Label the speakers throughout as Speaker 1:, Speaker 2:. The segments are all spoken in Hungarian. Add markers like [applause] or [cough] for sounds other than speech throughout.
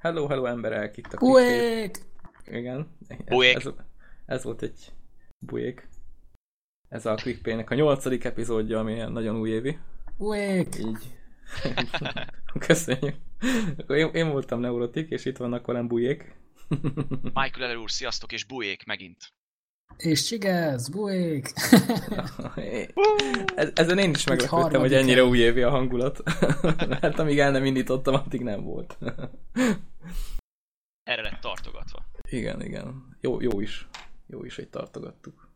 Speaker 1: Hello, hello emberek, itt a Quick
Speaker 2: Uék!
Speaker 1: Pay- Igen.
Speaker 3: Bujék.
Speaker 1: Ez, ez volt egy bujék. Ez a Quick Pay-nek a nyolcadik epizódja, ami ilyen nagyon újévi.
Speaker 2: Uék!
Speaker 1: Így. Köszönjük. Akkor én, én voltam neurotik, és itt vannak velem bujék.
Speaker 3: Michael Eller úr, sziasztok, és bújék megint.
Speaker 2: És csigez, buék!
Speaker 1: [laughs] Ez, ezen én is meglepődtem, hogy
Speaker 2: harmadik
Speaker 1: ennyire
Speaker 2: el.
Speaker 1: újévi a hangulat. [laughs] Mert amíg el nem indítottam, addig nem volt. [laughs]
Speaker 3: Erre lett tartogatva.
Speaker 1: Igen, igen. Jó, jó is. Jó is, hogy tartogattuk.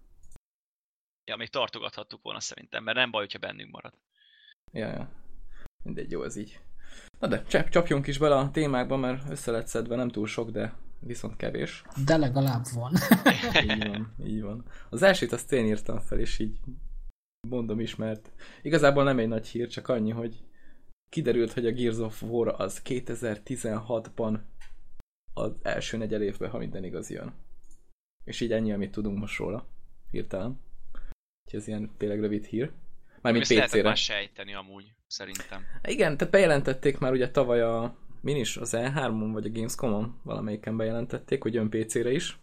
Speaker 3: Ja, még tartogathattuk volna szerintem, mert nem baj, hogyha bennünk marad.
Speaker 1: Ja, ja. Mindegy, jó ez így. Na de csap, csapjunk is bele a témákba, mert össze lett szedve nem túl sok, de viszont kevés.
Speaker 2: [laughs] De legalább van.
Speaker 1: Így van, így van. Az elsőt azt én írtam fel, és így mondom is, mert igazából nem egy nagy hír, csak annyi, hogy kiderült, hogy a Gears of War az 2016-ban az első negyed évben, ha minden igaz jön. És így ennyi, amit tudunk most róla. Hirtelen. Úgyhogy ez ilyen tényleg rövid hír. Mármint
Speaker 3: Ezt lehetett
Speaker 1: PC-re.
Speaker 3: már sejteni amúgy, szerintem.
Speaker 1: Igen, tehát bejelentették már ugye tavaly a min is, az E3-on vagy a Gamescom-on valamelyiken bejelentették, hogy jön PC-re is.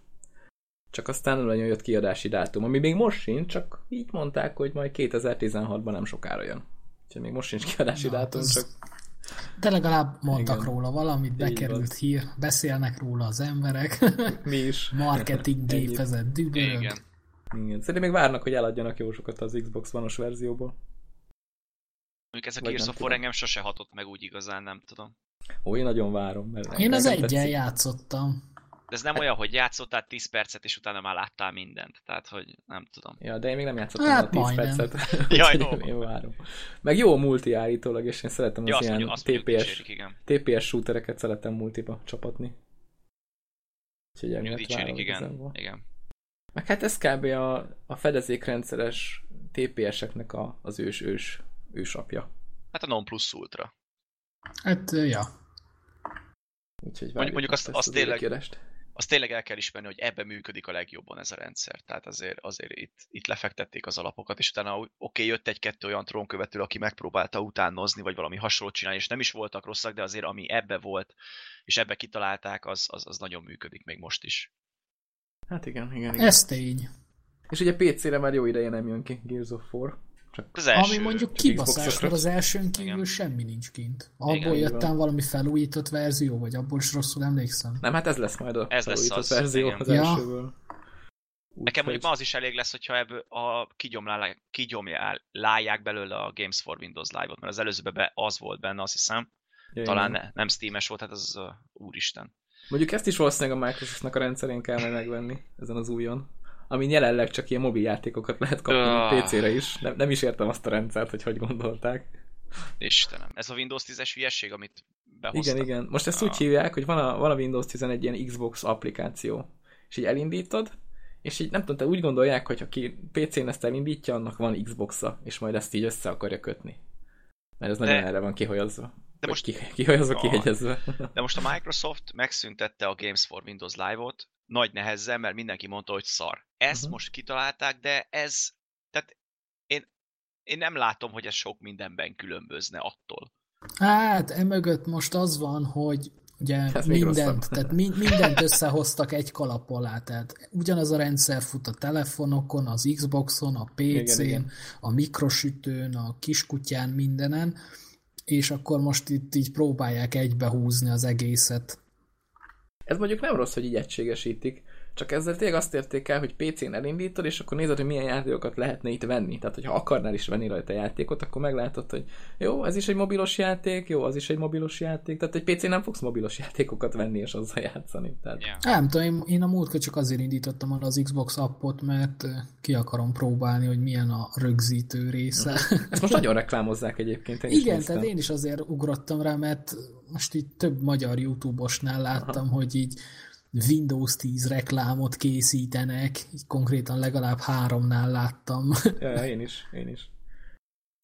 Speaker 1: Csak aztán nem nagyon jött kiadási dátum, ami még most sincs, csak így mondták, hogy majd 2016-ban nem sokára jön. Úgyhogy még most sincs kiadási
Speaker 2: Na,
Speaker 1: dátum,
Speaker 2: ez
Speaker 1: csak
Speaker 2: De legalább mondtak
Speaker 1: Igen.
Speaker 2: róla valamit, bekerült hír, beszélnek róla az emberek, [laughs]
Speaker 1: mi is.
Speaker 2: marketing
Speaker 1: Ennyi.
Speaker 2: gépezet dübörög.
Speaker 3: Igen.
Speaker 1: Igen. Szerintem még várnak, hogy eladjanak jó sokat az Xbox vanos verzióból.
Speaker 3: Mondjuk ez a
Speaker 1: Vagy
Speaker 3: Gears
Speaker 1: nem
Speaker 3: of War
Speaker 1: tudom.
Speaker 3: engem sose hatott meg úgy igazán, nem tudom.
Speaker 1: Ó, én nagyon várom. Mert
Speaker 2: Én az
Speaker 1: nekem
Speaker 2: egyen
Speaker 1: tetszik.
Speaker 2: játszottam.
Speaker 3: De ez
Speaker 1: Hát-
Speaker 3: nem olyan, hogy játszottál 10 percet, és utána már láttál mindent. Tehát, hogy nem tudom.
Speaker 1: Ja, de én még nem játszottam
Speaker 2: Hát
Speaker 1: hát, a 10
Speaker 2: majdnem.
Speaker 1: percet. [laughs]
Speaker 3: Jaj,
Speaker 1: Úgyhogy
Speaker 3: jó.
Speaker 1: én várom. Meg jó a multi állítólag, és én szeretem az
Speaker 3: Ja, azt
Speaker 1: ilyen
Speaker 3: mondjuk, azt mondjuk
Speaker 1: TPS
Speaker 3: dicsérik, igen.
Speaker 1: TPS shootereket szeretem multiba csapatni. Úgyhogy
Speaker 3: Mondjuk
Speaker 1: emiatt várom
Speaker 3: dicsérik, igen.
Speaker 1: igazából.
Speaker 3: igen.
Speaker 1: Meg hát ez kb. a, a fedezékrendszeres TPS-eknek a, az ős-ős ősapja.
Speaker 3: Hát a non plus ultra.
Speaker 2: Hát, ja.
Speaker 1: Úgyhogy
Speaker 3: Mondjuk- mondjuk azt-
Speaker 1: várjuk
Speaker 3: azt
Speaker 1: ezt
Speaker 3: tényleg-
Speaker 1: előkiadást.
Speaker 3: azt tényleg el kell ismerni, hogy ebben működik a legjobban ez a rendszer. Tehát azért, azért itt, itt lefektették az alapokat, és utána oké, okay, jött egy-kettő olyan trónkövető, aki megpróbálta utánozni, vagy valami hasonlót csinálni, és nem is voltak rosszak, de azért ami ebbe volt, és ebbe kitalálták, az, az, az nagyon működik még most is.
Speaker 1: Hát igen, igen, igen.
Speaker 2: Ez tény.
Speaker 1: És ugye PC-re már jó ideje nem jön ki Gears of War. Csak
Speaker 3: Az első,
Speaker 2: Ami mondjuk
Speaker 1: csak
Speaker 2: kibaszás,
Speaker 1: Xboxosra.
Speaker 2: mert az elsőn kívül
Speaker 3: Igen.
Speaker 2: semmi nincs kint.
Speaker 3: Igen,
Speaker 2: Abból
Speaker 3: így
Speaker 2: jöttem valami felújított verzió, vagy abból is rosszul emlékszem.
Speaker 1: nem, hát ez lesz majd a
Speaker 3: Ez lesz
Speaker 1: felújított
Speaker 3: az,
Speaker 1: verzió
Speaker 3: igen.
Speaker 1: az
Speaker 2: Ja.
Speaker 1: elsőből. Úgy,
Speaker 3: Nekem mondjuk ma az is elég lesz, hogyha ebből a kigyomlálják, kigyomlálják belőle a Games for Windows Live-ot, mert az előzőben be az volt benne, azt hiszem.
Speaker 1: ja,
Speaker 3: Talán
Speaker 1: igen.
Speaker 3: ne, nem Steam-es volt, hát az uh, úristen.
Speaker 1: Mondjuk ezt is valószínűleg a Microsoftnak a rendszerén kell majd megvenni, ezen az újon. Ami jelenleg csak ilyen mobil játékokat lehet kapni
Speaker 3: Ah.
Speaker 1: PC-re is. Nem, nem is értem azt a rendszert, hogy hogy gondolták.
Speaker 3: Istenem, ez a Windows 10-es hülyeség, amit behoztak.
Speaker 1: Igen, igen. Most ezt
Speaker 3: Ah.
Speaker 1: úgy hívják, hogy van a, van a Windows 11 ilyen Xbox applikáció. És így elindítod, és így nem tudom, te úgy gondolják, hogy aki PC-n ezt elindítja, annak van Xbox-a, és majd ezt így össze akarja kötni. Mert ez nagyon
Speaker 3: De-
Speaker 1: erre van kihagyazva. De most
Speaker 3: most-
Speaker 1: ki, kihagyazva,
Speaker 3: Ah.
Speaker 1: kihegyezve.
Speaker 3: De most a Microsoft megszüntette a Games for Windows Live-ot, nagy nehezzel, mert mindenki mondta, hogy szar. Ezt
Speaker 1: Mhm.
Speaker 3: uh-huh. most kitalálták, de ez, tehát én, én nem látom, hogy ez sok mindenben különbözne attól.
Speaker 2: Hát, emögött most az van, hogy ugye
Speaker 1: Ez még
Speaker 2: mindent,
Speaker 1: rosszabb.
Speaker 2: tehát mi, mindent összehoztak egy kalap alá, tehát ugyanaz a rendszer fut a telefonokon, az Xboxon, a
Speaker 1: Igen,
Speaker 2: PC-n,
Speaker 1: igen.
Speaker 2: a mikrosütőn, a kiskutyán, mindenen, és akkor most itt így próbálják egybehúzni az egészet.
Speaker 1: Ez mondjuk nem rossz, hogy így egységesítik, csak ezzel tényleg azt érték el, hogy PC-n elindítod, és akkor nézed, hogy milyen játékokat lehetne itt venni. Tehát, hogyha akarnál is venni rajta játékot, akkor meglátod, hogy jó, ez is egy mobilos játék, jó, az is egy mobilos játék. Tehát egy PC-n nem fogsz mobilos [laughs] játékokat venni és azzal játszani. Tehát,
Speaker 3: Yeah.
Speaker 2: Nem tudom, én, én a múltkor csak azért indítottam el az Xbox appot, mert eh, ki akarom próbálni, hogy milyen a rögzítő
Speaker 1: [laughs]
Speaker 2: része.
Speaker 1: Ezt most nagyon reklámozzák egyébként. Én is
Speaker 2: Igen,
Speaker 1: néztem.
Speaker 2: tehát én is azért ugrottam rá, mert most így több magyar YouTube-osnál láttam, Aha. hogy így Windows 10 reklámot készítenek, így konkrétan legalább háromnál láttam. [laughs]
Speaker 1: Ja, ja, én is, én is.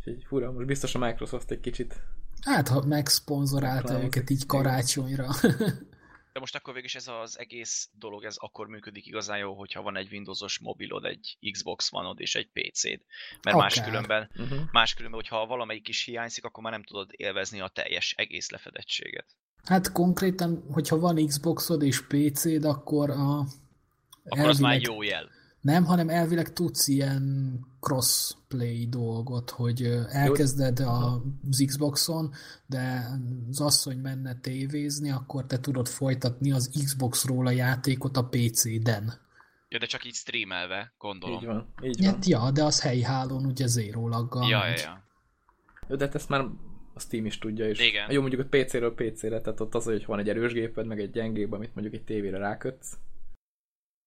Speaker 1: Úgyhogy hurra, most biztos a Microsoft egy kicsit.
Speaker 2: Hát, ha megszponzorálta
Speaker 1: Reklámozik.
Speaker 2: őket így karácsonyra. [laughs]
Speaker 3: De most akkor végül is ez az egész dolog, ez akkor működik igazán jó, hogyha van egy Windowsos mobilod, egy Xbox vanod és egy PC-d. Mert
Speaker 2: Akár.
Speaker 3: máskülönben,
Speaker 1: Uh-huh.
Speaker 3: máskülönben, hogyha valamelyik is hiányzik, akkor már nem tudod élvezni a teljes egész lefedettséget.
Speaker 2: Hát konkrétan, hogyha van Xboxod és PC-d, akkor a...
Speaker 3: Akkor az már jó jel.
Speaker 2: Nem, hanem elvileg tudsz ilyen crossplay dolgot, hogy elkezded az Xboxon, de az asszony menne tévézni, akkor te tudod folytatni az Xboxról a játékot a PC-den.
Speaker 3: Ja, de csak így streamelve, gondolom.
Speaker 1: Így van, így van.
Speaker 2: Hát, ja, de az helyi hálón ugye zérólaggal.
Speaker 3: Ja, ja, ja.
Speaker 1: Jó, de hát ezt már a Steam is tudja, és
Speaker 3: Igen.
Speaker 1: jó, mondjuk ott PC-ről PC-re, tehát ott az, hogy van egy erős géped, meg egy gyengébb, amit mondjuk egy tévére rákötsz,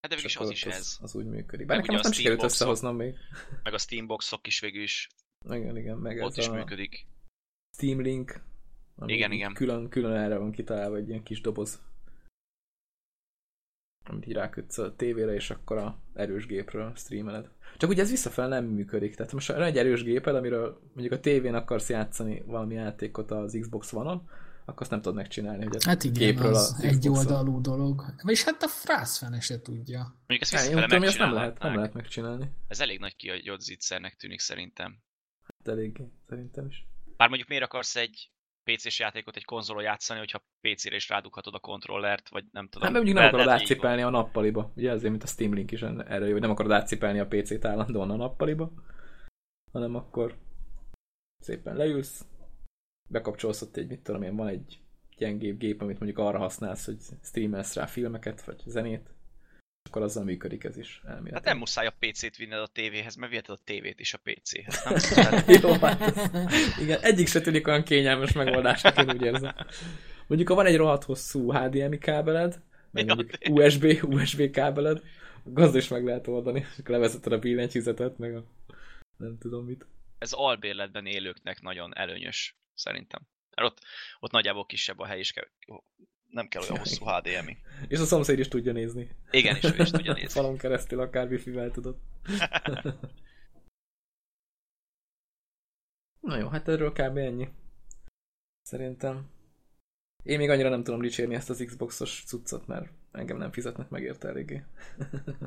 Speaker 3: Hát de végül is
Speaker 1: akkor
Speaker 3: az
Speaker 1: ott
Speaker 3: is ez.
Speaker 1: Az, az úgy működik. Bár
Speaker 3: Meg
Speaker 1: nekem
Speaker 3: ugye
Speaker 1: azt nem
Speaker 3: a
Speaker 1: sikerült
Speaker 3: Steamboxok.
Speaker 1: összehoznom még.
Speaker 3: Meg a Steamboxok is végül is
Speaker 1: Igen, igen, meg
Speaker 3: ott
Speaker 1: ez
Speaker 3: is
Speaker 1: a
Speaker 3: működik.
Speaker 1: Steam Link, ami
Speaker 3: Igen,
Speaker 1: így
Speaker 3: igen.
Speaker 1: Külön, külön erre van kitalálva egy ilyen kis doboz, amit így rákötsz a tévére, és akkor a erős gépről streameled. Csak ugye ez visszafel nem működik. Tehát most van egy erős géped, amiről mondjuk a tévén akarsz játszani valami játékot az Xbox One-on, akkor azt nem tudod megcsinálni, hogy a
Speaker 2: Hát igen,
Speaker 1: gépről
Speaker 2: az
Speaker 1: az
Speaker 2: egy
Speaker 1: Xboxon.
Speaker 2: oldalú dolog. És hát a frász fene se tudja.
Speaker 3: Mondjuk ezt
Speaker 1: Hát, én
Speaker 3: visszafele
Speaker 1: úgy tudom, hogy ezt nem lehet, nem
Speaker 3: megcsinálhatnák.
Speaker 1: lehet megcsinálni.
Speaker 3: Ez elég nagy kiagyott zicsernek tűnik szerintem.
Speaker 1: Hát eléggé, szerintem is.
Speaker 3: Bár mondjuk miért akarsz egy PC-s játékot egy konzolon játszani, hogyha PC-re is rádughatod a kontrollert, vagy nem tudom.
Speaker 1: Hát mert mondjuk nem akarod
Speaker 3: lehet, így van.
Speaker 1: átcipelni a nappaliba. Ugye azért, mint a Steam Link is erre jó, hogy nem akarod átcipelni a PC-t állandóan a nappaliba, hanem akkor szépen leülsz, bekapcsolsz ott egy, mit tudom én, van egy gyengébb gép, amit mondjuk arra használsz, hogy streamelsz rá filmeket, vagy zenét, és akkor azzal működik ez is elméletileg.
Speaker 3: Hát nem muszáj a PC-t vinned a tévéhez, mert viheted a tévét is a PC-hez. Nem?
Speaker 1: [laughs] Jó, hát ez- igen, egyik se tűnik olyan kényelmes megoldásnak, én úgy érzem. Mondjuk, ha van egy rohadt hosszú HDMI kábeled, meg
Speaker 3: Ja,
Speaker 1: mondjuk USB, USB kábeled, gazd is meg lehet oldani, és akkor levezeted a billentyűzetet, meg a nem tudom mit.
Speaker 3: Ez albérletben élőknek nagyon előnyös, szerintem. Mert ott, ott nagyjából kisebb a hely, és ke- nem kell olyan
Speaker 1: [laughs]
Speaker 3: hosszú HDMI.
Speaker 1: És a szomszéd is tudja nézni.
Speaker 3: Igen, és ő is tudja nézni.
Speaker 1: Falon keresztül, akár wifi-vel tudod. [laughs] Na jó, hát erről kb. ennyi. Szerintem. Én még annyira nem tudom dicsérni ezt az Xboxos cuccot, mert engem nem fizetnek meg érte eléggé.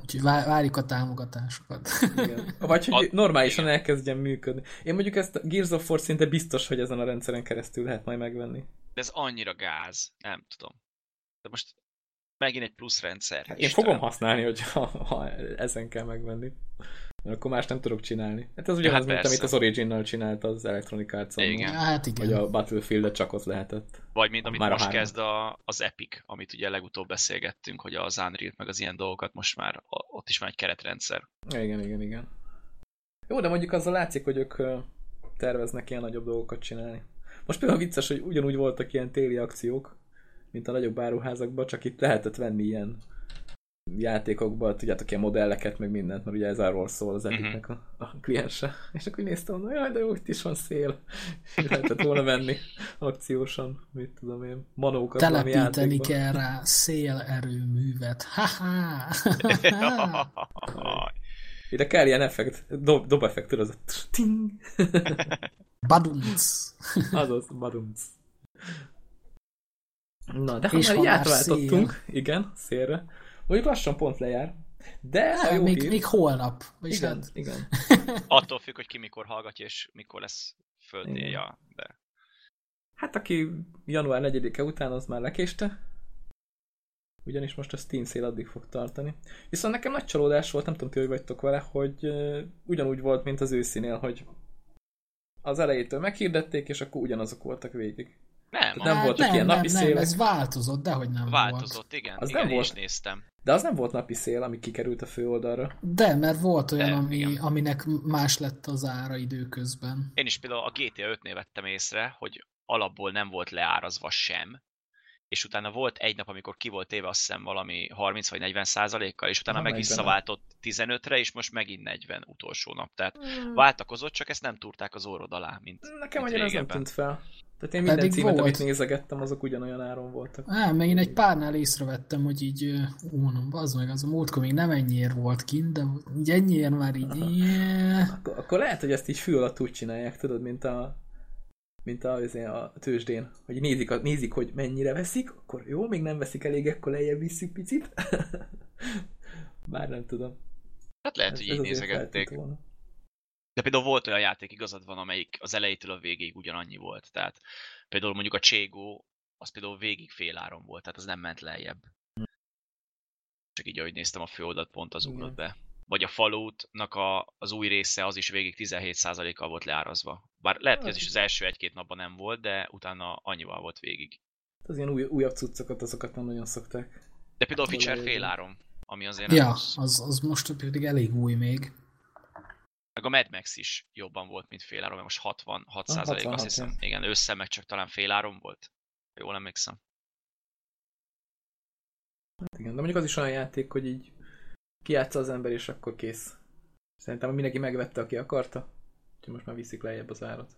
Speaker 2: Úgyhogy vá- várjuk a támogatásokat.
Speaker 1: Igen. Vagy hogy
Speaker 3: [laughs] A-
Speaker 1: normálisan elkezdjen működni. Én mondjuk ezt a Gears of War szinte biztos, hogy ezen a rendszeren keresztül lehet majd megvenni.
Speaker 3: De ez annyira gáz, nem tudom. De most megint egy plusz rendszer.
Speaker 1: Hát én
Speaker 3: Istenem.
Speaker 1: fogom használni, hogy ha, ha ezen kell megvenni. Mert akkor más nem tudok csinálni. Hát ez ugyanaz,
Speaker 3: Hát
Speaker 1: hát mint
Speaker 3: persze.
Speaker 1: amit az Origin-nal csinált az Electronic arts
Speaker 2: Ja,
Speaker 3: Igen.
Speaker 2: [laughs] hát
Speaker 1: Vagy
Speaker 2: igen.
Speaker 1: a battlefield csak ott lehetett.
Speaker 3: Vagy mint amit
Speaker 1: Már a
Speaker 3: most
Speaker 1: három.
Speaker 3: kezd a, az Epic, amit ugye legutóbb beszélgettünk, hogy az unreal meg az ilyen dolgokat most már a- ott is van egy keretrendszer.
Speaker 1: Igen, igen, igen. Jó, de mondjuk azzal látszik, hogy ők ö, terveznek ilyen nagyobb dolgokat csinálni. Most például vicces, hogy ugyanúgy voltak ilyen téli akciók, mint a nagyobb áruházakban, csak itt lehetett venni ilyen játékokba, tudjátok, ilyen modelleket, meg mindent, mert ugye ez arról szól az
Speaker 3: Mhm.
Speaker 1: epiknek a, a kliense. [laughs] És akkor így néztem, hogy jaj, de jó, itt is van szél. [laughs] És lehetett volna venni akciósan, mit tudom én, manókat valami
Speaker 2: Telepíteni
Speaker 1: játékba.
Speaker 2: kell rá szélerőművet. Ha-ha!
Speaker 3: [laughs]
Speaker 1: Ah. Ide kell ilyen effekt, dob, dob effekt, tudod, az a ting,
Speaker 2: Badunc!
Speaker 1: Azaz, badumc. Na, de ha
Speaker 2: És
Speaker 1: már
Speaker 2: ha
Speaker 1: így
Speaker 2: már
Speaker 1: átváltottunk, igen, szélre, mondjuk lassan pont lejár, de ha
Speaker 2: Hát,
Speaker 1: jó
Speaker 2: még,
Speaker 1: hír,
Speaker 2: még holnap. Vagyis
Speaker 1: igen,
Speaker 2: hát
Speaker 1: igen.
Speaker 3: Attól függ, hogy ki mikor hallgatja, és mikor lesz
Speaker 1: Igen.
Speaker 3: földéja. De
Speaker 1: Hát aki január 4-e után, az már lekéste, ugyanis most a Steam szél addig fog tartani. Viszont nekem nagy csalódás volt, nem tudom ti, hogy vagytok vele, hogy ö, ugyanúgy volt, mint az őszinél, hogy az elejétől meghirdették, és akkor ugyanazok voltak végig.
Speaker 3: nem,
Speaker 1: nem
Speaker 3: nem
Speaker 2: Hát
Speaker 1: voltak ilyen napi
Speaker 2: nem, nem,
Speaker 1: szélek.
Speaker 2: ez változott, dehogy nem volt.
Speaker 3: változott, igen,
Speaker 1: Az
Speaker 3: igen,
Speaker 1: nem
Speaker 3: én is
Speaker 1: volt.
Speaker 3: néztem.
Speaker 1: De az nem volt napi szél, ami kikerült a főoldalra.
Speaker 2: De, mert volt olyan,
Speaker 3: De,
Speaker 2: ami,
Speaker 3: igen.
Speaker 2: aminek más lett az ára időközben.
Speaker 3: Én is például a GTA 5-nél vettem észre, hogy alapból nem volt leárazva sem, és utána volt egy nap, amikor ki volt téve azt hiszem valami 30 vagy 40 százalékkal, és utána
Speaker 1: Na,
Speaker 3: meg
Speaker 1: 40-en.
Speaker 3: visszaváltott 15-re, és most megint 40 utolsó nap. Tehát váltakozott, csak ezt nem túrták az orrod alá, mint
Speaker 1: Hmm. Nekem
Speaker 3: mint
Speaker 1: annyira ez nem
Speaker 3: régebben.
Speaker 1: tűnt fel. Tehát én minden
Speaker 2: Pedig
Speaker 1: címet,
Speaker 2: volt.
Speaker 1: amit nézegettem, azok ugyanolyan áron voltak.
Speaker 2: Á, meg én egy párnál észrevettem, hogy így, ö, ú, mondom, az meg az a múltkor még nem ennyiért volt kint, de így ennyiért már így,
Speaker 3: [laughs]
Speaker 2: yeah.
Speaker 1: Akkor, akkor lehet, hogy ezt így fül alatt úgy csinálják, tudod, mint a mint a, azért a tőzsdén, hogy nézik, a- nézik, hogy mennyire veszik, akkor jó, még nem veszik elég, akkor lejjebb visszük picit. [laughs] Bár nem tudom.
Speaker 3: Hát lehet, hogy így
Speaker 1: azért
Speaker 3: nézegették.
Speaker 1: feltűnt volna.
Speaker 3: De például volt olyan játék, igazad van, amelyik az elejétől a végéig ugyanannyi volt. Tehát például mondjuk a Cségó, a az például végig féláron volt, tehát az nem ment lejjebb. Csak így, ahogy néztem, a főoldat pont az
Speaker 1: Igen.
Speaker 3: ugrott be. Vagy a falótnak a, az új része, az is végig 17%-kal volt leárazva. Bár lehet, hogy ez is az első egy-két napban nem volt, de utána annyival volt végig.
Speaker 1: Hát Az ilyen új, újabb cuccokat, azokat nem nagyon szokták.
Speaker 3: De például
Speaker 1: Hát,
Speaker 3: a Witcher
Speaker 1: valami-
Speaker 3: féláron, ami azért nem
Speaker 2: Ja,
Speaker 3: rossz.
Speaker 2: az, az most pedig elég új még.
Speaker 3: Meg a Mad Max is jobban volt, mint féláron, mert most 66
Speaker 1: Ah,
Speaker 3: százalék, azt
Speaker 1: 66,
Speaker 3: hiszem. Igen, össze meg csak talán féláron volt. Ha Jól emlékszem.
Speaker 1: Hát igen, de mondjuk az is olyan játék, hogy így kiátsza az ember, és akkor kész. Szerintem mindenki megvette, aki akarta. Úgyhogy most már viszik lejjebb az árat.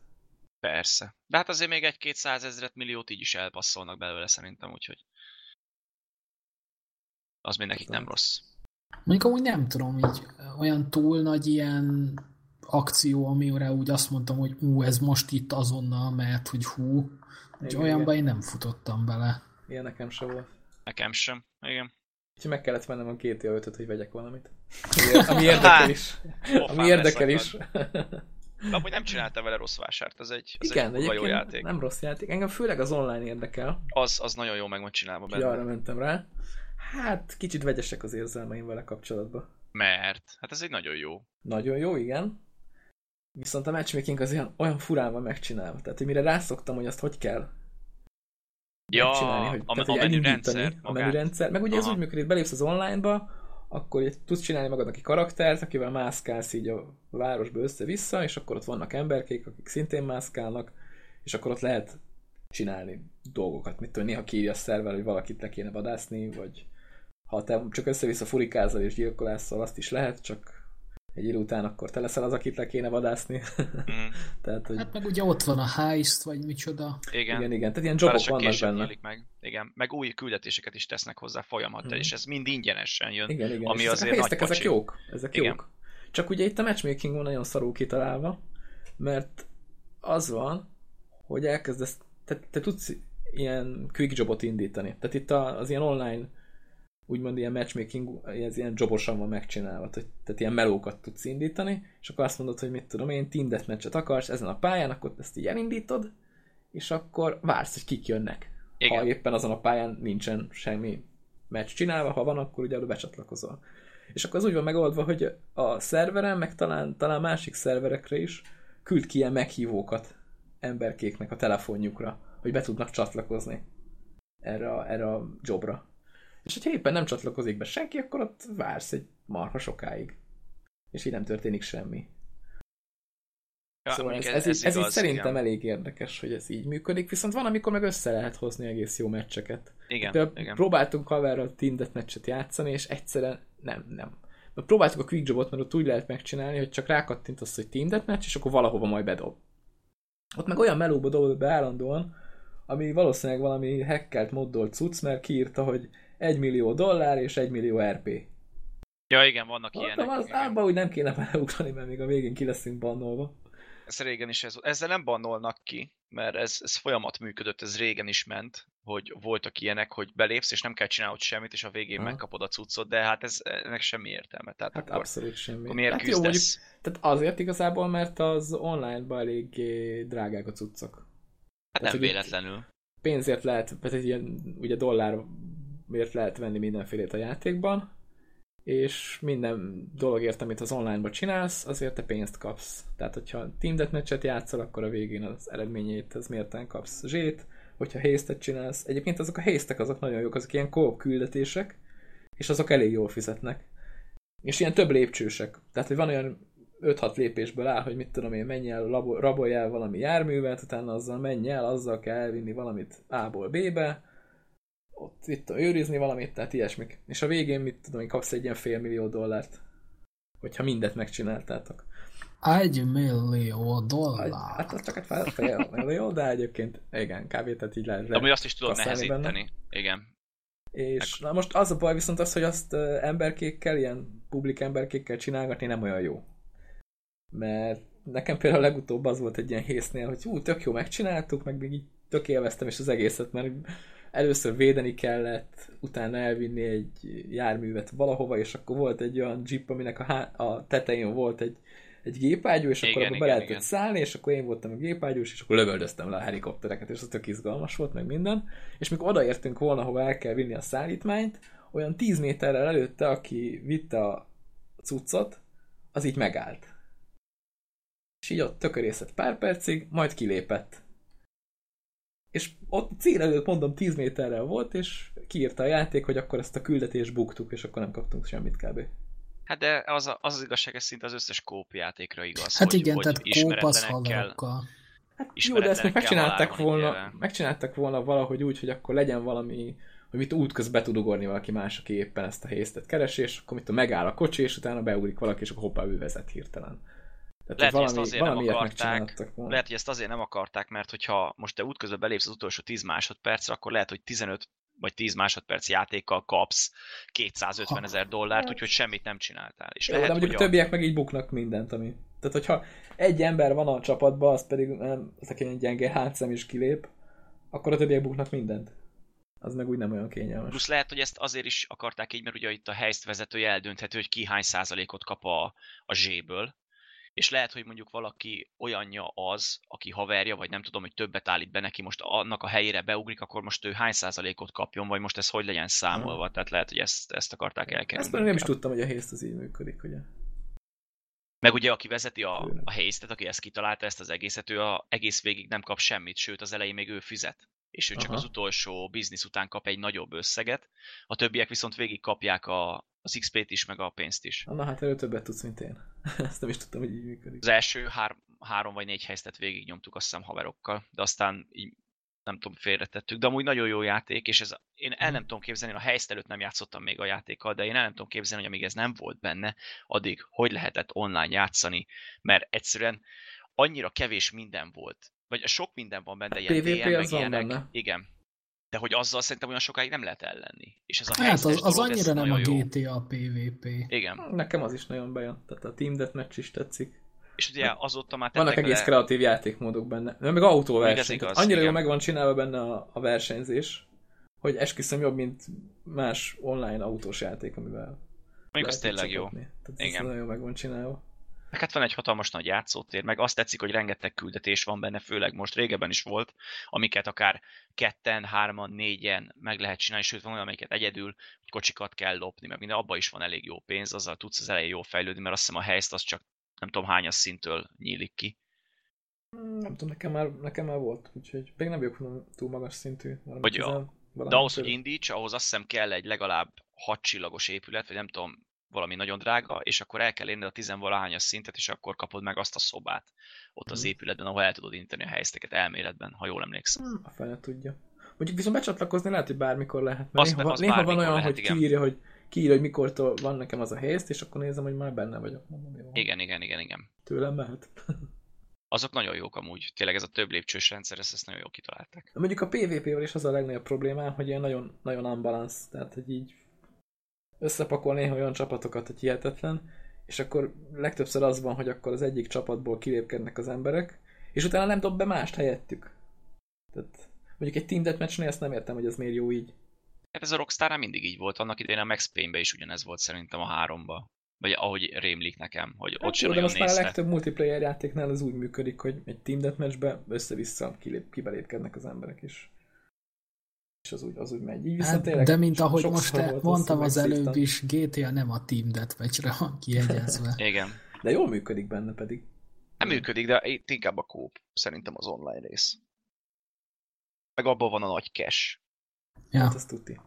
Speaker 3: Persze. De hát azért még egy-két százezret milliót így is elpasszolnak belőle szerintem, úgyhogy az még nekik nem
Speaker 1: Lehet.
Speaker 3: rossz.
Speaker 2: Mondjuk amúgy nem tudom, így olyan túl nagy ilyen akció, amire úgy azt mondtam, hogy ú, ez most itt azonnal, mert hogy hú, hogy
Speaker 1: Igen,
Speaker 2: olyanba
Speaker 1: igen.
Speaker 2: én nem futottam bele.
Speaker 1: Ilyen nekem se volt.
Speaker 3: Nekem sem. Igen.
Speaker 1: Úgyhogy meg kellett vennem a két ötöt, hogy vegyek
Speaker 3: [laughs]
Speaker 1: valamit. Ami érdekel is.
Speaker 3: Hát, Pofán
Speaker 1: [laughs] Ami érdekel
Speaker 3: leszakad.
Speaker 1: is. [laughs]
Speaker 3: De amúgy nem csinálta vele rossz vásárt, ez egy, ez
Speaker 1: Igen,
Speaker 3: egy kurva jó
Speaker 1: egyébként
Speaker 3: játék.
Speaker 1: nem rossz játék. Engem főleg az online érdekel,
Speaker 3: Az, az nagyon jó meg van csinálva
Speaker 1: úgyhogy
Speaker 3: benne.
Speaker 1: arra mentem rá. Hát, kicsit vegyesek az érzelmeim vele kapcsolatban.
Speaker 3: Mert hát ez egy nagyon jó.
Speaker 1: Nagyon jó, igen. Viszont a matchmaking az ilyen, olyan furán van megcsinálva. Tehát, hogy mire rászoktam, hogy azt hogy kell
Speaker 3: Ja,
Speaker 1: csinálni, hogy,
Speaker 3: a,
Speaker 1: tehát,
Speaker 3: a
Speaker 1: hogy
Speaker 3: menürendszer.
Speaker 1: elindítani a
Speaker 3: magát.
Speaker 1: menürendszer. Meg ugye ez
Speaker 3: Aha.
Speaker 1: úgy működik, belépsz az onlineba, akkor így tudsz csinálni magadnak egy karaktert, akivel mászkálsz így a városba össze-vissza, és akkor ott vannak emberkék, akik szintén mászkálnak, és akkor ott lehet csinálni dolgokat. Mit tudom, néha kiírja a szerver, hogy valakit le kéne vadászni, vagy ha te csak össze-vissza furikázol és gyilkolászol, azt is lehet, csak egy idő után akkor te leszel az, akit le kéne vadászni. [laughs]
Speaker 3: Mm,
Speaker 1: Tehát, hogy
Speaker 2: Hát meg ugye ott van a heist, vagy micsoda.
Speaker 3: igen.
Speaker 1: igen, igen. Tehát ilyen
Speaker 3: Bár
Speaker 1: jobok
Speaker 3: az csak
Speaker 1: vannak
Speaker 3: később
Speaker 1: benne.
Speaker 3: nyílik meg. Igen, meg új küldetéseket is tesznek hozzá folyamattal,
Speaker 1: Mhm.
Speaker 3: és ez mind ingyenesen jön.
Speaker 1: Igen, igen.
Speaker 3: Ami
Speaker 1: és ezek
Speaker 3: azért
Speaker 1: a
Speaker 3: nagy
Speaker 1: pénztek, ezek
Speaker 3: pacsi.
Speaker 1: jók. Ezek
Speaker 3: Igen.
Speaker 1: jók. Csak ugye itt a matchmaking van nagyon szarul kitalálva, mert az van, hogy elkezdesz, te, te tudsz ilyen quick jobot indítani. Tehát itt a- az ilyen online úgymond ilyen matchmaking, ez ilyen jobosan van megcsinálva, tehát, tehát ilyen melókat tudsz indítani, és akkor azt mondod, hogy mit tudom én, team deathmatchet akarsz ezen a pályán, akkor ezt így elindítod, és akkor vársz, hogy kik jönnek.
Speaker 3: Igen.
Speaker 1: Ha éppen azon a pályán nincsen semmi meccs csinálva, ha van, akkor ugye arra becsatlakozol. És akkor az úgy van megoldva, hogy a szerveren, meg talán, talán másik szerverekre is küld ki ilyen meghívókat emberkéknek a telefonjukra, hogy be tudnak csatlakozni erre a, erre a jobra. És hogyha éppen nem csatlakozik be senki, akkor ott vársz egy marha sokáig. És így nem történik semmi.
Speaker 3: Ja,
Speaker 1: szóval ez,
Speaker 3: mondjuk
Speaker 1: ez, ez, így, ez így
Speaker 3: igaz,
Speaker 1: szerintem
Speaker 3: igen.
Speaker 1: elég érdekes, hogy ez így működik, viszont van, amikor meg össze lehet hozni egész jó meccseket.
Speaker 3: Igen,
Speaker 1: Például
Speaker 3: igen.
Speaker 1: próbáltunk haverral tindet meccset játszani, és egyszerűen nem, nem. De próbáltuk a quick jobot, mert ott úgy lehet megcsinálni, hogy csak rákattintasz, hogy tindet meccs, és akkor valahova majd bedob. Ott meg olyan melóba dob be állandóan, ami valószínűleg valami hackelt moddol cucc, mert kiírta, hogy 1 millió dollár és 1 millió RP.
Speaker 3: Ja, igen, vannak
Speaker 1: Mondtam,
Speaker 3: ilyenek.
Speaker 1: az
Speaker 3: igen.
Speaker 1: ámba úgy nem kéne beleugrani, mert még a végén ki leszünk bannolva.
Speaker 3: Ez régen is ez volt. Ezzel nem bannolnak ki, mert ez, ez folyamat működött, ez régen is ment, hogy voltak ilyenek, hogy belépsz, és nem kell csinálod semmit, és a végén
Speaker 1: Aha.
Speaker 3: megkapod a cuccot, de hát ez, ennek semmi értelme. Tehát
Speaker 1: Hát
Speaker 3: akkor,
Speaker 1: abszolút semmi.
Speaker 3: akkor miért
Speaker 1: hát jó, mondjuk,
Speaker 3: küzdesz?
Speaker 1: tehát azért igazából, mert az online-ban eléggé drágák a cuccok.
Speaker 3: hát
Speaker 1: tehát,
Speaker 3: nem
Speaker 1: hogy itt-
Speaker 3: véletlenül.
Speaker 1: pénzért lehet, tehát egy ilyen, ugye dollárért lehet venni mindenfélét a játékban, és minden dologért, amit az online-ba csinálsz, azért te pénzt kapsz. Tehát, hogyha Team Deathmatch-et játszol, akkor a végén az eredményét az mérten kapsz zsét, hogyha hésztet csinálsz. Egyébként azok a hésztek azok nagyon jók, azok ilyen co küldetések, és azok elég jól fizetnek. És ilyen több lépcsősek. Tehát, hogy van olyan 5-6 lépésből áll, hogy mit tudom én, menj el, labo- rabolj el valami járművet, utána azzal menj el, azzal kell elvinni valamit A-ból B-be, ott itt őrizni valamit, tehát ilyesmik. És a végén, mit tudom én, kapsz egy ilyen fél millió dollárt, hogyha mindet megcsináltátok.
Speaker 2: Egy millió dollár.
Speaker 1: Hát az csak egy fel, fél millió, de egyébként igen, kb. tehát így lehet.
Speaker 3: De amúgy azt is tudod
Speaker 1: kasszálni benne.
Speaker 3: nehezíteni. Igen.
Speaker 1: És na most az a baj viszont az, hogy azt ö, emberkékkel, ilyen publik emberkékkel csinálgatni nem olyan jó. Mert nekem például legutóbb az volt egy ilyen hésznél, hogy ú, tök jó megcsináltuk, meg még így tök élveztem is az egészet, mert először védeni kellett, utána elvinni egy járművet valahova, és akkor volt egy olyan jeep, aminek a, há- a tetején volt egy egy gépágyú, és igen, akkor abba
Speaker 3: igen,
Speaker 1: be lehetett
Speaker 3: igen.
Speaker 1: szállni, és akkor én voltam a gépágyús, és akkor lövöldöztem le a helikoptereket, és az tök izgalmas volt, meg minden. És mikor odaértünk volna, hova el kell vinni a szállítmányt, olyan 10 méterrel előtte, aki vitte a cuccot, az így megállt. És így ott tökörészett pár percig, majd kilépett. És ott cél előtt mondom 10 méterrel volt, és kiírta a játék, hogy akkor ezt a küldetést buktuk, és akkor nem kaptunk semmit kb.
Speaker 3: Hát de az, a, az az igazság, ez szinte az összes kóp játékra igaz,
Speaker 2: Hát
Speaker 3: hogy,
Speaker 2: igen,
Speaker 3: hogy
Speaker 2: tehát kópasz
Speaker 3: ismeretlenekkel,
Speaker 2: haverokkal.
Speaker 1: Hát jó, de ezt még
Speaker 3: Ismeretlenekkel
Speaker 1: megcsinálták
Speaker 3: halálban
Speaker 1: volna,
Speaker 3: ítélve.
Speaker 1: megcsinálták volna valahogy úgy, hogy akkor legyen valami, hogy mit útközben be tud ugorni valaki más, aki éppen ezt a hésztet keresi, és akkor mit tudom, megáll a kocsi, és utána beugrik valaki, és akkor hoppá, ő vezet hirtelen. Tehát
Speaker 3: Lehet, hogy
Speaker 1: valami,
Speaker 3: ezt azért nem
Speaker 1: valami ilyet
Speaker 3: akarták.
Speaker 1: megcsináltak volna.
Speaker 3: Lehet, hogy ezt azért nem akarták, mert hogyha most te útközben belépsz az utolsó 10 másodpercre, akkor lehet, hogy 15 vagy 10 másodperc játékkal kapsz 250 ezer dollárt, úgyhogy semmit nem csináltál. És
Speaker 1: Jó,
Speaker 3: lehet,
Speaker 1: de mondjuk
Speaker 3: hogy
Speaker 1: a
Speaker 3: a...
Speaker 1: többiek meg így buknak mindent, ami... Tehát, hogyha egy ember van a csapatban, az pedig nem, az aki egy gyenge hátszem is kilép, akkor a többiek buknak mindent. Az meg úgy nem olyan kényelmes.
Speaker 3: Plusz lehet, hogy ezt azért is akarták így, mert ugye itt a helyzet vezetője eldönthető, hogy ki hány százalékot kap a, a zséből, és lehet, hogy mondjuk valaki olyanja az, aki haverja, vagy nem tudom, hogy többet állít be neki, most annak a helyére beugrik, akkor most ő hány százalékot kapjon, vagy most ez hogy legyen számolva, tehát lehet, hogy ezt, ezt akarták elkerülni.
Speaker 1: Ezt például nem is
Speaker 3: inkább.
Speaker 1: tudtam, hogy a hészt az így működik, ugye.
Speaker 3: Meg ugye, aki vezeti a,
Speaker 1: Tőle.
Speaker 3: a helyzetet, aki ezt kitalálta, ezt az egészet, ő a, egész végig nem kap semmit, sőt az elején még ő fizet. És ő csak
Speaker 1: Aha.
Speaker 3: az utolsó biznisz után kap egy nagyobb összeget, a többiek viszont végig kapják a, az XP-t is, meg a pénzt is.
Speaker 1: Na hát erről többet tudsz, mint én. [laughs] Ezt nem is tudtam, hogy így működik.
Speaker 3: Az első hár, három vagy négy helyzetet végig nyomtuk azt hiszem haverokkal, de aztán így nem tudom, félretettük, de amúgy nagyon jó játék, és ez, én el
Speaker 2: Mhm.
Speaker 3: nem tudom képzelni, én a helyszín előtt nem játszottam még a játékkal, de én el nem tudom képzelni, hogy amíg ez nem volt benne, addig hogy lehetett online játszani, mert egyszerűen annyira kevés minden volt, vagy sok minden van benne,
Speaker 2: Hát
Speaker 3: ilyen
Speaker 1: PvP
Speaker 3: DM, meg
Speaker 1: az van
Speaker 3: ilyenek.
Speaker 1: benne.
Speaker 3: Igen. De hogy azzal szerintem olyan sokáig nem lehet ellenni. És ez a
Speaker 2: Hát az,
Speaker 3: helyszínes
Speaker 2: az
Speaker 3: dolog, ez
Speaker 2: annyira nem a
Speaker 3: nagyon jó.
Speaker 2: GTA a PvP.
Speaker 3: Igen.
Speaker 1: Nekem az is nagyon bejön, tehát a Team Deathmatch is tetszik.
Speaker 3: És ugye azóta már
Speaker 1: Vannak
Speaker 3: tettek
Speaker 1: egész
Speaker 3: bele-
Speaker 1: kreatív játékmódok benne. Meg
Speaker 3: Még ez
Speaker 1: autóverseny.
Speaker 3: igaz,
Speaker 1: Tehát annyira jól
Speaker 3: igen.
Speaker 1: meg van csinálva benne a, a versenyzés, hogy esküszöm jobb, mint más online autós játék, amivel
Speaker 3: Mondjuk az
Speaker 1: lehet így
Speaker 3: tényleg jó.
Speaker 1: csapatni. Tehát
Speaker 3: Igen.
Speaker 1: ez nagyon jól meg van csinálva.
Speaker 3: Meg hát van egy hatalmas nagy játszótér, meg azt tetszik, hogy rengeteg küldetés van benne, főleg most régebben is volt, amiket akár ketten, hárman, négyen meg lehet csinálni, sőt van olyan, amiket egyedül hogy kocsikat kell lopni, meg minden, abban is van elég jó pénz, azzal tudsz az elején jól fejlődni, mert azt hiszem a helyzt az csak nem tudom hányas szintől nyílik ki.
Speaker 1: Hmm, Nem tudom, nekem már, nekem már volt, úgyhogy még nem vagyok túl magas szintű. valami
Speaker 3: Vagy
Speaker 1: 10
Speaker 3: a-
Speaker 1: valami
Speaker 3: De ahhoz, hogy
Speaker 1: körül.
Speaker 3: indíts, ahhoz azt hiszem kell egy legalább hat csillagos épület, vagy nem tudom, valami nagyon drága, és akkor el kell érned a tizenvalahányas szintet, és akkor kapod meg azt a szobát ott az
Speaker 1: Mhm.
Speaker 3: épületben, ahol el tudod indítani a helyzeteket elméletben, ha jól emlékszem.
Speaker 1: Hmm, A fene tudja. Mondjuk viszont becsatlakozni lehet, hogy bármikor lehet. Mert
Speaker 3: Azt-
Speaker 1: néha, van-
Speaker 3: azt
Speaker 1: néha van
Speaker 3: bármikor
Speaker 1: olyan,
Speaker 3: lehet,
Speaker 1: hogy
Speaker 3: igen.
Speaker 1: kiírja, hogy kiírja, hogy mikortól van nekem az a helyzet, és akkor nézem, hogy már benne vagyok. Mondom, jó,
Speaker 3: Igen, igen, igen, igen.
Speaker 1: Tőlem mehet.
Speaker 3: Azok nagyon jók amúgy. Tényleg ez a több lépcsős rendszer, ezt, ezt nagyon jól kitalálták.
Speaker 1: Mondjuk a PvP-vel is az a legnagyobb problémám, hogy ilyen nagyon, nagyon unbalance, tehát hogy így összepakol néha olyan csapatokat, hogy hihetetlen, és akkor legtöbbször az van, hogy akkor az egyik csapatból kilépkednek az emberek, és utána nem dob be mást helyettük. Tehát mondjuk egy Team Deathmatch-nél ezt nem értem, hogy ez miért jó így.
Speaker 3: Hát ez a rockstar mindig így volt. Annak idején a Max Payne-ben is ugyanez volt szerintem a háromba. Vagy ahogy rémlik nekem, hogy ott
Speaker 1: Hát
Speaker 3: sem
Speaker 1: jó, de
Speaker 3: nagyon
Speaker 1: most már a
Speaker 3: nézte.
Speaker 1: legtöbb multiplayer játéknál ez úgy működik, hogy egy team deathmatchbe össze-vissza kilép, kibelépkednek az emberek is. És az úgy, az úgy megy. Így viszont
Speaker 2: Hát,
Speaker 1: tényleg
Speaker 2: de mint ahogy
Speaker 1: sokszor
Speaker 2: most te
Speaker 1: volt az,
Speaker 2: mondtam
Speaker 1: hogy
Speaker 2: az
Speaker 1: megszívtam.
Speaker 2: előbb is, GTA nem a Team Deathmatch-re van kiegyezve.
Speaker 3: Igen.
Speaker 1: De jól működik benne pedig.
Speaker 3: Nem működik, de itt inkább a kóp. Szerintem az online rész. Meg abban van a nagy cash.
Speaker 1: Hát
Speaker 2: ja.
Speaker 1: ez tuti.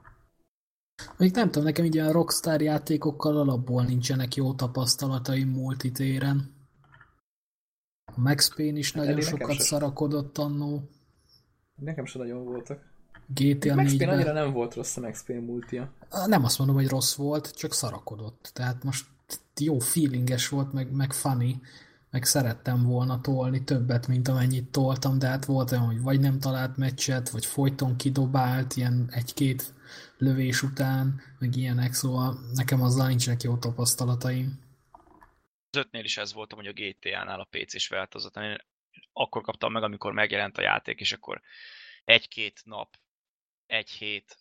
Speaker 2: Még nem tudom, nekem így ilyen Rockstar játékokkal alapból nincsenek jó tapasztalataim multitéren. A Max Payne is nagyon
Speaker 1: elég Hát nekem
Speaker 2: sokat
Speaker 1: se.
Speaker 2: szarakodott annó.
Speaker 1: Nekem sem nagyon voltak.
Speaker 2: GTA
Speaker 1: Max Payne annyira
Speaker 2: 4
Speaker 1: nem volt rossz a Max Payne multia.
Speaker 2: Ah, Nem azt mondom, hogy rossz volt, csak szarakodott. Tehát most jó feelinges volt, meg, meg funny, meg szerettem volna tolni többet, mint amennyit toltam, de hát volt olyan, hogy vagy nem talált meccset, vagy folyton kidobált, ilyen egy-két lövés után, meg ilyenek, szóval nekem azzal nincsenek jó tapasztalataim.
Speaker 3: Az ötnél is ez voltam, hogy a GTA-nál a PC-s változatán én akkor kaptam meg, amikor megjelent a játék, és akkor egy-két nap, egy hét,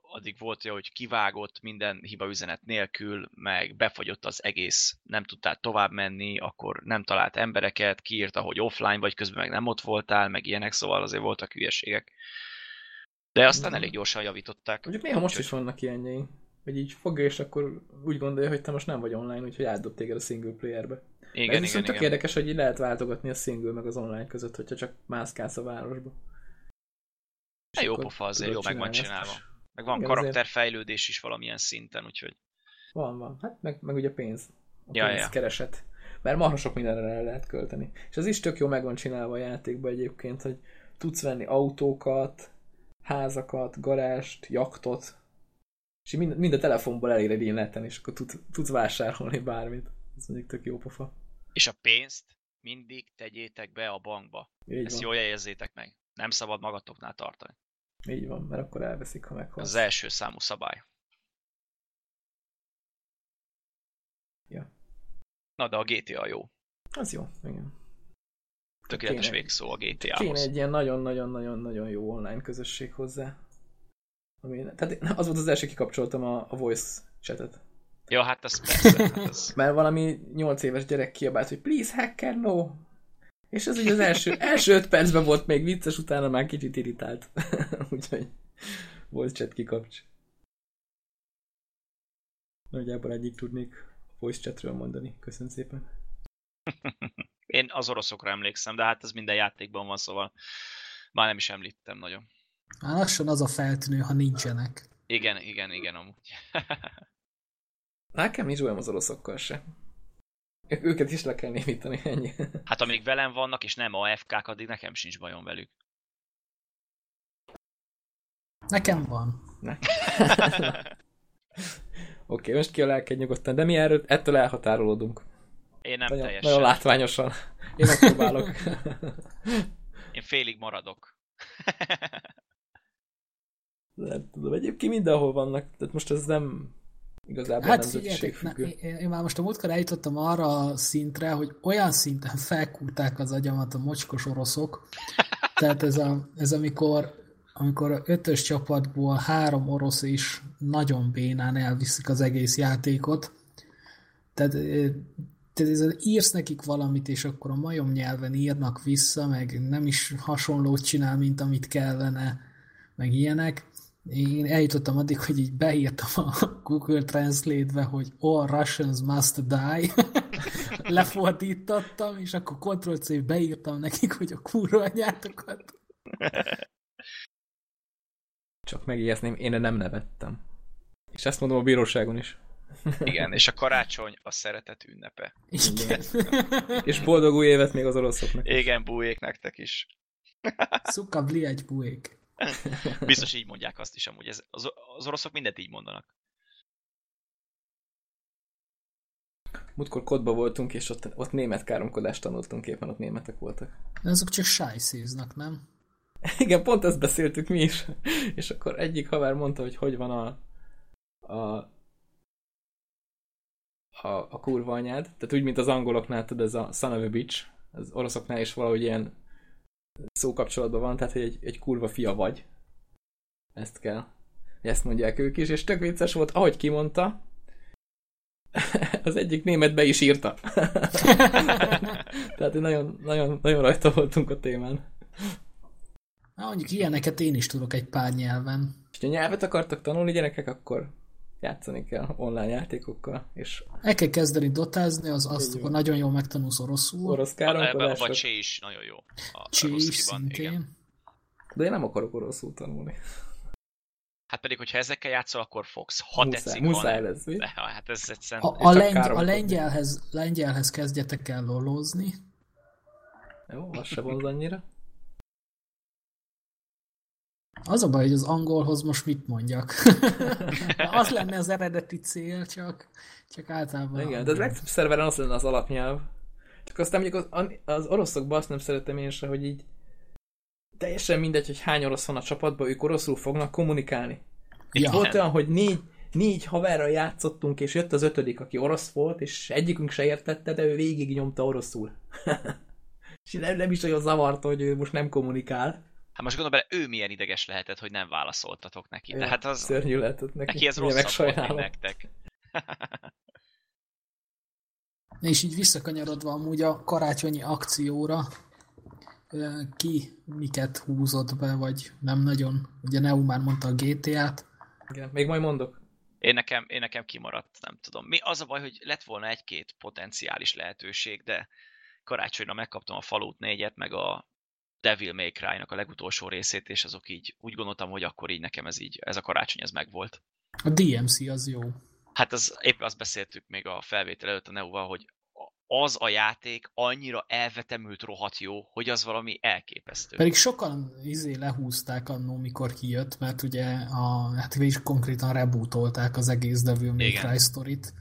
Speaker 3: addig volt olyan, hogy kivágott minden hiba üzenet nélkül, meg befagyott az egész, nem tudtál tovább menni, akkor nem talált embereket, kiírta, hogy offline vagy, közben meg nem ott voltál, meg ilyenek, szóval azért voltak hülyeségek. De aztán elég gyorsan javították.
Speaker 1: Ugye Mhm. néha most is vannak ilyenjei, hogy így fogja, és akkor úgy gondolja, hogy te most nem vagy online, úgyhogy átdob téged a single playerbe.
Speaker 3: Igen,
Speaker 1: Ez
Speaker 3: igen,
Speaker 1: viszont
Speaker 3: igen.
Speaker 1: tök érdekes, hogy így lehet váltogatni a single meg az online között, hogyha csak mászkálsz a városba.
Speaker 3: Hát jó
Speaker 1: akkor
Speaker 3: pofa, azért jó
Speaker 1: tudod
Speaker 3: meg van
Speaker 1: csinálni
Speaker 3: csinálva.
Speaker 1: ezt is.
Speaker 3: Meg van
Speaker 1: Igen, azért-
Speaker 3: karakterfejlődés is valamilyen szinten, úgyhogy
Speaker 1: Van, van. Hát meg, meg ugye pénz. A
Speaker 3: Ja,
Speaker 1: ja, pénz
Speaker 3: ja.
Speaker 1: ja. kereset. Mert marha sok mindenre el lehet költeni. És ez is tök jó meg van csinálva a játékban egyébként, hogy tudsz venni autókat, házakat, garást, jaktot, és így mind, mind a telefonból eléred ilyen neten, és akkor tud, tudsz vásárolni bármit. Ez mondjuk tök jó pofa.
Speaker 3: És a pénzt mindig tegyétek be a bankba.
Speaker 1: Így
Speaker 3: Ezt
Speaker 1: van,
Speaker 3: jól jegyezzétek meg. Nem szabad magatoknál tartani.
Speaker 1: így van, mert akkor elveszik, ha meghalsz.
Speaker 3: Az első számú szabály.
Speaker 1: Ja.
Speaker 3: Na de a GTA jó.
Speaker 1: Az jó, igen.
Speaker 3: Tökéletes
Speaker 1: Kéne-
Speaker 3: végszó a
Speaker 1: Kéne
Speaker 3: GTA-hoz.
Speaker 1: egy ilyen nagyon-nagyon-nagyon-nagyon jó online közösség hozzá. Ami, tehát az volt az első, kikapcsoltam a, a voice chatet.
Speaker 3: Ja, hát az persze. Hát az...
Speaker 1: Mert valami 8 éves gyerek kiabált, hogy please hacker no. És ez ugye az első, első 5 percben volt még vicces, utána már kicsit irritált. [laughs] Úgyhogy volt chat kikapcs. Nagyjából egyik tudnék voice chatről mondani. Köszönöm szépen.
Speaker 3: Én az oroszokra emlékszem, de hát ez minden játékban van, szóval már nem is említettem nagyon.
Speaker 2: Már lassan az a feltűnő, ha nincsenek.
Speaker 3: Igen, igen, igen, amúgy.
Speaker 1: Nekem nincs olyan az oroszokkal se. Ő- Őket is le kell némítani, ennyi.
Speaker 3: Hát amíg velem vannak, és nem AFK-k, addig nekem sincs bajom velük.
Speaker 2: Nekem van.
Speaker 1: Oké, okay, most ki a lelked nyugodtan, de mi erről, ettől elhatárolódunk.
Speaker 3: Én nem
Speaker 1: nagyon,
Speaker 3: teljesen.
Speaker 1: nagyon látványosan. Én
Speaker 3: [laughs]
Speaker 1: megpróbálok.
Speaker 3: Én félig maradok.
Speaker 1: Nem tudom, egyébként mindenhol vannak, tehát most ez nem igazából hát,
Speaker 2: Hát
Speaker 1: nemzetség
Speaker 2: figyeljetek, ne,
Speaker 1: függő.
Speaker 2: én, én már most a múltkor eljutottam arra a szintre, hogy olyan szinten felkúrták az agyamat a mocskos oroszok. Tehát ez, a, ez amikor, amikor ötös csapatból három orosz is nagyon bénán elviszik az egész játékot. Tehát, ö, tehát ez, írsz nekik valamit, és akkor a majom nyelven írnak vissza, meg nem is hasonlót csinál, mint amit kellene, meg ilyenek. Én eljutottam addig, hogy így beírtam a [laughs] Google Translate-be, hogy all Russians must die. [laughs] Lefordítottam, és akkor Ctrl-C beírtam nekik, hogy a kurva anyátokat.
Speaker 1: Csak megijeszném, én nem nevettem. És ezt mondom a bíróságon is.
Speaker 3: Igen, és a karácsony a szeretet ünnepe.
Speaker 2: Igen. [laughs]
Speaker 1: És boldog új évet még az oroszoknak.
Speaker 3: Igen, bújék nektek is.
Speaker 2: Szuka egy buék.
Speaker 3: Biztos így mondják azt is amúgy. Ez, az, az oroszok mindent így mondanak.
Speaker 1: Múltkor kodba voltunk, és ott, ott német káromkodást tanultunk éppen, ott németek voltak.
Speaker 2: De azok csak sájszéznak, nem?
Speaker 1: [laughs] Igen, pont ezt beszéltük mi is. És akkor egyik haver mondta, hogy hogy van a a, a, a kurva anyád. Tehát úgy, mint az angoloknál, tudod, ez a son of a bitch. Az oroszoknál is valahogy ilyen szókapcsolatban van, tehát hogy egy, egy kurva fia vagy. Ezt kell. Ezt mondják ők is, és tök vicces volt, ahogy kimondta, [laughs] az egyik német be is írta. [laughs] tehát így nagyon, nagyon, nagyon rajta voltunk a témán.
Speaker 2: Na, mondjuk ilyeneket én is tudok egy pár nyelven.
Speaker 1: És ha nyelvet akartok tanulni gyerekek, akkor játszani kell online játékokkal, és
Speaker 2: El kell kezdeni dotázni, az azt,
Speaker 1: Így
Speaker 2: akkor
Speaker 1: van.
Speaker 2: nagyon jól megtanulsz oroszul.
Speaker 1: orosz
Speaker 3: hát Ebben a
Speaker 1: káromkodások.
Speaker 3: vacsé is nagyon jó. A, a
Speaker 2: Csé is
Speaker 3: ruszkiban, igen.
Speaker 2: szintén.
Speaker 1: De én nem akarok oroszul tanulni.
Speaker 3: Hát pedig, hogyha ezekkel játszol, akkor fogsz. Ha tetszik,
Speaker 1: muszáj
Speaker 3: ha
Speaker 1: lesz. mi?
Speaker 3: nem. De, hát ez egyszerűen...
Speaker 2: A, a,
Speaker 1: csak
Speaker 2: lengy, a
Speaker 1: káromkodni.
Speaker 2: lengyelhez, lengyelhez kezdjetek el lolózni.
Speaker 1: Jó, az se vonz annyira.
Speaker 2: Az a baj, hogy az angolhoz most mit
Speaker 1: [laughs]
Speaker 2: mondjak. az lenne az eredeti cél, csak, csak általában.
Speaker 3: hát
Speaker 1: Igen, de
Speaker 2: angol.
Speaker 1: a legtöbb szerveren az lenne az alapnyelv. Csak aztán mondjuk az, az oroszokban azt nem szeretem én se, hogy így teljesen mindegy, hogy hány orosz van a csapatban, ők oroszul fognak kommunikálni.
Speaker 2: ja.
Speaker 1: Volt olyan, hogy négy, négy haverral játszottunk, és jött az ötödik, aki orosz volt, és egyikünk se értette, de ő [laughs] végig nyomta oroszul. és nem, nem is olyan zavarta, hogy ő most nem kommunikál.
Speaker 3: Hát most gondolom bele, ő milyen ideges lehetett, hogy nem válaszoltatok neki. Ja, hát az,
Speaker 1: Szörnyű lehetett neki.
Speaker 3: neki ez
Speaker 1: Ugye
Speaker 3: rosszabb volt, mint
Speaker 1: megsajnálom.
Speaker 3: nektek.
Speaker 2: És így visszakanyarodva amúgy a karácsonyi akcióra, ö, ki miket húzott be, vagy nem nagyon. Ugye Neu már mondta a GTA-t,
Speaker 1: Igen, még majd mondok.
Speaker 3: Én nekem, én nekem kimaradt, nem tudom. Mi az a baj, hogy lett volna egy-két potenciális lehetőség, de karácsonyra megkaptam a Fallout 4-et, meg a Devil May Cry-nak a legutolsó részét, és azok így úgy gondoltam, hogy akkor így nekem ez így, ez a karácsony, ez megvolt.
Speaker 2: a DMC az jó.
Speaker 3: Hát az, éppen azt beszéltük még a felvétel előtt a Neuval, hogy a- az a játék annyira elvetemült rohadt jó, hogy az valami elképesztő.
Speaker 2: Pedig sokan izé lehúzták annó, mikor kijött, mert ugye a, hát is konkrétan rebootolták az egész Devil May
Speaker 3: Igen.
Speaker 2: Cry sztorit.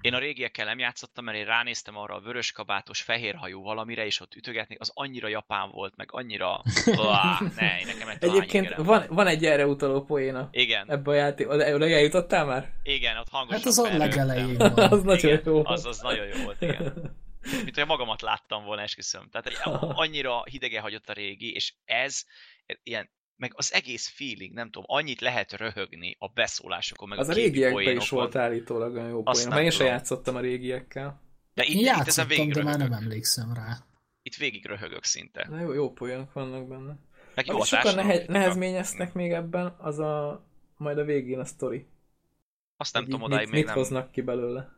Speaker 3: Én a régiekkel nem játszottam, mert én ránéztem arra a vörös kabátos, fehér hajú valamire, és ott ütögetni, az annyira japán volt, meg
Speaker 1: [laughs]
Speaker 3: annyira... Uá, ne, én nekem ettől
Speaker 1: Egyébként
Speaker 3: ányigerem.
Speaker 1: van, van egy erre utaló poéna
Speaker 3: Igen,
Speaker 1: ebbe a játék. Oda, oda eljutottál már?
Speaker 3: igen, ott hangosan
Speaker 2: Hát az a
Speaker 3: felrögtem.
Speaker 2: legelején
Speaker 1: az
Speaker 2: van.
Speaker 1: [laughs] nagyon
Speaker 3: [laughs] Igen,
Speaker 1: jó.
Speaker 3: Az, az nagyon jó volt, igen.
Speaker 1: [laughs]
Speaker 3: Mint hogy magamat láttam volna, esküszöm. Tehát egy- annyira hidege hagyott a régi, és ez e, ilyen meg az egész feeling, nem tudom, annyit lehet röhögni a beszólásokon, meg
Speaker 1: az a
Speaker 3: képi
Speaker 1: régiekben is
Speaker 3: poénokon.
Speaker 1: volt állítólag olyan jó
Speaker 3: Azt
Speaker 1: poén.
Speaker 3: nem
Speaker 1: Már én sem
Speaker 3: tudom.
Speaker 1: játszottam a régiekkel.
Speaker 3: De itt,
Speaker 2: Én
Speaker 3: itt ezen
Speaker 2: játszottam,
Speaker 3: végig
Speaker 2: de már
Speaker 3: röhögök.
Speaker 2: nem emlékszem rá.
Speaker 3: Itt végig röhögök szinte.
Speaker 1: Na, jó, jó poénok vannak benne.
Speaker 3: Meg jó
Speaker 1: Jó,
Speaker 3: a
Speaker 1: sokan
Speaker 3: társadalom.
Speaker 1: nehe- nehezményeznek még ebben, az a majd a végén a sztori.
Speaker 3: Azt nem
Speaker 1: Hogy
Speaker 3: tudom,
Speaker 1: így
Speaker 3: odáig
Speaker 1: mit,
Speaker 3: még
Speaker 1: mit
Speaker 3: nem...
Speaker 1: hoznak ki belőle.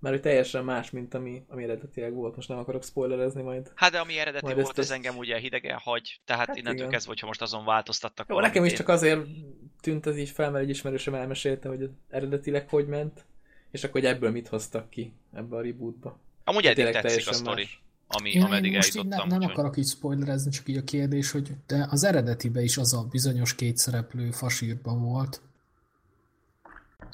Speaker 1: Mert hogy teljesen más, mint ami, ami eredetileg volt. Most nem akarok spoilerezni majd.
Speaker 3: Hát de ami eredeti
Speaker 1: Majd
Speaker 3: Majd
Speaker 1: ezt-
Speaker 3: volt, az engem ugye hidegen hagy, tehát
Speaker 1: Hát
Speaker 3: hát innentől
Speaker 1: igen.
Speaker 3: kezdve, hogyha most azon változtattak.
Speaker 1: Jó,
Speaker 3: valamit,
Speaker 1: nekem is
Speaker 3: én-
Speaker 1: csak azért tűnt ez így fel, mert egy ismerősöm elmesélte, hogy eredetileg hogy ment, és akkor hogy ebből mit hoztak ki ebbe a rebootba.
Speaker 3: Amúgy eddig
Speaker 1: Tényleg
Speaker 3: tetszik a
Speaker 1: teljesen
Speaker 3: sztori,
Speaker 1: más.
Speaker 3: ami,
Speaker 2: Én, én
Speaker 3: ameddig
Speaker 2: most így ne,
Speaker 3: eljutottam.
Speaker 2: nem
Speaker 3: úgyhogy-
Speaker 2: akarok így spoilerezni, csak így a kérdés, hogy de az eredetibe is az a bizonyos két szereplő fasírban volt.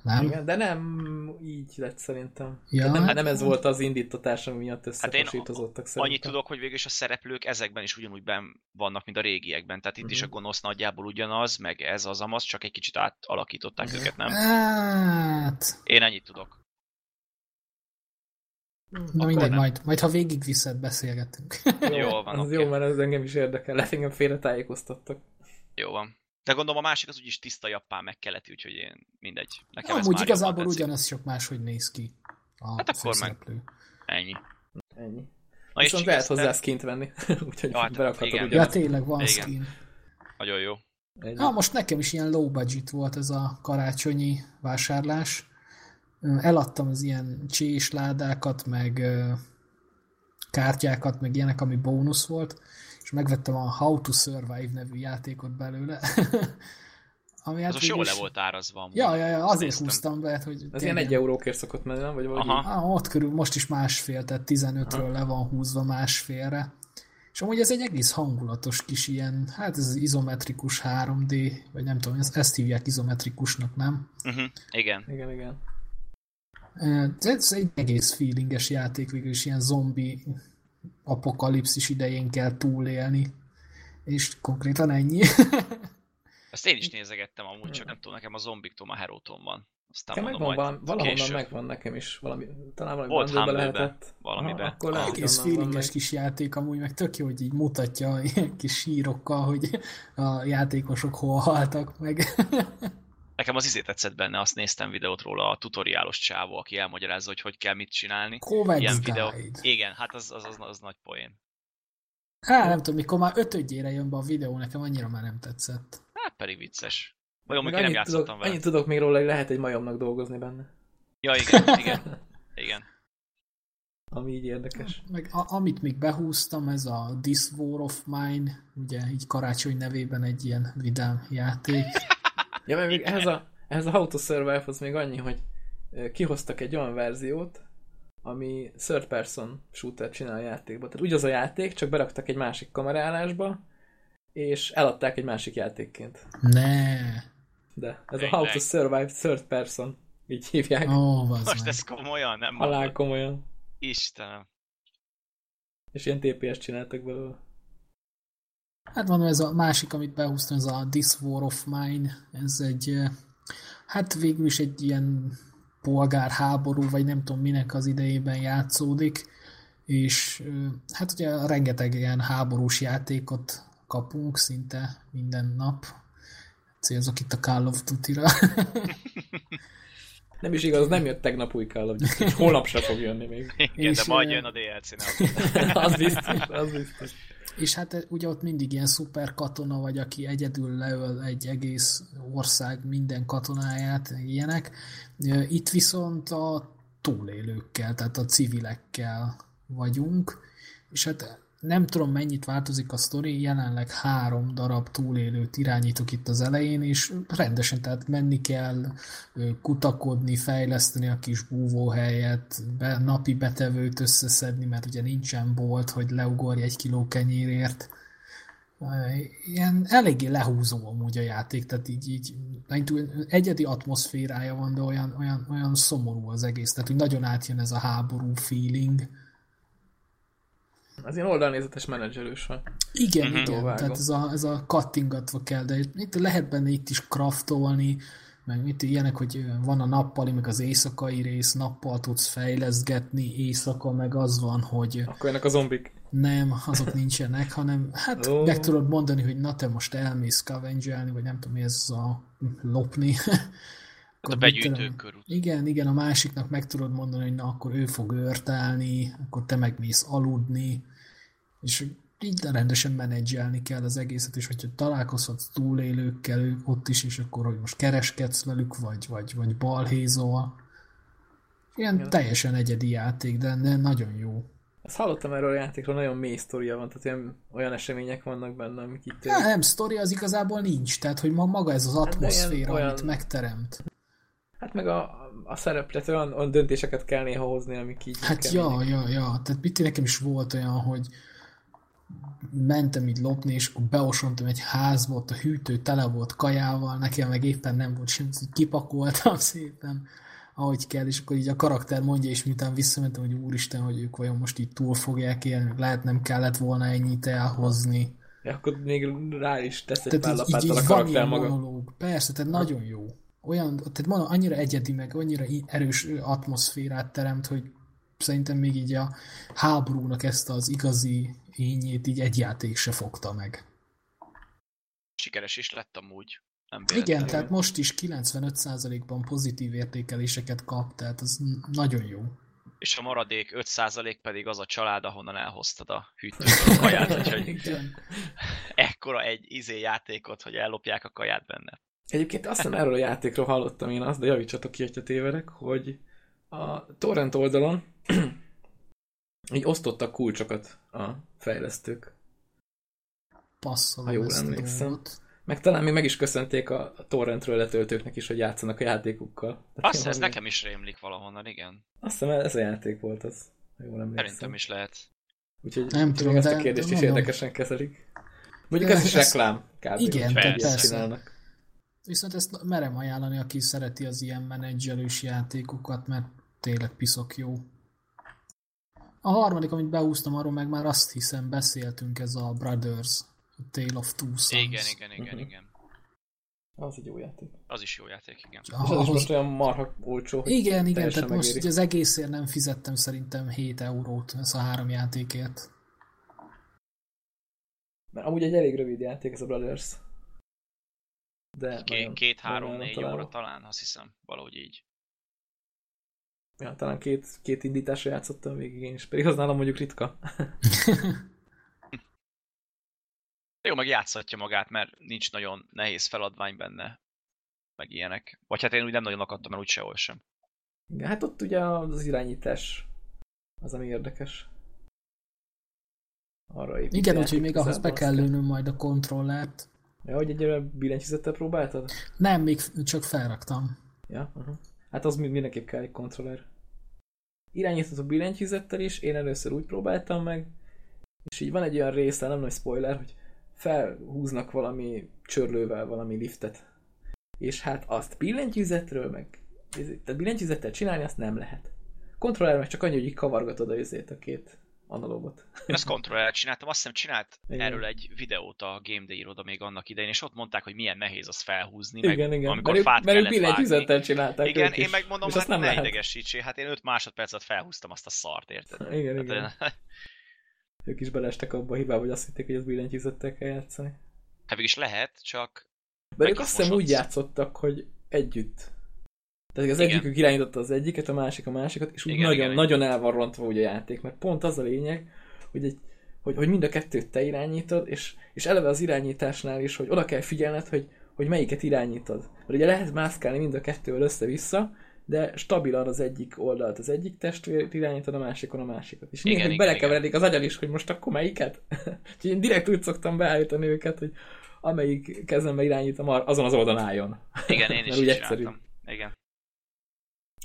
Speaker 2: Nem?
Speaker 1: Igen, de nem így lett szerintem.
Speaker 2: Ja.
Speaker 1: Ja, nem, nem ez volt az indítatás, ami miatt
Speaker 3: Hát én
Speaker 1: összefasítozottak szerintem.
Speaker 3: Annyit tudok, hogy végül is a szereplők ezekben is ugyanúgy ben vannak, mint a régiekben. Tehát itt is a
Speaker 1: Mhm.
Speaker 3: gonosz nagyjából ugyanaz, meg ez az amaz, csak egy kicsit
Speaker 1: Mhm.
Speaker 3: átalakították őket, nem?
Speaker 1: [laughs]
Speaker 2: Hát,
Speaker 3: Én ennyit tudok.
Speaker 2: na
Speaker 3: Akkor
Speaker 2: mindegy,
Speaker 3: nem.
Speaker 2: majd, majd ha végigviszed, beszélgetünk.
Speaker 3: Jól van,
Speaker 1: az
Speaker 3: oké.
Speaker 1: jó, mert ez engem is érdekel, lehet engem félretájékoztattak.
Speaker 3: Jó van. De gondolom a másik az úgyis tiszta japán meg keleti, úgyhogy én mindegy. Nekem ez
Speaker 2: Amúgy
Speaker 3: már
Speaker 2: igazából
Speaker 3: jobban tetszik.
Speaker 2: ugyanaz csak máshogy néz ki. A
Speaker 3: Hát akkor meg.
Speaker 2: főszereplő.
Speaker 3: Ennyi.
Speaker 1: Ennyi.
Speaker 3: Na és
Speaker 1: Viszont lehet
Speaker 3: Chigester-
Speaker 1: hozzá skint venni, [laughs] úgyhogy
Speaker 3: Ja, hát
Speaker 1: berakhatod
Speaker 3: igen.
Speaker 2: Ja,
Speaker 1: ugyanazt.
Speaker 2: tényleg van
Speaker 3: Igen.
Speaker 2: skin.
Speaker 3: Nagyon jó.
Speaker 1: Egy-
Speaker 2: Na, most nekem is ilyen low budget volt ez a karácsonyi vásárlás. Ö, Eladtam az ilyen csés ládákat, meg ö, kártyákat, meg ilyenek, ami bónusz volt, és megvettem a How to Survive nevű játékot belőle. [laughs] ami
Speaker 3: Az
Speaker 2: hát
Speaker 3: most jól
Speaker 2: végül is-
Speaker 3: le volt árazva. amúgy.
Speaker 2: Ja, ja, ja, azért
Speaker 3: Néztem.
Speaker 2: húztam be, hát, hogy...
Speaker 1: Ez ilyen
Speaker 2: tényleg-
Speaker 1: egy eurókért szokott menni, nem? Vagy valahogy
Speaker 3: Aha.
Speaker 1: így?
Speaker 2: Ah, ott körül most is másfél, tehát 15-ről le van húzva másfélre. És amúgy ez egy egész hangulatos kis ilyen, hát ez az izometrikus 3D, vagy nem tudom, ezt, ezt hívják izometrikusnak, nem?
Speaker 3: Mhm, Igen.
Speaker 1: Igen, igen.
Speaker 2: Eh, Ez egy egész feelinges játék, végül is ilyen zombi apokalipszis idején kell túlélni. És konkrétan ennyi.
Speaker 3: Ezt én is nézegettem amúgy, csak nem tudom, nekem a zombiktól a heróton van. Aztán
Speaker 1: Nekem
Speaker 3: mondom,
Speaker 1: megvan,
Speaker 3: majd
Speaker 1: val- valahonnan
Speaker 3: később.
Speaker 1: megvan nekem is. Valami, talán valami
Speaker 3: Volt
Speaker 1: bundle-be
Speaker 3: Humble-be,
Speaker 1: lehetett.
Speaker 3: valamibe.
Speaker 1: Aha, akkor lehet, hogy
Speaker 2: Egész
Speaker 1: onnan van
Speaker 2: feelinges
Speaker 1: meg.
Speaker 2: kis játék, amúgy meg tök jó, hogy így mutatja [laughs] ilyen kis sírokkal, hogy a játékosok hol haltak meg.
Speaker 3: Nekem az izé tetszett benne, azt néztem videót róla, a tutoriálos csávó, aki elmagyarázza, hogy hogy kell mit csinálni.
Speaker 2: Kovacs
Speaker 3: Ilyen videó.
Speaker 2: Guide.
Speaker 3: Igen, hát az, az, az, az nagy poén.
Speaker 2: Á, nem tudom, mikor már ötödjére jön be a videó, nekem annyira már nem tetszett.
Speaker 3: Hát pedig vicces. Vajon
Speaker 1: Meg
Speaker 3: még én nem
Speaker 1: annyit
Speaker 3: játszottam
Speaker 1: tudok,
Speaker 3: vele.
Speaker 1: annyit tudok még róla, hogy lehet egy majomnak dolgozni benne.
Speaker 3: Ja, igen,
Speaker 1: [laughs]
Speaker 3: igen. igen.
Speaker 1: Ami így érdekes.
Speaker 2: Meg a, amit még behúztam, ez a This War of Mine, ugye így karácsony nevében egy ilyen vidám játék.
Speaker 1: Ja, mert még ehhez a, ehhez a How to Survive az még annyi, hogy ö, kihoztak egy olyan verziót, ami third person shooter csinál a játékba. Tehát ugyanaz a játék, csak beraktak egy másik kamerálásba, és eladták egy másik játékként.
Speaker 2: Ne!
Speaker 1: De ez a
Speaker 3: Tényleg?
Speaker 1: How to Survive third person, így hívják.
Speaker 2: Ó, oh,
Speaker 3: Most
Speaker 2: meg.
Speaker 3: ez komolyan, nem
Speaker 1: Halál
Speaker 3: mondod.
Speaker 1: komolyan.
Speaker 3: Istenem.
Speaker 1: És ilyen TPS-t csináltak belőle.
Speaker 2: Hát mondom, ez a másik, amit behúztam, ez a This War of Mine, ez egy, eh, hát végül is egy ilyen polgárháború, vagy nem tudom minek az idejében játszódik, és eh, hát ugye rengeteg ilyen háborús játékot kapunk szinte minden nap. Célzok itt a Call of Duty-ra.
Speaker 1: Nem is igaz, nem jött tegnap új Call of Duty, és holnap se fog jönni még.
Speaker 3: [laughs] Igen, de
Speaker 2: És,
Speaker 3: majd
Speaker 2: eh,
Speaker 3: jön a DLC-ne.
Speaker 1: Az biztos, az biztos.
Speaker 2: És hát ugye ott mindig ilyen szuper katona vagy, aki egyedül leöl egy egész ország minden katonáját, ilyenek. Ö, Itt viszont a túlélőkkel, tehát a civilekkel vagyunk, és hát nem tudom mennyit változik a sztori, jelenleg három darab túlélőt irányítok itt az elején, és rendesen, tehát menni kell, ö, kutakodni, fejleszteni a kis búvóhelyet, be, napi betevőt összeszedni, mert ugye nincsen bolt, hogy leugorj egy kiló kenyérért. Ö, Ilyen eléggé lehúzó amúgy a játék, tehát így, így nem túl- egyedi atmoszférája van, de olyan, olyan, olyan szomorú az egész, tehát úgy nagyon átjön ez a háború feeling.
Speaker 1: Az ilyen oldalnézetes menedzselős van.
Speaker 2: Igen,
Speaker 3: Mhm.
Speaker 2: mm-hmm. igen,
Speaker 1: Vágom.
Speaker 2: tehát ez a, ez a kattingatva kell, de itt- itt lehet benne itt is kraftolni, meg mit ilyenek, hogy ö, van a nappali, meg az éjszakai rész, nappal tudsz fejleszgetni, éjszaka meg az van, hogy
Speaker 1: Akkor ennek a zombik.
Speaker 2: nem, azok nincsenek, hanem hát
Speaker 1: Ó.
Speaker 2: oh. meg tudod mondani, hogy na te most elmész scavengelni, vagy nem tudom mi ez a lopni.
Speaker 3: Hát A
Speaker 2: Akkor mit tudom-
Speaker 3: begyűjtők körül.
Speaker 2: igen, igen, a másiknak meg tudod mondani, hogy na akkor ő fog őrtálni, akkor te megmész aludni, és így rendesen menedzselni kell az egészet, és hogyha találkozhatsz túlélőkkel ők ott is, és akkor hogy most kereskedsz velük, vagy, vagy, vagy balhézol. Ilyen
Speaker 1: Igen.
Speaker 2: teljesen egyedi játék, de de nagyon jó.
Speaker 1: Ezt hallottam erről a játékról, nagyon mély sztoria van, tehát olyan, olyan események vannak benne, amik itt...
Speaker 2: Ja, nem, sztori az igazából nincs, tehát hogy ma maga ez az
Speaker 1: Hát de ilyen
Speaker 2: atmoszféra,
Speaker 1: olyan-
Speaker 2: amit megteremt.
Speaker 1: Hát meg a, a szerep, tehát olyan, olyan döntéseket kell néha hozni, amik így...
Speaker 2: Hát
Speaker 1: kemények.
Speaker 2: ja, ja, ja. Tehát mit nekem is volt olyan, hogy mentem így lopni, és akkor beosontam egy házba, ott a hűtő tele volt kajával, nekem meg éppen nem volt semmi, így kipakoltam [laughs] szépen, ahogy kell, és akkor így a karakter mondja, és miután visszamentem, hogy úristen, hogy ők vajon most így túl fogják élni, meg lehet nem kellett volna ennyit elhozni.
Speaker 1: Ja, akkor még rá is tesz egy pár
Speaker 2: Tehát így,
Speaker 1: lapáttal
Speaker 2: így,
Speaker 1: a
Speaker 2: így van
Speaker 1: karakter
Speaker 2: ilyen
Speaker 1: maga.
Speaker 2: monológ. Persze, tehát nagyon jó. Olyan, tehát mondom, annyira egyedi, meg annyira i- erős ö, atmoszférát teremt, hogy szerintem még így a háborúnak ezt az igazi ényét így egy játék se fogta meg.
Speaker 3: Sikeres is lett amúgy. Nem
Speaker 2: Igen,
Speaker 3: véletlenül.
Speaker 2: tehát most is 95%-ban pozitív értékeléseket kap, tehát az n- nagyon jó.
Speaker 3: És a maradék 5% pedig az a család, ahonnan elhoztad a
Speaker 1: [laughs]
Speaker 3: hűtőből a kaját, úgyhogy
Speaker 2: Igen.
Speaker 3: ekkora egy izé játékot, hogy ellopják a kaját
Speaker 1: Hát
Speaker 3: benne.
Speaker 1: Egyébként azt hiszem erről a játékról hallottam én azt, de javítsatok ki, hogyha tévedek, hogy a torrent oldalon [clears throat] így osztottak kulcsokat a fejlesztők.
Speaker 2: Passzolom
Speaker 1: Ha jól
Speaker 2: ezt a
Speaker 1: emlékszem.
Speaker 2: dolgot.
Speaker 1: Meg talán még meg is köszönték a a torrentről letöltőknek is, hogy játszanak a játékukkal.
Speaker 3: Azt hiszem, ez nekem is rémlik valahonnan, igen.
Speaker 1: Azt hiszem ez a játék volt az, ha jól
Speaker 3: Szerintem
Speaker 1: emlékszem.
Speaker 3: is lehet.
Speaker 1: Úgyhogy
Speaker 2: Nem
Speaker 1: úgyhogy
Speaker 2: tudom,
Speaker 1: még ezt a
Speaker 2: de-
Speaker 1: kérdést
Speaker 2: de
Speaker 1: is
Speaker 2: mondom.
Speaker 1: érdekesen kezelik. Mondjuk ez
Speaker 2: De
Speaker 1: is
Speaker 2: ez-
Speaker 1: reklám, kb.
Speaker 2: Igen,
Speaker 1: hogy
Speaker 3: persze.
Speaker 1: ilyet
Speaker 2: persze.
Speaker 1: csinálnak.
Speaker 2: Viszont ezt merem ajánlani, aki szereti az ilyen menedzselős játékokat, mert tényleg piszok jó. A harmadik, amit beúztam, arról meg már azt hiszem beszéltünk, ez a Brothers, a Tale of Two Sons.
Speaker 3: Igen, igen, igen,
Speaker 1: Mhm.
Speaker 3: igen.
Speaker 1: Az egy jó játék.
Speaker 3: Az is jó játék, igen.
Speaker 1: És az is
Speaker 2: Ahhoz-
Speaker 1: most olyan marha olcsó, hogy
Speaker 2: igen, igen,
Speaker 1: teljesen
Speaker 2: tehát most
Speaker 1: megéri.
Speaker 2: ugye az egészért nem fizettem szerintem 7 eurót, ez a három játékért. [laughs]
Speaker 1: Mert amúgy egy elég rövid játék ez a Brothers. De
Speaker 3: Ké-
Speaker 1: nagyon-
Speaker 3: Két,
Speaker 1: nagyon
Speaker 3: három,
Speaker 1: el
Speaker 3: négy
Speaker 1: van
Speaker 3: óra
Speaker 1: találva.
Speaker 3: talán, azt hiszem, valahogy így.
Speaker 1: Ja, talán két, két indításra játszottam végig én is, pedig az nálam mondjuk ritka.
Speaker 3: De jó, meg játszhatja magát, mert nincs nagyon nehéz feladvány benne, meg ilyenek. Vagy hát én úgy nem nagyon akadtam el úgy sehol sem.
Speaker 1: Igen, hát ott ugye az irányítás az, ami érdekes. Arra épít
Speaker 2: Igen,
Speaker 1: a
Speaker 2: úgyhogy
Speaker 1: játék
Speaker 2: még ahhoz be
Speaker 1: igazából
Speaker 2: kell
Speaker 1: aztán.
Speaker 2: lőnöm majd a kontrollert.
Speaker 1: Ja, hogy egy olyan billentyűzettel próbáltad?
Speaker 2: Nem, még f- csak felraktam.
Speaker 1: Ja, uh-huh. Hát az mi- mindenképp kell egy kontroller. Irányítható billentyűzettel is, én először úgy próbáltam meg, és így van egy olyan része, nem nagy spoiler, hogy felhúznak valami csörlővel valami liftet. És hát azt billentyűzetről meg, tehát billentyűzettel csinálni azt nem lehet. Kontroller meg csak annyi, hogy így kavargatod a izét a két analógot.
Speaker 3: Ezt kontrollert csináltam, azt hiszem csinált
Speaker 1: Igen.
Speaker 3: erről egy videót a Game Day iroda még annak idején, és ott mondták, hogy milyen nehéz az felhúzni,
Speaker 1: Igen,
Speaker 3: meg
Speaker 1: igen.
Speaker 3: amikor
Speaker 1: mert ők-
Speaker 3: fát
Speaker 1: mert ők
Speaker 3: kellett vágni.
Speaker 1: billentyűzettel csinálták
Speaker 3: Igen,
Speaker 1: ők is.
Speaker 3: én megmondom,
Speaker 1: és
Speaker 3: hát
Speaker 1: azt
Speaker 3: nem
Speaker 1: nem
Speaker 3: ne
Speaker 1: lehet.
Speaker 3: idegesítsél, hát én 5 másodpercet felhúztam azt a szart, érted?
Speaker 1: Igen, igen.
Speaker 3: Hát,
Speaker 1: ők is belestek abba a hibába, hogy azt hitték, hogy az billentyűzettel kell játszani.
Speaker 3: Hát végig is lehet, csak...
Speaker 1: Mert ők azt hiszem úgy játszottak, hogy együtt. Tehát az
Speaker 3: Igen.
Speaker 1: egyikük irányította az egyiket, a másik a másikat, és úgy
Speaker 3: Igen,
Speaker 1: nagyon,
Speaker 3: igen, igen.
Speaker 1: nagyon el van rontva ugye a játék, mert pont az a lényeg, hogy, egy, hogy, hogy mind a kettőt te irányítod, és, és eleve az irányításnál is, hogy oda kell figyelned, hogy, hogy melyiket irányítod. Mert ugye lehet mászkálni mind a kettővel össze-vissza, de stabilan az egyik oldalt az egyik testvért irányítod, a másikon a másikat. És
Speaker 3: Igen,
Speaker 1: igen, mindig
Speaker 3: igen,
Speaker 1: belekeveredik az agyal is, hogy most akkor melyiket? [laughs] Úgyhogy én direkt úgy szoktam beállítani őket, hogy amelyik kezembe irányítom, ar- azon az oldalon álljon.
Speaker 3: Igen,
Speaker 1: [laughs]
Speaker 3: én is
Speaker 1: Mert
Speaker 3: így
Speaker 1: úgy egyszerű.
Speaker 3: csináltam. Igen.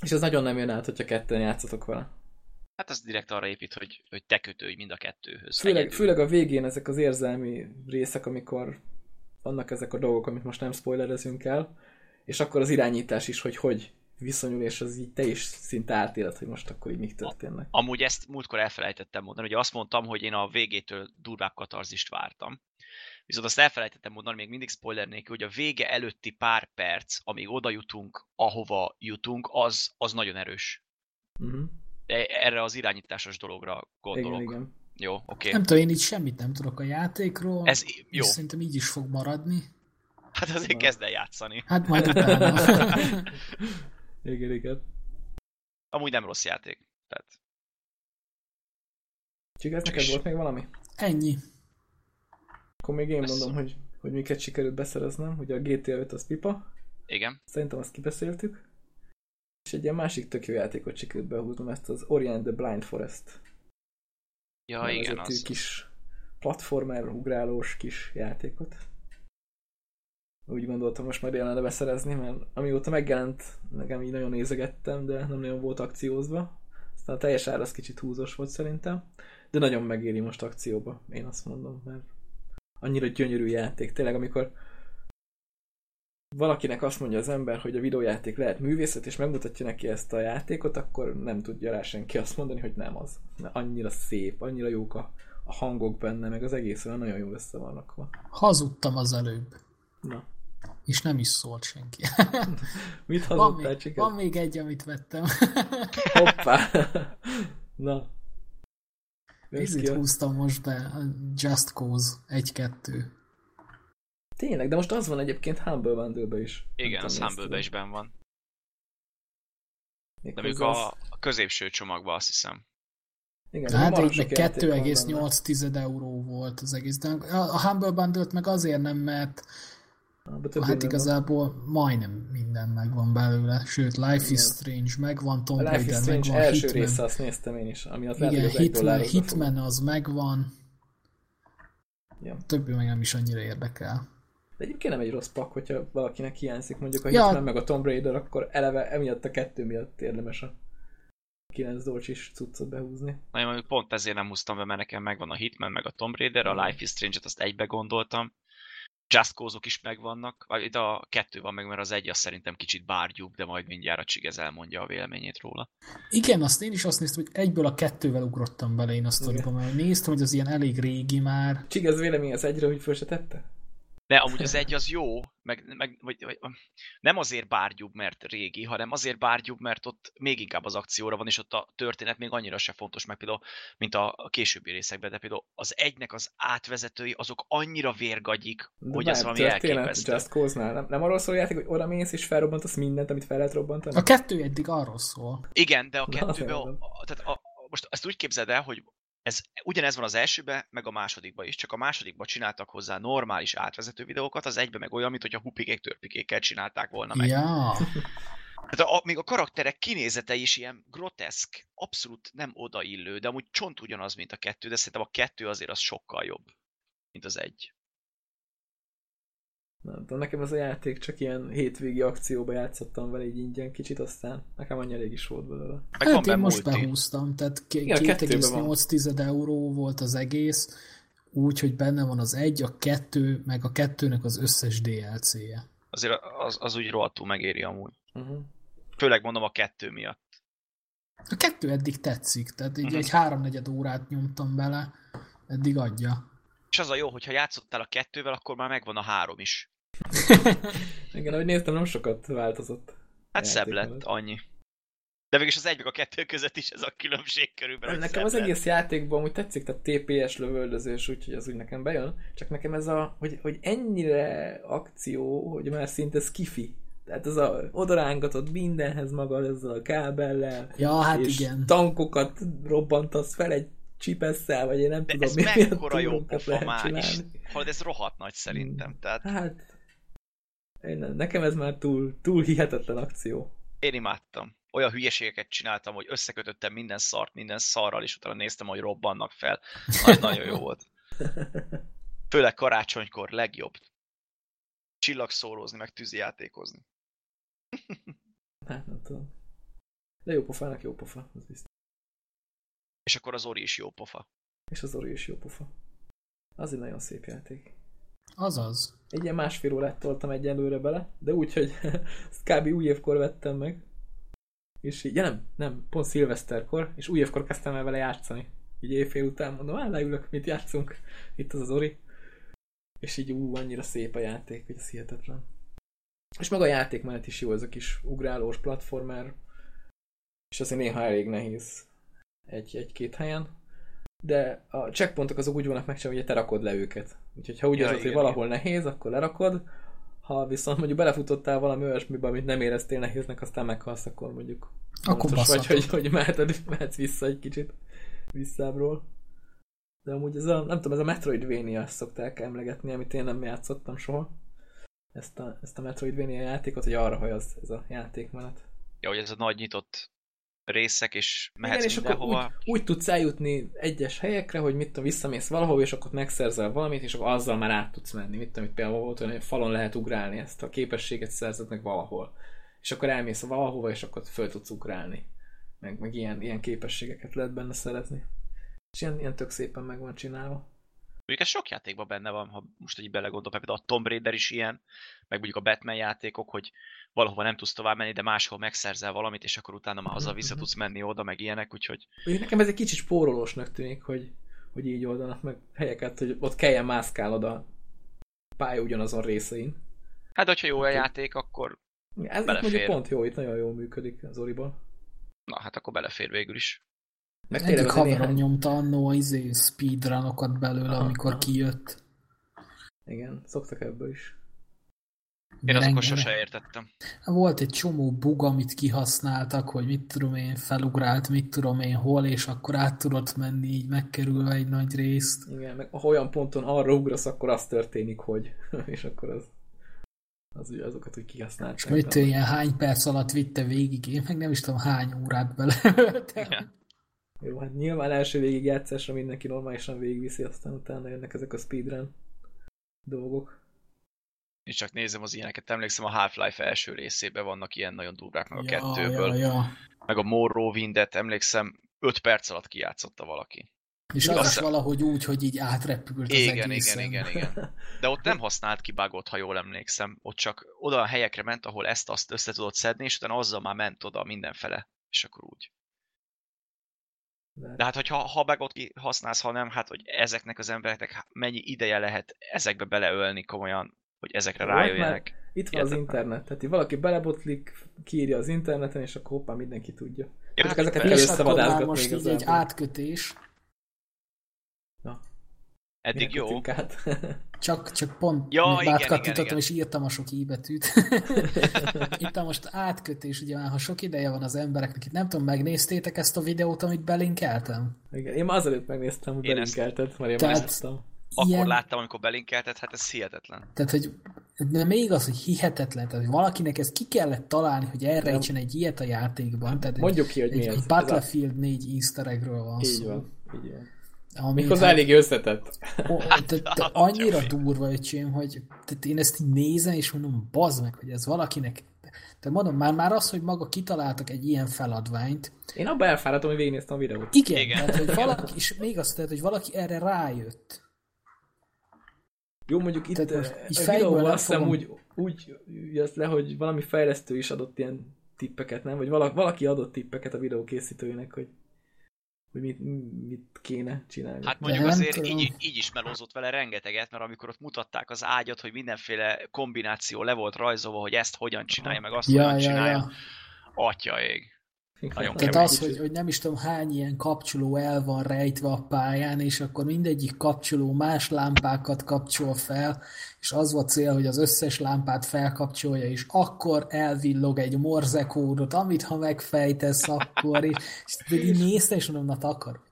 Speaker 1: És az nagyon nem jön át, hogyha ketten játszotok vele.
Speaker 3: Hát az direkt arra épít, hogy, hogy te kötődj mind a kettőhöz.
Speaker 1: Főleg,
Speaker 3: Egyedül.
Speaker 1: főleg a végén ezek az érzelmi részek, amikor vannak ezek a dolgok, amit most nem spoilerezünk el, és akkor az irányítás is, hogy hogy viszonyul, és az így te is szinte átéled, hogy most akkor így mik történnek.
Speaker 3: Amúgy ezt múltkor elfelejtettem mondani, ugye azt mondtam, hogy én a végétől durvább katarzist vártam. Viszont azt elfelejtettem mondani, még mindig spoiler nélkül, hogy a vége előtti pár perc, amíg oda jutunk, ahova jutunk, az, az nagyon erős.
Speaker 1: Uh-huh.
Speaker 3: E- Erre az irányításos dologra
Speaker 1: Igen,
Speaker 3: gondolok.
Speaker 1: igen.
Speaker 3: Jó, oké. Okay.
Speaker 2: Nem tudom, én itt semmit nem tudok a játékról.
Speaker 3: Ez i-
Speaker 2: és
Speaker 3: jó.
Speaker 2: szerintem így is fog maradni.
Speaker 3: [laughs] Hát
Speaker 1: Szóval-
Speaker 3: azért kezd el játszani.
Speaker 2: Hát majd utána. [laughs]
Speaker 3: [laughs]
Speaker 1: Igen, igen.
Speaker 3: Amúgy nem rossz játék. Tehát
Speaker 1: Csik, ez
Speaker 3: Csak
Speaker 1: neked
Speaker 3: is-
Speaker 1: volt még valami?
Speaker 2: Ennyi.
Speaker 1: Akkor még én
Speaker 3: Ez-
Speaker 1: mondom, hogy, hogy miket sikerült beszereznem. Ugye a GTA 5 az pipa,
Speaker 3: igen.
Speaker 1: szerintem azt kibeszéltük. És egy ilyen másik tök jó játékot sikerült behúznom, ezt az Orient the Blind Forest.
Speaker 3: Ja,
Speaker 1: nevezetű
Speaker 3: igen, az.
Speaker 1: kis platformer ugrálós kis játékot. Úgy gondoltam, most már jelenre beszerezni, mert amióta megjelent, nekem így nagyon nézegettem, de nem nagyon volt akciózva. Aztán a teljes ár az kicsit húzós volt szerintem, de nagyon megéri most akcióba, én azt mondom, mert annyira gyönyörű játék. Tényleg, amikor valakinek azt mondja az ember, hogy a videójáték lehet művészet, és megmutatja neki ezt a játékot, akkor nem tudja rá senki azt mondani, hogy nem az. Mert annyira szép, annyira jók a, a hangok benne, meg az egész olyan nagyon jól össze van rakva.
Speaker 2: Hazudtam az előbb.
Speaker 1: Na,
Speaker 2: És nem is szólt senki.
Speaker 1: mit
Speaker 2: Van
Speaker 1: hazudtál,
Speaker 2: még,
Speaker 1: csiket?
Speaker 2: van még egy, amit vettem.
Speaker 1: Hoppá! [laughs] Na. Nézd ki
Speaker 2: Ezért
Speaker 1: a...
Speaker 2: húztam most be. a Just Cause 1-2.
Speaker 1: Tényleg, de most az van egyébként Humble bundle is. Nem
Speaker 3: Igen,
Speaker 1: tudom,
Speaker 3: az
Speaker 1: ezt
Speaker 3: Humble-ben
Speaker 1: tudom.
Speaker 3: is benn van. De mondjuk
Speaker 1: Méghozzá
Speaker 3: a,
Speaker 1: az-
Speaker 3: a középső csomagban azt hiszem.
Speaker 1: Igen,
Speaker 2: Hát
Speaker 1: marha
Speaker 2: de de
Speaker 1: sok játék van benne.
Speaker 2: 2,8 euró volt az egész. De a a Humble bundle meg azért nem, mert
Speaker 1: Abban több
Speaker 2: hát
Speaker 1: minden van.
Speaker 2: igazából majdnem minden megvan belőle. Sőt, Life is
Speaker 1: Igen.
Speaker 2: Strange megvan, Tomb
Speaker 1: A Life is
Speaker 2: Raider
Speaker 1: Strange
Speaker 2: megvan,
Speaker 1: első
Speaker 2: Hitman.
Speaker 1: része, azt néztem én is, ami az lehet, hogy az
Speaker 2: Igen,
Speaker 1: egy
Speaker 2: Hitman,
Speaker 1: dollárosba fog.
Speaker 2: Hitman az megvan,
Speaker 1: Ja.
Speaker 2: többi meg nem is annyira érdekel.
Speaker 1: De egyébként nem egy rossz pak, hogyha valakinek hiányzik mondjuk a
Speaker 2: Ja.
Speaker 1: Hitman meg a Tomb Raider, akkor eleve emiatt a kettő miatt érdemes a 9 dolcsis cuccot behúzni.
Speaker 3: Na, én mondjuk pont ezért nem húztam be, mert nekem megvan a Hitman, meg a Tomb Raider,
Speaker 1: Mm.
Speaker 3: a Life is Strange-et azt egybe gondoltam. Just Cause-ok is megvannak, vagy itt a kettő van meg, mert az egy az szerintem kicsit bárgyúbb, de majd mindjárt a Csigez elmondja a véleményét róla.
Speaker 2: Igen, azt én is azt néztem, hogy egyből a kettővel ugrottam bele én a sztoriba, mert néztem, hogy az ilyen elég régi már.
Speaker 1: Csig, ez vélemény az egyre, hogy föl se tette?
Speaker 3: De amúgy az egy az jó, meg, meg vagy, vagy, nem azért bárgyúbb, mert régi, hanem azért bárgyúbb, mert ott még inkább az akcióra van, és ott a történet még annyira se fontos, meg például, mint a a későbbi részekben, de például az egynek az átvezetői, azok annyira vérgagyik,
Speaker 1: De
Speaker 3: hogy
Speaker 1: várj,
Speaker 3: ez valami
Speaker 1: történet
Speaker 3: elképesztő.
Speaker 1: Just Cause-nál. Nem, nem arról szól a játék, hogy oda mész és felrobbantasz mindent, amit fel lehet robbantani?
Speaker 2: A kettő eddig arról szól.
Speaker 3: Igen, de a
Speaker 1: Na,
Speaker 3: kettőben, a,
Speaker 1: rendben.
Speaker 3: a, tehát a, a- most ezt úgy képzeld el, hogy ez ugyanez van az elsőben, meg a másodikban is, csak a másodikban csináltak hozzá normális átvezető videókat, az egyben meg olyan, mint hogy a hupikék törpikékkel csinálták volna meg.
Speaker 2: Ja,
Speaker 3: Tehát a, még a karakterek kinézete is ilyen groteszk, abszolút nem odaillő, de amúgy csont ugyanaz, mint a kettő, de szerintem a kettő azért az sokkal jobb, mint az egy.
Speaker 1: Nem tudom, nekem ez a játék csak ilyen hétvégi akcióba játszottam vele így ingyen kicsit, aztán nekem annyi elég is volt belőle.
Speaker 3: Meg
Speaker 2: hát
Speaker 3: van
Speaker 2: én
Speaker 3: benne
Speaker 2: most
Speaker 3: multi.
Speaker 2: behúztam, tehát k-
Speaker 1: Igen, a kettőben van.
Speaker 2: 2,8 euró volt az egész, úgy, hogy benne van az egy, a kettő, meg a kettőnek az összes DLC-je.
Speaker 3: Azért az, az úgy rohadtul megéri amúgy.
Speaker 1: Uh-huh.
Speaker 3: Főleg mondom a kettő miatt.
Speaker 2: A kettő eddig tetszik, tehát így
Speaker 3: Mhm.
Speaker 2: egy háromnegyed órát nyomtam bele, eddig adja.
Speaker 3: És az a jó, hogyha játszottál a kettővel, akkor már megvan a három is.
Speaker 1: Igen, ahogy néztem, nem sokat változott.
Speaker 3: Hát szebb
Speaker 1: játék
Speaker 3: lett,
Speaker 1: mellett.
Speaker 3: annyi. De mégis az egy meg a kettő között is ez a különbség körülbelül.
Speaker 1: Nekem az egész játékban úgy tetszik, tehát TPS lövöldözés, úgyhogy az úgy nekem bejön, csak nekem ez a, hogy, hogy ennyire akció, hogy már szinte skifi. Tehát ez a odorángatott mindenhez maga ezzel a kábellel.
Speaker 2: Ja, hát
Speaker 1: és
Speaker 2: igen.
Speaker 1: tankokat robbantasz fel egy csipesszel, vagy én nem
Speaker 3: De
Speaker 1: tudom,
Speaker 3: ez
Speaker 1: mi- milyen
Speaker 3: mekkora jó
Speaker 1: túlunkat
Speaker 3: pofa
Speaker 1: lehet
Speaker 3: már is.
Speaker 1: csinálni.
Speaker 3: Hallod, ez rohadt nagy szerintem. Tehát
Speaker 1: Hát, én, nem- nekem ez már túl, túl hihetetlen akció.
Speaker 3: Én imádtam. Olyan hülyeségeket csináltam, hogy összekötöttem minden szart minden szarral, és utána néztem, hogy robbannak fel. Az nagyon jó
Speaker 1: [laughs]
Speaker 3: volt. Főleg karácsonykor legjobb. Csillagszórózni, meg tűzijátékozni.
Speaker 1: Hát nem tudom. De jó pofának jó pofa, az biztos.
Speaker 3: És akkor az Ori is jó pofa.
Speaker 1: És az Ori is jó pofa. Az egy nagyon szép játék.
Speaker 2: Azaz.
Speaker 1: Egy ilyen másfél órát toltam egy előre bele, de úgy, hogy [laughs] ezt kb. új évkor vettem meg. És így, ja nem, nem, pont szilveszterkor, és új évkor kezdtem el vele játszani. Így éjfél után mondom, á, leülök, mit játszunk, [laughs] itt az az Ori. És így ú, annyira szép a játék, hogy ez hihetetlen. És maga a játékmenet is jó, ez a kis ugrálós platformer, és azért néha elég nehéz egy, egy-két helyen. De a checkpointok azok úgy vannak megcsinálva, hogy te rakod le őket. Úgyhogy ha úgy
Speaker 3: Ja,
Speaker 1: ja, érzed, hogy
Speaker 3: igen,
Speaker 1: valahol nehéz, akkor lerakod. Ha viszont mondjuk belefutottál valami olyasmibe, amit nem éreztél nehéznek, aztán meghalsz, akkor mondjuk
Speaker 2: Akkor
Speaker 1: fontos vagy,
Speaker 2: basszatod.
Speaker 1: hogy, hogy meheted, mehetsz vissza egy kicsit visszábról. De amúgy ez a, nem tudom, ez a Metroidvania azt szokták emlegetni, amit én nem játszottam soha. Ezt a, ezt a Metroidvania játékot, hogy arra hajaz ez a játékmenet.
Speaker 3: Ja, hogy ez a nagy nyitott részek, és mehetsz
Speaker 1: Igen,
Speaker 3: Igen,
Speaker 1: és akkor
Speaker 3: mindenhova.
Speaker 1: úgy, úgy tudsz eljutni egyes helyekre, hogy mit tudom, visszamész valahova, és akkor megszerzel valamit, és akkor azzal már át tudsz menni. Mit tudom, itt például volt olyan, hogy falon lehet ugrálni, ezt a képességet szerzett meg valahol. És akkor elmész valahova, és akkor föl tudsz ugrálni. Meg, meg ilyen, ilyen képességeket lehet benne szerezni. És ilyen, ilyen tök szépen meg van csinálva.
Speaker 3: Mondjuk ez sok játékban benne van, ha most így belegondolok, például a Tomb Raider is ilyen, meg mondjuk a Batman játékok, hogy valahova nem tudsz tovább menni, de máshol megszerzel valamit, és akkor utána már haza vissza
Speaker 1: Mhm.
Speaker 3: tudsz menni oda, meg ilyenek, úgyhogy
Speaker 1: Mondjuk nekem ez egy kicsit spórolósnak tűnik, hogy, hogy így oldanak meg helyeket, hogy ott kelljen mászkálod a pálya ugyanazon részein.
Speaker 3: hát hogyha jó a
Speaker 1: Úgyhogy-
Speaker 3: játék, akkor
Speaker 1: Ez itt
Speaker 3: Belefér.
Speaker 1: mondjuk pont jó, itt nagyon jól működik az Oriban.
Speaker 3: na hát akkor belefér végül is.
Speaker 1: Meg tényleg
Speaker 2: Egyik
Speaker 1: az a
Speaker 2: haverom
Speaker 1: néhány...
Speaker 2: nyomta annó izé speedrunokat belőle,
Speaker 1: Aha,
Speaker 2: amikor
Speaker 1: aha.
Speaker 2: kijött.
Speaker 1: Igen, szoktak ebből is.
Speaker 3: Én azokat
Speaker 2: Rengeteg-
Speaker 3: sose értettem.
Speaker 2: Volt egy csomó bug, amit kihasználtak, hogy mit tudom én, felugrált, mit tudom én hol, és akkor át tudott menni így megkerülve egy nagy részt.
Speaker 1: Igen, meg ha olyan ponton arra ugrasz, akkor az történik, hogy. [laughs] És akkor az, az ugye azokat úgy
Speaker 2: És
Speaker 1: kihasználták.
Speaker 2: mit ő ilyen hány perc alatt vitte végig, én meg nem is tudom hány órát bele.
Speaker 3: Igen.
Speaker 1: Jó, hát nyilván első végigjátszásra mindenki normálisan végigviszi, aztán utána jönnek ezek a speedrun dolgok.
Speaker 3: Én csak nézem az ilyeneket, emlékszem a Half-Life első részében vannak ilyen nagyon durvák, meg a ja, kettőből,
Speaker 2: ja,
Speaker 3: ja, ja.
Speaker 2: ja.
Speaker 3: meg a Morrowindet, emlékszem 5 perc alatt kijátszotta valaki.
Speaker 2: És
Speaker 1: Igaz,
Speaker 2: az is
Speaker 3: de-
Speaker 2: valahogy úgy, hogy így átrepült az
Speaker 3: Igen, igen,
Speaker 2: egészen.
Speaker 3: igen, igen. De ott nem használt ki bugot, ha jól emlékszem. Ott csak oda a helyekre ment, ahol ezt-azt össze tudod szedni, és utána azzal már ment oda mindenfele. És akkor úgy.
Speaker 1: De,
Speaker 3: De hát, hogyha ha bugot ki használsz, ha nem, hát, hogy ezeknek az embereknek há- mennyi ideje lehet ezekbe beleölni komolyan, hogy ezekre
Speaker 1: Volt már-
Speaker 3: rájöjjenek.
Speaker 1: itt van az
Speaker 3: Értettem.
Speaker 1: internet, tehát így valaki belebotlik, kiírja az interneten, és akkor hoppá, mindenki tudja.
Speaker 3: Ja,
Speaker 1: Csak
Speaker 3: hát
Speaker 1: ezeket
Speaker 3: persze.
Speaker 1: kell
Speaker 2: És akkor már
Speaker 1: összevadászgatni
Speaker 2: most így egy
Speaker 1: igazából.
Speaker 2: átkötés,
Speaker 1: Ilyen
Speaker 3: Eddig jó.
Speaker 1: kötünk át.
Speaker 2: csak, csak pont
Speaker 3: Ja, igen, igen,
Speaker 2: átkattintottam,
Speaker 3: igen.
Speaker 2: és írtam a sok íbetűt.
Speaker 3: [laughs]
Speaker 2: itt a most átkötés, ugye már ha sok ideje van az embereknek, itt nem tudom, megnéztétek ezt a videót, amit belinkeltem?
Speaker 1: [laughs] Igen, én már azelőtt megnéztem, hogy
Speaker 3: Én ezt-
Speaker 1: belinkelted, mert én
Speaker 2: Tehát-
Speaker 1: már
Speaker 3: Akkor
Speaker 2: Ilyen-
Speaker 3: láttam, amikor belinkelted, hát ez hihetetlen.
Speaker 2: Tehát, hogy de még az, hogy hihetetlen, tehát hogy valakinek ezt ki kellett találni, hogy elrejtsen egy ilyet a játékban. Tehát
Speaker 1: Mondjuk ki, hogy
Speaker 2: egy,
Speaker 1: mi
Speaker 2: egy
Speaker 1: ez.
Speaker 2: Battlefield 4 easter eggről van
Speaker 1: Ez a... Így
Speaker 2: szó.
Speaker 1: van, így van.
Speaker 2: Ami
Speaker 1: Méghozzá
Speaker 2: hát-
Speaker 1: elég összetett.
Speaker 2: Ó, de, de annyira durva, öcsém, hogy tehát én ezt így nézem, és mondom, bazd meg, hogy ez valakinek... De mondom, már, már az, hogy maga kitaláltak egy ilyen feladványt,
Speaker 1: Én abban elfáradtam, hogy végignéztem a videót.
Speaker 2: igen,
Speaker 3: Igen.
Speaker 2: igen. Tehát, hogy valaki, és még azt tehát, hogy valaki erre rájött.
Speaker 1: Jó, mondjuk itt
Speaker 2: Tehát most
Speaker 1: eh,
Speaker 2: így
Speaker 1: a
Speaker 2: fejből
Speaker 1: videóban
Speaker 2: nem
Speaker 1: azt hiszem
Speaker 2: fogom.
Speaker 1: úgy, úgy jött le, hogy valami fejlesztő is adott ilyen tippeket, nem? Vagy vala- valaki adott tippeket a videó készítőjének, hogy, hogy mit, mit kéne csinálni.
Speaker 3: Hát mondjuk
Speaker 2: nem
Speaker 3: azért
Speaker 2: tudom.
Speaker 3: így, így is melózott vele rengeteget, mert amikor ott mutatták az ágyat, hogy mindenféle kombináció le volt rajzolva, hogy ezt hogyan csinálja, meg azt
Speaker 2: Ja,
Speaker 3: hogyan
Speaker 2: ja,
Speaker 3: csinálja.
Speaker 2: ja.
Speaker 3: Atya ég. Nagyon
Speaker 2: Tehát
Speaker 3: kemény.
Speaker 2: az, hogy, hogy nem is tudom hány ilyen kapcsoló el van rejtve a pályán, és akkor mindegyik kapcsoló más lámpákat kapcsol fel, és az volt cél, hogy az összes lámpát felkapcsolja, és akkor elvillog egy morzekódot, amit ha megfejtesz, akkor és, és így néztem, és mondom, na takar.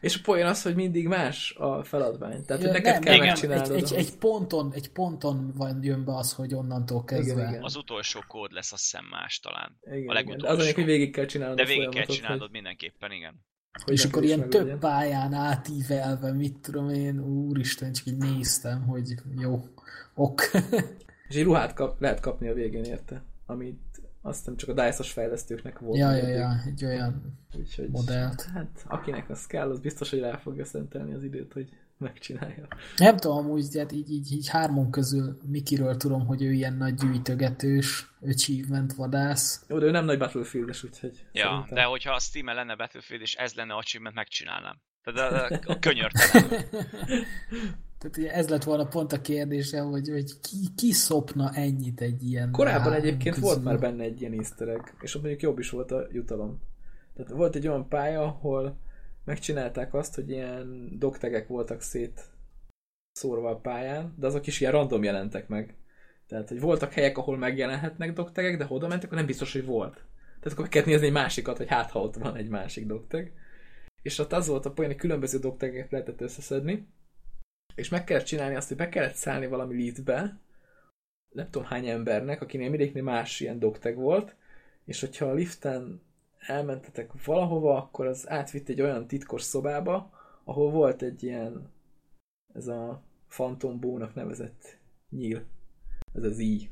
Speaker 1: És a poén az, hogy mindig más a feladvány. Tehát, hogy
Speaker 2: Ja,
Speaker 1: neked kell
Speaker 2: igen,
Speaker 1: megcsinálnod.
Speaker 2: Egy, egy,
Speaker 1: ahhoz.
Speaker 2: egy, ponton, egy ponton van, jön be az, hogy onnantól kezdve.
Speaker 1: Igen, igen.
Speaker 3: Az utolsó kód lesz a szem más talán.
Speaker 1: Igen,
Speaker 3: a
Speaker 1: igen. De
Speaker 3: legutolsó.
Speaker 1: Az anyag, hogy végig kell csinálnod
Speaker 3: De
Speaker 1: a
Speaker 3: végig kell
Speaker 1: folyamatot,
Speaker 3: csinálnod
Speaker 1: hogy-
Speaker 3: mindenképpen, igen.
Speaker 1: hogy
Speaker 2: és
Speaker 1: neked
Speaker 2: akkor
Speaker 1: is
Speaker 2: ilyen
Speaker 1: meglegyen.
Speaker 2: több pályán átívelve, mit tudom én, úristen, csak így néztem, hogy jó, ok.
Speaker 1: És egy ruhát kap, lehet kapni a végén érte, amit azt hiszem csak a DICE-os fejlesztőknek volt.
Speaker 2: ja, ja,
Speaker 1: eddig.
Speaker 2: ja, egy olyan
Speaker 1: Úgyhogy,
Speaker 2: modellt.
Speaker 1: hát akinek az kell, az biztos, hogy rá fogja szentelni az időt, hogy megcsinálja.
Speaker 2: Nem tudom, amúgy hát így, így, így hármon közül Mikiről tudom, hogy ő ilyen nagy gyűjtögetős, achievement
Speaker 1: [laughs]
Speaker 2: vadász.
Speaker 1: Jó, de ő nem nagy Battlefield-es, úgyhogy
Speaker 3: Ja,
Speaker 1: szerintem-
Speaker 3: de hogyha a Steam-en lenne Battlefield, és ez lenne achievement, megcsinálnám. Tehát a, a, a könyörtelen.
Speaker 2: Tehát ugye ez lett volna pont a kérdése, hogy, hogy ki, ki szopna ennyit egy ilyen
Speaker 1: Korábban
Speaker 2: három
Speaker 1: egyébként
Speaker 2: közül.
Speaker 1: volt már benne egy ilyen easter egg, és ott mondjuk jobb is volt a jutalom. Tehát volt egy olyan pálya, ahol megcsinálták azt, hogy ilyen doktegek voltak szét szórva a pályán, de azok is ilyen random jelentek meg. Tehát, hogy voltak helyek, ahol megjelenhetnek doktegek, de ha oda mentek, akkor nem biztos, hogy volt. Tehát akkor meg kellett nézni egy másikat, hogy hát ha ott van egy másik dokteg. És ott az volt a poén, hogy különböző doktegeket lehetett összeszedni, és meg kellett csinálni azt, hogy be kellett szállni valami liftbe, nem tudom hány embernek, akinél mindegyiknél más ilyen dokteg volt, és hogyha a liften elmentetek valahova, akkor az átvitt egy olyan titkos szobába, ahol volt egy ilyen, ez a fantombónak nevezett nyíl, ez az így.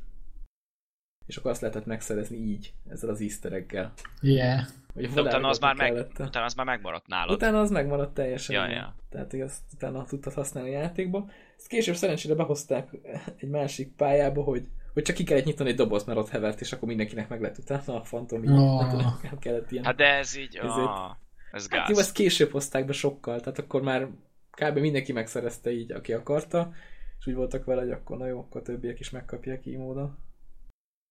Speaker 1: És akkor azt lehetett megszerezni így, ezzel az easter egg-gel.
Speaker 2: Yeah.
Speaker 1: Vagy
Speaker 3: De utána az, már meg,
Speaker 1: kellette.
Speaker 3: utána az már megmaradt nálad.
Speaker 1: Utána az megmaradt teljesen.
Speaker 3: Ja,
Speaker 1: igen.
Speaker 3: ja.
Speaker 1: Tehát hogy azt utána tudtad használni a játékba. Ezt később szerencsére behozták egy másik pályába, hogy, hogy csak ki kellett nyitni egy dobozt, mert ott hevert, és akkor mindenkinek meg lett utána a fantom. így.
Speaker 2: Ah.
Speaker 1: Tehát Nem kellett ilyen.
Speaker 3: Hát de ez így...
Speaker 1: Ezért-
Speaker 3: Ah, ez
Speaker 1: hát jó,
Speaker 3: gáz.
Speaker 1: ezt később hozták be sokkal, tehát akkor már kb. mindenki megszerezte így, aki akarta, és úgy voltak vele, hogy akkor na jó, akkor a többiek is megkapják így módon.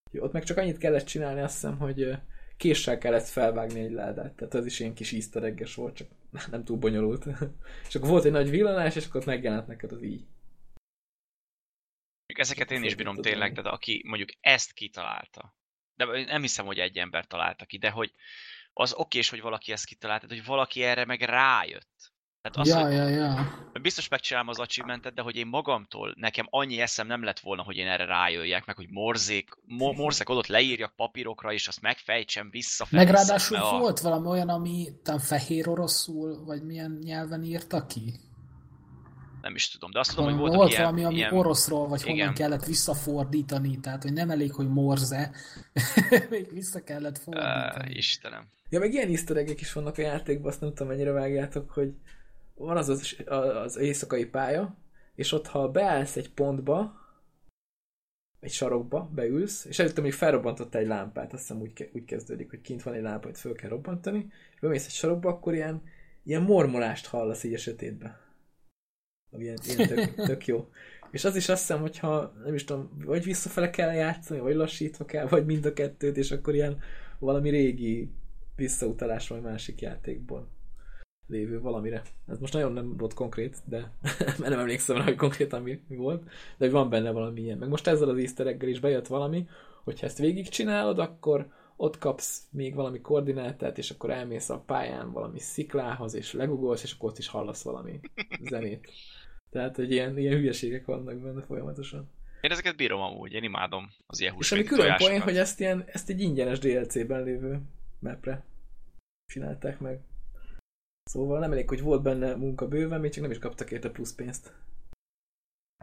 Speaker 1: Úgyhogy Ott meg csak annyit kellett csinálni, azt hiszem, hogy ö, késsel kellett felvágni egy ládát, tehát az is ilyen kis easter egg-es volt, csak [laughs] nem túl bonyolult. [laughs] és akkor volt egy nagy villanás, és akkor ott megjelent neked az így.
Speaker 3: Mondjuk Ezeket én is
Speaker 1: Szóval
Speaker 3: bírom
Speaker 1: tudom.
Speaker 3: tényleg, de aki mondjuk ezt kitalálta, de én nem hiszem, hogy egy ember találta ki, de hogy az okés, hogy valaki ezt kitalálta, de hogy valaki erre meg rájött. Tehát az,
Speaker 2: ja,
Speaker 3: hogy
Speaker 2: ja, ja.
Speaker 3: biztos megcsinálom az achievementet, de hogy én magamtól, nekem annyi eszem nem lett volna, hogy én erre rájöjjek, meg hogy morzék,
Speaker 2: [laughs]
Speaker 3: mo- morzek adott leírjak papírokra, és azt megfejtsem vissza.
Speaker 2: Meg ráadásul volt valami olyan, ami talán fehér oroszul, vagy milyen nyelven írta ki?
Speaker 3: Nem is tudom, de azt tudom, hogy
Speaker 2: Valami-
Speaker 3: voltak
Speaker 2: volt
Speaker 3: ilyen,
Speaker 2: valami, ami
Speaker 3: ilyen
Speaker 2: oroszról, vagy
Speaker 3: igen.
Speaker 2: honnan kellett visszafordítani, tehát hogy nem elég, hogy morze, [laughs] még vissza kellett
Speaker 3: Uh,
Speaker 2: fordítani.
Speaker 3: Istenem.
Speaker 1: Ja, meg ilyen easter egg-ek is vannak a játékban, azt nem tudom, mennyire vágjátok, hogy van az az, az éjszakai pálya, és ott, ha beállsz egy pontba, egy sarokba, beülsz, és előtte még felrobbantotta egy lámpát, azt hiszem úgy, ke- úgy kezdődik, hogy kint van egy lámpa, hogy föl kell robbantani, és bemész egy sarokba, akkor ilyen, ilyen mormolást hallasz így a sötétben. Ami Ilyen, ilyen tök, tök jó. És az is azt hiszem, hogyha nem is tudom, vagy visszafele kell játszani, vagy lassítva kell, vagy mind a kettőt, és akkor ilyen valami régi visszautalás vagy másik játékból lévő valamire. Ez most nagyon nem volt konkrét, de [laughs] mert nem emlékszem rá, hogy konkrétan mi, mi volt, de hogy van benne valami ilyen. Meg most ezzel az easter egg is bejött valami, hogyha ezt végigcsinálod, akkor ott kapsz még valami koordinátát, és akkor elmész a pályán valami sziklához, és legugolsz, és akkor ott is hallasz valami zenét. Tehát, hogy ilyen, ilyen hülyeségek vannak benne folyamatosan.
Speaker 3: Én ezeket bírom amúgy, én imádom az ilyen
Speaker 1: És ami
Speaker 3: húsvéti
Speaker 1: külön poén,
Speaker 3: tojásokat.
Speaker 1: hogy ezt, ilyen, ezt egy ingyenes DLC-ben lévő mapre csinálták meg. Szóval nem elég, hogy volt benne munka bőven, még csak nem is kaptak érte plusz pénzt.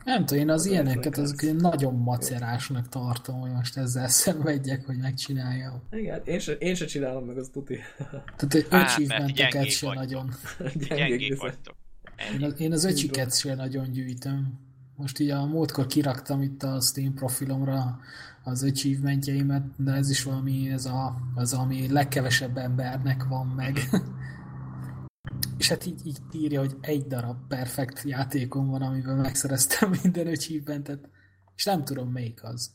Speaker 2: Nem tudom, én az
Speaker 1: az
Speaker 2: ilyeneket
Speaker 1: ezeket.
Speaker 2: azok én nagyon macerásnak tartom, hogy most ezzel [laughs] szenvedjek, hogy megcsináljam.
Speaker 1: Igen, hát én se, én se csinálom meg, az tuti.
Speaker 2: Tehát hogy
Speaker 3: Á, mert
Speaker 2: achievementeket
Speaker 3: gyengék
Speaker 2: se
Speaker 3: vagy.
Speaker 2: nagyon.
Speaker 3: Gyengék
Speaker 1: viszont.
Speaker 3: vagytok.
Speaker 2: Én az, én az
Speaker 1: Így
Speaker 2: öcsiket se nagyon gyűjtöm. Most így a múltkor kiraktam itt a Steam profilomra az achievementjeimet, de ez is valami, ez a, az, ami legkevesebb embernek van meg. [laughs] És hát így, így írja, hogy egy darab perfekt játékom van, amiben megszereztem minden achievementet, és nem tudom melyik az.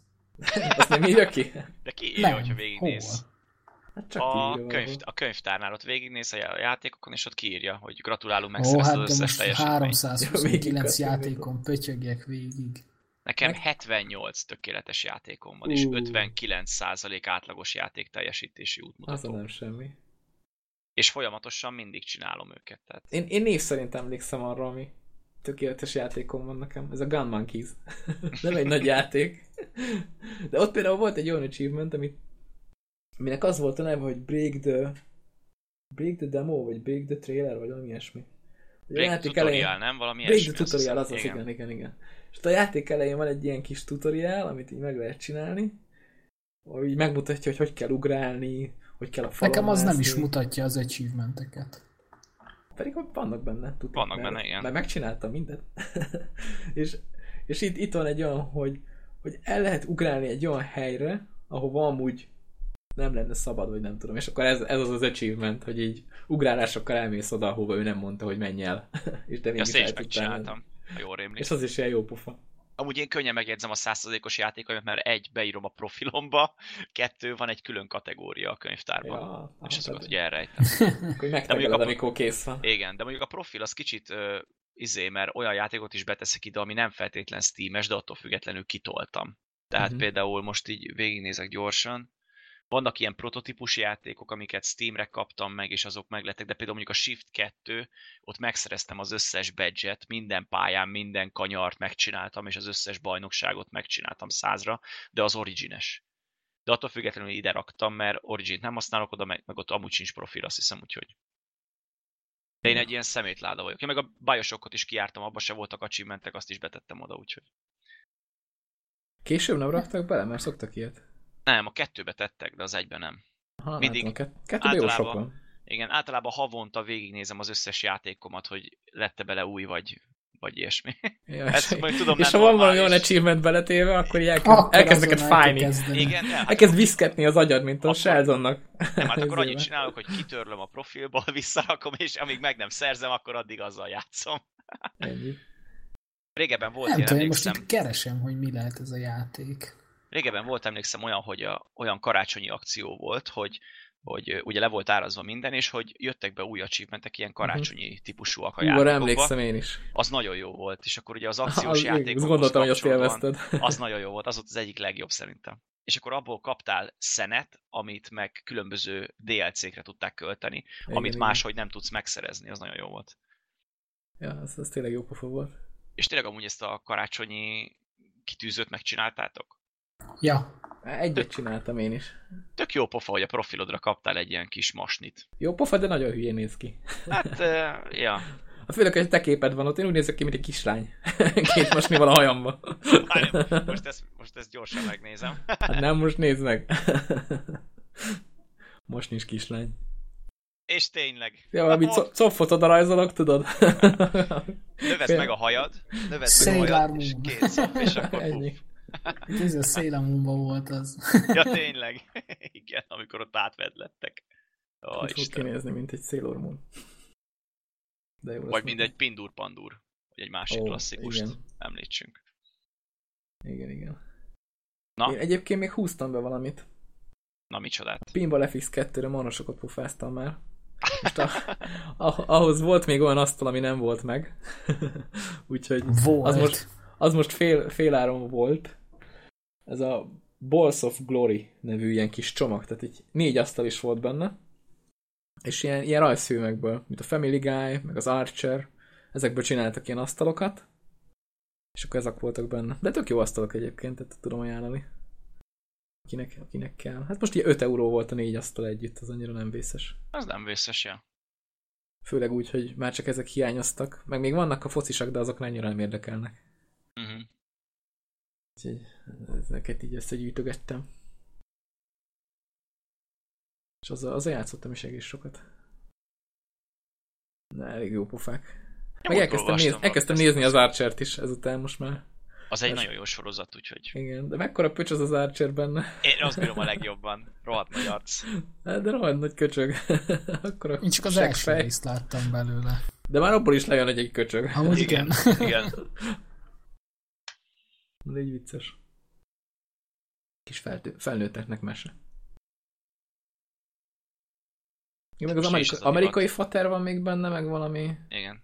Speaker 1: Azt nem írja ki?
Speaker 3: De ki írja,
Speaker 2: nem,
Speaker 3: hogyha végignéz?
Speaker 2: hol?
Speaker 1: Hát csak
Speaker 3: A,
Speaker 1: kiírja
Speaker 3: könyv,
Speaker 1: valahol.
Speaker 3: a könyvtárnál ott végignéz a já- játékokon, és ott kiírja, hogy gratulálunk,
Speaker 2: Ó,
Speaker 3: megszerezted
Speaker 2: hát
Speaker 3: az
Speaker 2: de most
Speaker 3: összes teljesítményt.
Speaker 2: 329
Speaker 1: Ja, végig
Speaker 2: játékon pötyögjek végig.
Speaker 3: Nekem
Speaker 2: meg-
Speaker 3: 78 tökéletes játékom van, és
Speaker 1: Ú.
Speaker 3: 59% átlagos játék teljesítési
Speaker 1: Az a
Speaker 3: útmutató.
Speaker 1: nem semmi.
Speaker 3: És folyamatosan mindig csinálom őket. Tehát
Speaker 1: Én, én név szerint emlékszem arra, ami tökéletes játékom van nekem. Ez a Gun Monkeys. [laughs] Nem egy nagy játék. De ott például volt egy olyan achievement, amit, aminek az volt a neve, hogy Break the... Break the Demo, vagy Break the Trailer, vagy valami ilyesmi. Hogy a
Speaker 3: break the
Speaker 1: játék
Speaker 3: tutorial,
Speaker 1: elején-
Speaker 3: nem? Valami
Speaker 1: Break the
Speaker 3: ilyesmi, azt
Speaker 1: tutorial, az
Speaker 3: hiszem.
Speaker 1: az, igen. igen, igen, És ott a játék elején van egy ilyen kis tutorial, amit így meg lehet csinálni, ahol így megmutatja, hogy hogy kell ugrálni, hogy kell a falon
Speaker 2: Nekem az nem is
Speaker 1: mászni.
Speaker 2: mutatja az achievementeket.
Speaker 1: Pedig ott vannak benne, tudni.
Speaker 3: Vannak
Speaker 1: mert,
Speaker 3: benne, igen.
Speaker 1: Mert megcsináltam mindent. [laughs] és és itt, itt van egy olyan, hogy, hogy el lehet ugrálni egy olyan helyre, ahova amúgy nem lenne szabad, vagy nem tudom. És akkor ez, ez az az achievement, hogy így ugrálásokkal elmész oda, ahova ő nem mondta, hogy menj el. [laughs] és de mégis
Speaker 3: Azt én
Speaker 1: el
Speaker 3: is
Speaker 1: tudtál menni.
Speaker 3: megcsináltam, ha jól rémlik.
Speaker 1: És az is ilyen jó pofa.
Speaker 3: Amúgy én könnyen megjegyzem a százszerzékos játékaimat, mert egy, beírom a profilomba, kettő, van egy külön kategória a könyvtárban. Ja,
Speaker 1: Ja, hát
Speaker 3: és azokat
Speaker 1: tehát-
Speaker 3: ugye elrejtem.
Speaker 1: Akkor
Speaker 3: De
Speaker 1: megtegeled,
Speaker 3: mondjuk a-
Speaker 1: amikor kész van.
Speaker 3: Igen, de mondjuk a profil az kicsit ö, izé, mert olyan játékot is beteszek ide, ami nem feltétlen Steam-es, de attól függetlenül kitoltam. Tehát
Speaker 1: Mhm.
Speaker 3: uh-huh. például most így végignézek gyorsan. Vannak ilyen prototípus játékok, amiket Steamre kaptam meg, és azok meglettek, de például mondjuk a Shift 2, ott megszereztem az összes badge minden pályán, minden kanyart megcsináltam, és az összes bajnokságot megcsináltam százra, de az origines. De attól függetlenül ide raktam, mert origin nem használok oda, meg, meg ott amúgy sincs profil, azt hiszem, úgyhogy. De én egy ilyen szemétláda vagyok. Én meg a Biosockot is kiártam, abba se voltak achievementek, azt is betettem oda, úgyhogy.
Speaker 1: Később nem raktak bele, mert szoktak ilyet.
Speaker 3: Nem, a kettőbe tettek, de az egyben nem.
Speaker 1: Aha,
Speaker 3: Mindig.
Speaker 1: látom, kett- kettőben jó sok
Speaker 3: Általában.
Speaker 1: van.
Speaker 3: Igen, általában havonta végignézem az összes játékomat, hogy lette bele új vagy,
Speaker 1: [laughs]
Speaker 3: vagy ilyesmi.
Speaker 1: Ja,
Speaker 3: Ezt
Speaker 1: és-
Speaker 3: majd tudom,
Speaker 1: és ha
Speaker 3: nem
Speaker 1: van valami olyan
Speaker 3: normális.
Speaker 1: achievement beletéve, akkor így elkezd,
Speaker 2: Akkor
Speaker 1: elkezd
Speaker 2: azon
Speaker 1: neked
Speaker 2: el kell
Speaker 1: fájni.
Speaker 2: kezdeni.
Speaker 3: Igen, nem, hát,
Speaker 1: Elkezd viszketni az agyad, mint a
Speaker 3: Akkor-
Speaker 1: Sheldonnak.
Speaker 3: nem, hát
Speaker 1: [laughs]
Speaker 3: akkor annyit
Speaker 1: Ezével.
Speaker 3: csinálok, hogy kitörlöm a profilból, [laughs] visszarakom, és amíg meg nem szerzem, akkor addig azzal játszom.
Speaker 1: Ennyi.
Speaker 3: Régebben volt
Speaker 2: Nem
Speaker 3: ilyen,
Speaker 2: tudom, én most
Speaker 3: emlékszem.
Speaker 2: itt keresem, hogy mi lehet ez a játék.
Speaker 3: Régebben volt, emlékszem, olyan, hogy a, olyan karácsonyi akció volt, hogy hogy ö, ugye le volt árazva minden, és hogy jöttek be új achievementek, ilyen karácsonyi típusúak a
Speaker 1: Hú, arra
Speaker 3: játékokba.
Speaker 1: Mhm. emlékszem én is.
Speaker 3: az nagyon jó volt, és akkor ugye
Speaker 1: [laughs]
Speaker 3: az
Speaker 1: Az-
Speaker 3: akciós
Speaker 1: Azt
Speaker 3: játékokhoz
Speaker 1: gondoltam, hogy azt
Speaker 3: kapcsolódóan
Speaker 1: élvezted.
Speaker 3: Az nagyon jó volt, az volt az egyik legjobb szerintem. És akkor abból kaptál szenet, amit meg különböző DLC-kre tudták költeni,
Speaker 1: Igen,
Speaker 3: amit
Speaker 1: igen.
Speaker 3: máshogy nem tudsz megszerezni, az nagyon jó volt.
Speaker 1: Ja, az, az tényleg jó pofa volt.
Speaker 3: És tényleg amúgy ezt a karácsonyi kitűzőt megcsináltátok?
Speaker 2: Ja,
Speaker 1: Egyet csináltam én is.
Speaker 3: Tök jó pofa, hogy a profilodra kaptál egy ilyen kis masnit.
Speaker 1: Jó pofa, de nagyon hülyén néz ki.
Speaker 3: Hát, uh, ja.
Speaker 1: A főleg, hogy te képed van ott, én úgy nézek ki, mint egy kislány. [laughs] Két mosnival a hajamba.
Speaker 3: Várj, Most ezt, most ezt gyorsan megnézem.
Speaker 1: Hát nem, most nézd meg. [laughs] Most nincs kislány.
Speaker 3: És tényleg.
Speaker 1: Ja, valami
Speaker 3: Ahol
Speaker 1: co- coffot oda rajzolok, tudod?
Speaker 3: Növesz meg a hajad, növesz meg a
Speaker 2: Sailor
Speaker 3: hajad, és
Speaker 2: Moon.
Speaker 3: kész. És akkor
Speaker 1: [laughs]
Speaker 3: puf.
Speaker 1: Ennyi.
Speaker 2: hát ez a Sailor Moon-ban volt az.
Speaker 3: Ja, tényleg. [laughs] Igen, amikor ott átvedlettek. Ó,
Speaker 1: Úgy fog
Speaker 3: Istenem.
Speaker 1: kinézni, mint egy Sailor Moon. De jó,
Speaker 3: Vagy mindegy Pindur Pandur, vagy egy másik
Speaker 1: Ó,
Speaker 3: oh, klasszikust
Speaker 1: igen.
Speaker 3: igen. említsünk.
Speaker 1: Igen, igen.
Speaker 3: Na?
Speaker 1: Én egyébként még húztam be valamit.
Speaker 3: Na, micsodát?
Speaker 1: Pinball FX 2-re marnosokat pufáztam már. Most a,
Speaker 3: [laughs]
Speaker 1: a, ahhoz volt még olyan asztal, ami nem volt meg. [laughs] Úgyhogy
Speaker 2: Volt.
Speaker 1: Az most- az most fél, féláron volt. Ez a Balls of Glory nevű ilyen kis csomag, tehát így négy asztal is volt benne, és ilyen, ilyen rajzfilmekből, mint a Family Guy, meg az Archer, ezekből csináltak ilyen asztalokat, és akkor ezek voltak benne. De tök jó asztalok egyébként, tehát tudom ajánlani. Kinek, kinek kell. Hát most ilyen 5 euró volt a négy asztal együtt, az annyira nem vészes.
Speaker 3: Az nem vészes, ja.
Speaker 1: Főleg úgy, hogy már csak ezek hiányoztak, meg még vannak a focisak, de azok annyira nem érdekelnek.
Speaker 3: Uh-huh.
Speaker 1: Úgyhogy eh, ezeket így összegyűjtögettem. És azzal, azzal játszottam is egész sokat. Na, elég jó pofák. Meg elkezdtem, néz, elkezdtem nézni az Archert is ezután most már.
Speaker 3: Az egy
Speaker 1: Ez-
Speaker 3: nagyon jó sorozat, úgyhogy
Speaker 1: Igen, de mekkora pöcs az az Archer benne.
Speaker 3: én azt bírom a legjobban. Rohadt nagy
Speaker 1: [laughs]
Speaker 3: arc.
Speaker 1: Hát, De rohadt nagy köcsög. [laughs] Akkor a
Speaker 2: Én csak az első
Speaker 1: seggfej.
Speaker 2: részt láttam belőle.
Speaker 1: De már abból is lejön egy-egy köcsög.
Speaker 2: Amúgy igen.
Speaker 3: igen.
Speaker 1: De így vicces. Kis feltő, felnőtteknek mese. Ja, meg az,
Speaker 3: Most én is
Speaker 1: amerika-
Speaker 3: az ami
Speaker 1: amerikai fater van még benne, meg valami,
Speaker 3: Igen.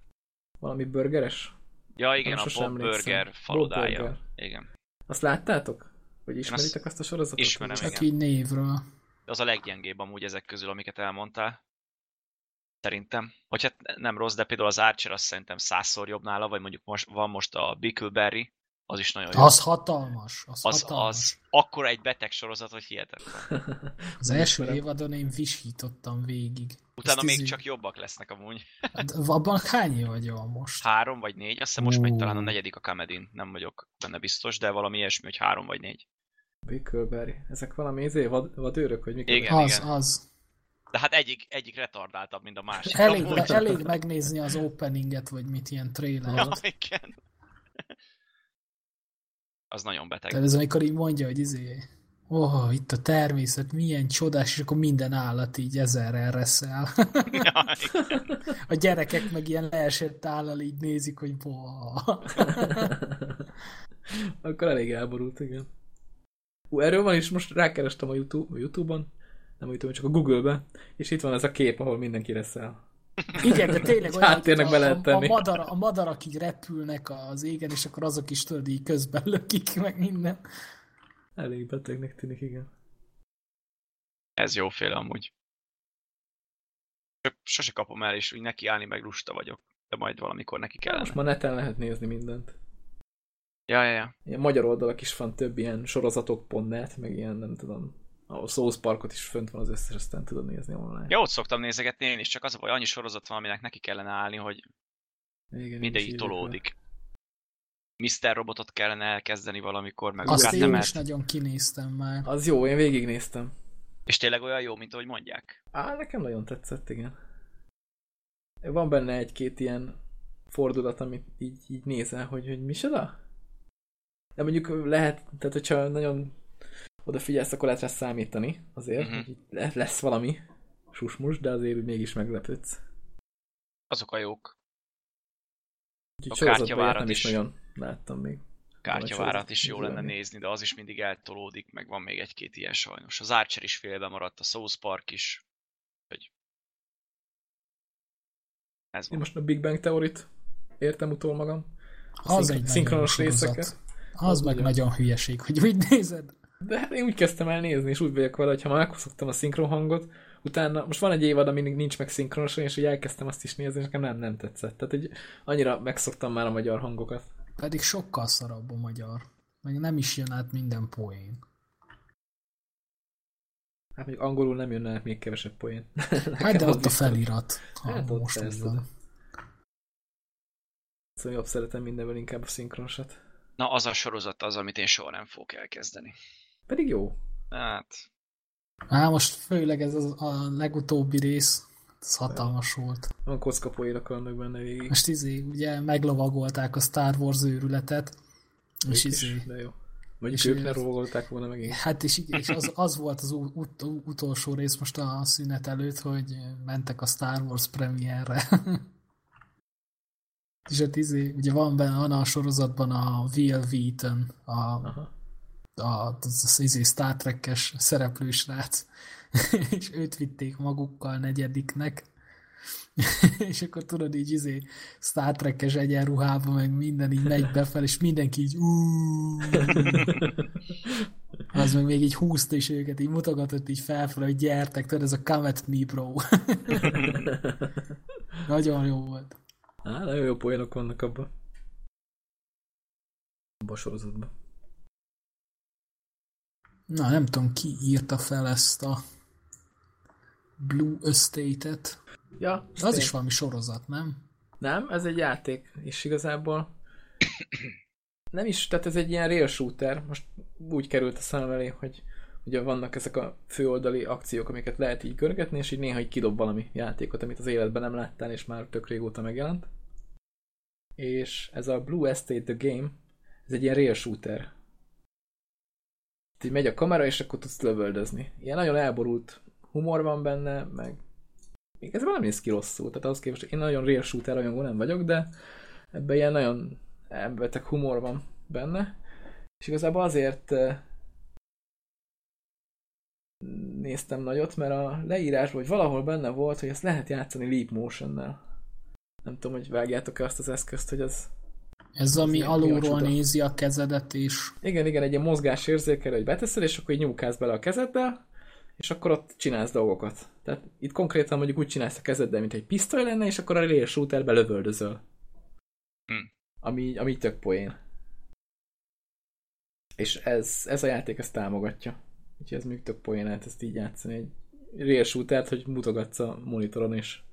Speaker 1: valami burgeres.
Speaker 3: Ja, igen,
Speaker 1: Nem
Speaker 3: a
Speaker 1: sosem
Speaker 3: Bob
Speaker 1: emlékszem.
Speaker 3: Burger
Speaker 1: Bob
Speaker 3: falodája.
Speaker 1: Burger.
Speaker 3: Igen.
Speaker 1: Azt láttátok? Vagy ismeritek azt a sorozatot?
Speaker 3: ismerem,
Speaker 1: Csak-
Speaker 2: Csak
Speaker 3: igen.
Speaker 2: így névről.
Speaker 3: Az a leggyengébb amúgy ezek közül, amiket elmondtál. Szerintem. Vagy hát nem rossz, de például az Archer azt szerintem százszor jobb nála, vagy mondjuk most, van most a Bickleberry, az is nagyon jó.
Speaker 2: Az hatalmas. Az,
Speaker 3: az,
Speaker 2: hatalmas.
Speaker 3: az akkora egy beteg sorozat, hogy hihetetlen.
Speaker 2: Az első
Speaker 1: Ismerem.
Speaker 2: évadon én visítottam végig.
Speaker 3: Utána
Speaker 2: Ezt
Speaker 3: még
Speaker 2: izé-
Speaker 3: csak jobbak lesznek amúgy.
Speaker 2: Hát, Abban hány év vagy van most?
Speaker 3: Három vagy négy, azt hiszem most megy talán a
Speaker 2: Ú.
Speaker 3: negyedik a Comedin, nem vagyok benne biztos, de valami ilyesmi, hogy három vagy négy.
Speaker 1: [laughs] Bickleberry. Ezek valami izé, vad, vadőrök, vagy mik?
Speaker 3: Igen,
Speaker 2: az,
Speaker 3: igen.
Speaker 2: az.
Speaker 3: De hát egyik, egyik retardáltabb, mint a másik.
Speaker 2: Elég,
Speaker 3: amúgy. [laughs]
Speaker 2: elég megnézni az openinget, vagy mit ilyen
Speaker 3: Ja,
Speaker 2: trailer.
Speaker 3: igen. Az nagyon beteg.
Speaker 2: Tehát ez amikor így mondja, hogy izé, oh, itt a természet milyen csodás, és akkor minden állat így ezerrel reszel.
Speaker 3: [laughs] Ja, igen.
Speaker 2: A gyerekek meg ilyen leesett állal így nézik, hogy boha.
Speaker 1: [laughs] Akkor elég elborult, igen. Ú, erről van is, most rákerestem a YouTube, a YouTube-on, nem a YouTube-on, csak a Google-be, és itt van ez a kép, ahol mindenki reszel.
Speaker 2: Igen, de tényleg olyan,
Speaker 1: Háttérnek
Speaker 2: hogy
Speaker 1: be
Speaker 2: a,
Speaker 1: Hát, lehet
Speaker 2: a, a,
Speaker 1: tenni.
Speaker 2: madara, a madarak így repülnek az égen, és akkor azok is tudod, így közben [laughs] lökik meg minden.
Speaker 1: Elég betegnek tűnik, igen.
Speaker 3: Ez jóféle amúgy. Csak Sose kapom el, és úgy neki állni meg lusta vagyok. De majd valamikor neki kellene.
Speaker 1: Most ma neten lehet nézni mindent.
Speaker 3: Ja, ja, ja.
Speaker 1: Ilyen magyar oldalak is van több ilyen sorozatok.net, meg ilyen, nem tudom, a South Parkot is fönt van az összes, aztán tudod nézni online.
Speaker 3: Ja, ott szoktam nézegetni én is, csak az a baj, annyi sorozat van, aminek neki kellene állni, hogy
Speaker 1: Igen,
Speaker 3: mindegyik
Speaker 1: így
Speaker 3: tolódik. Mr. Robotot kellene elkezdeni valamikor, meg
Speaker 2: Azt én is
Speaker 3: Gundam-et.
Speaker 2: nagyon kinéztem már.
Speaker 1: Az jó, én végignéztem.
Speaker 3: És tényleg olyan jó, mint ahogy mondják.
Speaker 1: Á, nekem nagyon tetszett, igen. Van benne egy-két ilyen fordulat, amit így, így nézel, hogy, hogy micsoda? De mondjuk lehet, tehát hogyha nagyon odafigyelsz, akkor lehet rá számítani azért,
Speaker 3: Mhm.
Speaker 1: hogy itt le- lesz valami susmus, de azért úgy mégis meglepődsz.
Speaker 3: Azok a jók.
Speaker 1: Úgyhogy
Speaker 3: A
Speaker 1: sorozatban ilyet
Speaker 3: kártyavárat
Speaker 1: nem is,
Speaker 3: is.
Speaker 1: nagyon láttam még.
Speaker 3: Kártyavárat is jó
Speaker 1: sorozat,
Speaker 3: lenne
Speaker 1: igen.
Speaker 3: nézni, de az is mindig eltolódik, meg van még egy-két ilyen sajnos. Az Archer is félbe maradt, a South Park is. Hogy... Ez
Speaker 1: Én
Speaker 3: van.
Speaker 1: most a Big Bang Theorit értem utol magam. A
Speaker 2: Az
Speaker 1: szinkro-
Speaker 2: egy
Speaker 1: szinkronos
Speaker 2: nagyon jó sorozat.
Speaker 1: részeket.
Speaker 2: Az,
Speaker 1: Az
Speaker 2: meg
Speaker 1: ugye.
Speaker 2: nagyon hülyeség, hogy úgy nézed.
Speaker 1: De hát én úgy kezdtem el nézni, és úgy vagyok vele, hogy ha már megszoktam a szinkron hangot, utána most van egy évad, ami nincs meg szinkronosan, és így elkezdtem azt is nézni, és nekem nem, nem tetszett. Tehát egy, annyira megszoktam már a magyar hangokat.
Speaker 2: Pedig sokkal szarabb a magyar. Meg nem is jön át minden poén.
Speaker 1: Hát mondjuk angolul nem jönne át még kevesebb poén. [laughs]
Speaker 2: Hát de
Speaker 1: az
Speaker 2: ott a
Speaker 1: biztos.
Speaker 2: felirat, ha
Speaker 1: Hát ott
Speaker 2: most úgy
Speaker 1: persze,
Speaker 2: van.
Speaker 1: Szóval jobb szeretem mindenből inkább a szinkronosat.
Speaker 3: Na, az a sorozat az, amit én soha nem fogok elkezdeni.
Speaker 1: Pedig jó.
Speaker 3: Hát,
Speaker 2: Á, most főleg ez az, a legutóbbi rész, ez hatalmas volt.
Speaker 1: Van kocka poénok vannak benne végig.
Speaker 2: Most izé, ugye meglovagolták a Star Wars őrületet,
Speaker 1: Mégis,
Speaker 2: és izé,
Speaker 1: De jó. Mondjuk
Speaker 2: és
Speaker 1: ők
Speaker 2: ilyen-
Speaker 1: ne rovagolták volna meg
Speaker 2: [laughs]
Speaker 1: én.
Speaker 2: Hát és, igen, és az, az volt az ut- ut- utolsó rész most a szünet előtt, hogy mentek a Star Wars premierre. [laughs] és hát izé, ugye van benne van a sorozatban a Will Wheaton, a, a,
Speaker 1: Aha.
Speaker 2: a, az, az izé Star Trek-es szereplősrác, [laughs] és őt vitték magukkal negyediknek, [laughs] és akkor tudod így izé Star Trek-es egyenruhába, meg minden így megy befel, és mindenki így "Ú". Az meg még így húzta is őket, így mutogatott így felfelé, hogy gyertek, tudod, ez a Comet Me Bro. [laughs]
Speaker 1: [laughs]
Speaker 2: Nagyon jó volt.
Speaker 1: Á, nagyon jó poénok vannak abban. Abban a sorozatban.
Speaker 2: Na, nem tudom, ki írta fel ezt a Blue Estate-et.
Speaker 1: Ja,
Speaker 2: Az
Speaker 1: szép.
Speaker 2: is valami sorozat, nem?
Speaker 1: Nem, ez egy játék, és igazából nem is, tehát ez egy ilyen rail shooter, most úgy került a szám elé, hogy ugye vannak ezek a főoldali akciók, amiket lehet így görgetni, és így néha így kidob valami játékot, amit az életben nem láttál, és már tök régóta megjelent. És ez a Blue Estate The Game, ez egy ilyen rail shooter. Itt így megy a kamera, és akkor tudsz lövöldözni. Ilyen nagyon elborult humor van benne, meg még ez nem néz ki rosszul, tehát ahhoz képest én nagyon real shooter rajongó nem vagyok, de ebben ilyen nagyon beteg humor van benne, és igazából azért eh, néztem nagyot, mert a leírásban, hogy valahol benne volt, hogy ezt lehet játszani leap motion-nel. Nem tudom, hogy vágjátok azt az eszközt, hogy az...
Speaker 2: Ez, ami alulról a nézi a kezedet is.
Speaker 1: Igen, igen, egy ilyen mozgásérzékelő, hogy beteszel, és akkor így nyúlkálsz bele a kezeddel, és akkor ott csinálsz dolgokat. Tehát itt konkrétan mondjuk úgy csinálsz a kezeddel, mint egy pisztoly lenne, és akkor a rail shooterbe lövöldözöl.
Speaker 3: Hm.
Speaker 1: Ami, ami tök poén. És ez, ez a játék ezt támogatja. Úgyhogy ez még tök poén lehet ezt így játszani. Egy rail shootert, hogy mutogatsz a monitoron is.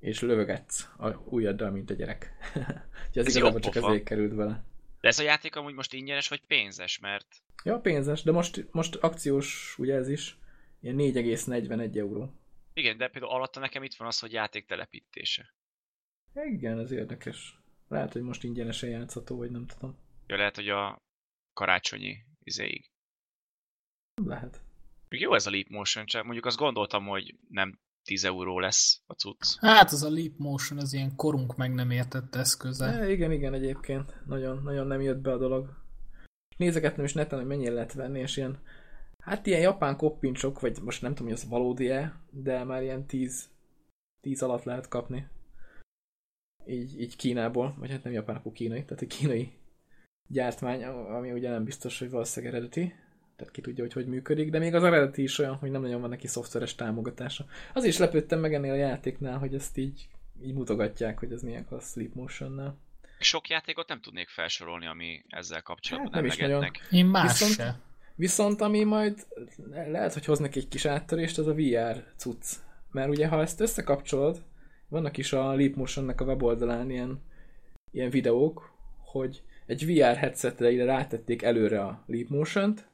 Speaker 1: És lövögetsz a ujjaddal, mint a gyerek. [laughs] Úgyhogy ez,
Speaker 3: Ez
Speaker 1: ez
Speaker 3: jó
Speaker 1: igazából csak
Speaker 3: pofa.
Speaker 1: ezért került bele.
Speaker 3: De ez a játék amúgy most ingyenes vagy pénzes, mert
Speaker 1: Ja, pénzes, de most, most akciós, ugye ez is. Ilyen 4,41 euró.
Speaker 3: igen, de például alatta nekem itt van az, hogy játék telepítése.
Speaker 1: Igen, ez érdekes. Lehet, hogy most ingyenesen játszható, vagy nem tudom.
Speaker 3: Ja, lehet, hogy a karácsonyi izéig.
Speaker 1: Lehet.
Speaker 3: Még jó ez a Leap Motion, csak mondjuk azt gondoltam, hogy nem 10 euró lesz a cucc.
Speaker 2: Hát az a leap motion, az ilyen korunk meg nem értett eszköze.
Speaker 1: E, igen, igen, egyébként. Nagyon, nagyon nem jött be a dolog. Nézegettem is neten, hogy mennyire lehet venni, és ilyen, hát ilyen japán koppincsok, vagy most nem tudom, hogy az valódi-e, de már ilyen 10, 10 alatt lehet kapni. Így, így Kínából, vagy hát nem japán, akkor kínai, tehát egy kínai gyártmány, ami ugye nem biztos, hogy valószínűleg eredeti, tehát ki tudja, hogy hogy működik, de még az eredeti is olyan, hogy nem nagyon van neki szoftveres támogatása. Az is lepődtem meg ennél a játéknál, hogy ezt így, így mutogatják, hogy ez milyen a Sleep Motion-nál.
Speaker 3: Sok játékot nem tudnék felsorolni, ami ezzel kapcsolatban
Speaker 1: Hát
Speaker 3: hát,
Speaker 1: nem
Speaker 3: nem
Speaker 1: is nagyon.
Speaker 3: emlegetnek.
Speaker 2: Én más
Speaker 1: Viszont-
Speaker 2: se.
Speaker 1: Viszont ami majd le- lehet, hogy hoznak egy kis áttörést, az a VR cucc. Mert ugye, ha ezt összekapcsolod, vannak is a Leap Motion-nek a weboldalán ilyen, ilyen videók, hogy egy VR headsetre ide rátették előre a Leap Motion-t,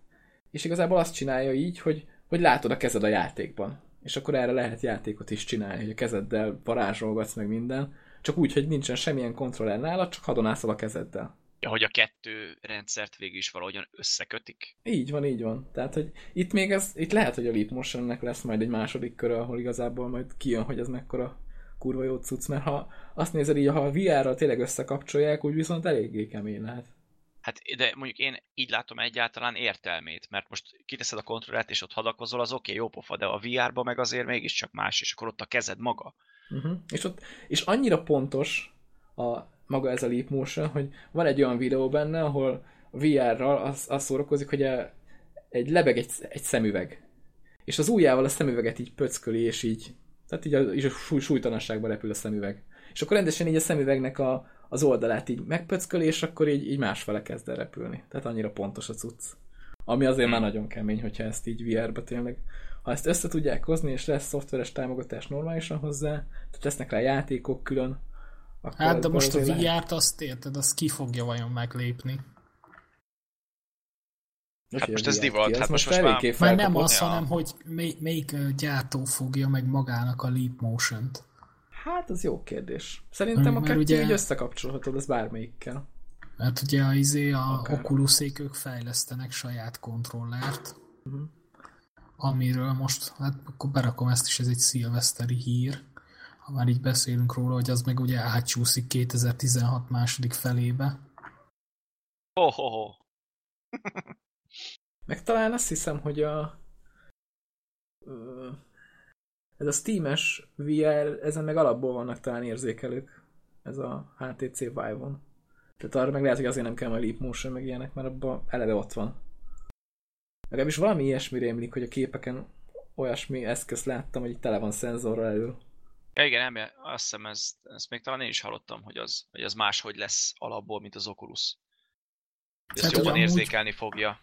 Speaker 1: és igazából azt csinálja így, hogy, hogy látod a kezed a játékban. És akkor erre lehet játékot is csinálni, hogy a kezeddel varázsolgatsz meg minden, csak úgy, hogy nincsen semmilyen kontroller nálad, csak hadonászol a kezeddel.
Speaker 3: Ja, hogy a kettő rendszert végül is valahogyan összekötik.
Speaker 1: Így van, így van. Tehát, hogy itt még ez, itt lehet, hogy a Leap Motionnek lesz majd egy második köre, ahol igazából majd kijön, hogy ez mekkora kurva jó cucc, mert ha azt nézed így, ha a VR-ral tényleg összekapcsolják, úgy viszont eléggé kemény lehet.
Speaker 3: Hát, de mondjuk én így látom egyáltalán értelmét, mert most kiteszed a kontrollát, és ott hadakozol, az oké, okay, jó pofa, de a VR-ba meg azért mégiscsak más, és akkor ott a kezed maga.
Speaker 1: Uh-huh. És, ott, és annyira pontos a, maga ez a Leap Motion, hogy van egy olyan videó benne, ahol a VR-ral az, az szórakozik, hogy a, egy lebeg egy, egy szemüveg. És az ujjával a szemüveget így pöcköli, és így, tehát így a, így a súly, súlytalanságba repül a szemüveg. És akkor rendesen így a szemüvegnek a, az oldalát így megpöcköli, és akkor így, így másfele kezd el repülni. Tehát annyira pontos a cucc. Ami azért már nagyon kemény, hogyha ezt így VR-ba tényleg ha ezt össze tudják hozni, és lesz szoftveres támogatás normálisan hozzá, tehát lesznek rá játékok külön, akkor
Speaker 2: Hát de
Speaker 1: akkor
Speaker 2: most a
Speaker 1: azért lehet.
Speaker 2: VR-t azt érted, azt ki fogja vajon meglépni?
Speaker 1: Most
Speaker 3: Hát
Speaker 1: ilyen
Speaker 3: most ez
Speaker 1: VR
Speaker 3: divat,
Speaker 1: ki, ez
Speaker 3: hát most-
Speaker 1: most
Speaker 3: most már-
Speaker 1: elég
Speaker 2: Már nem az,
Speaker 3: Ja.
Speaker 2: hanem hogy mely, melyik ö, gyártó fogja meg magának a leap motion-t.
Speaker 1: Hát az jó kérdés. Szerintem a
Speaker 2: Mert
Speaker 1: kettő
Speaker 2: ugye-
Speaker 1: így összekapcsolhatod, az bármelyikkel.
Speaker 2: Mert ugye a, izé, a
Speaker 1: Akár.
Speaker 2: Oculusék ők fejlesztenek saját kontrollert,
Speaker 1: Mhm.
Speaker 2: amiről most, hát akkor berakom ezt is, ez egy szilveszteri hír, ha már így beszélünk róla, hogy az meg ugye átcsúszik 2016 második felébe.
Speaker 3: Ho, ho, ho.
Speaker 1: Meg talán azt hiszem, hogy a ö, ez a Steam-es VR, ezen meg alapból vannak talán érzékelők. Ez a HTC Vive-on. Tehát arra meg lehet, hogy azért nem kell majd Leap Motion, meg ilyenek, mert abban eleve ott van. Legalábbis valami ilyesmi rémlik, hogy a képeken olyasmi eszközt láttam, hogy itt tele van szenzorral elő.
Speaker 3: Ja, igen, elmé- azt hiszem, ez, ezt még talán én is hallottam, hogy az, hogy az máshogy lesz alapból, mint az Oculus. Ezt
Speaker 2: Hát,
Speaker 3: hát,
Speaker 2: hogy
Speaker 3: jobban
Speaker 2: amúgy-
Speaker 3: érzékelni fogja.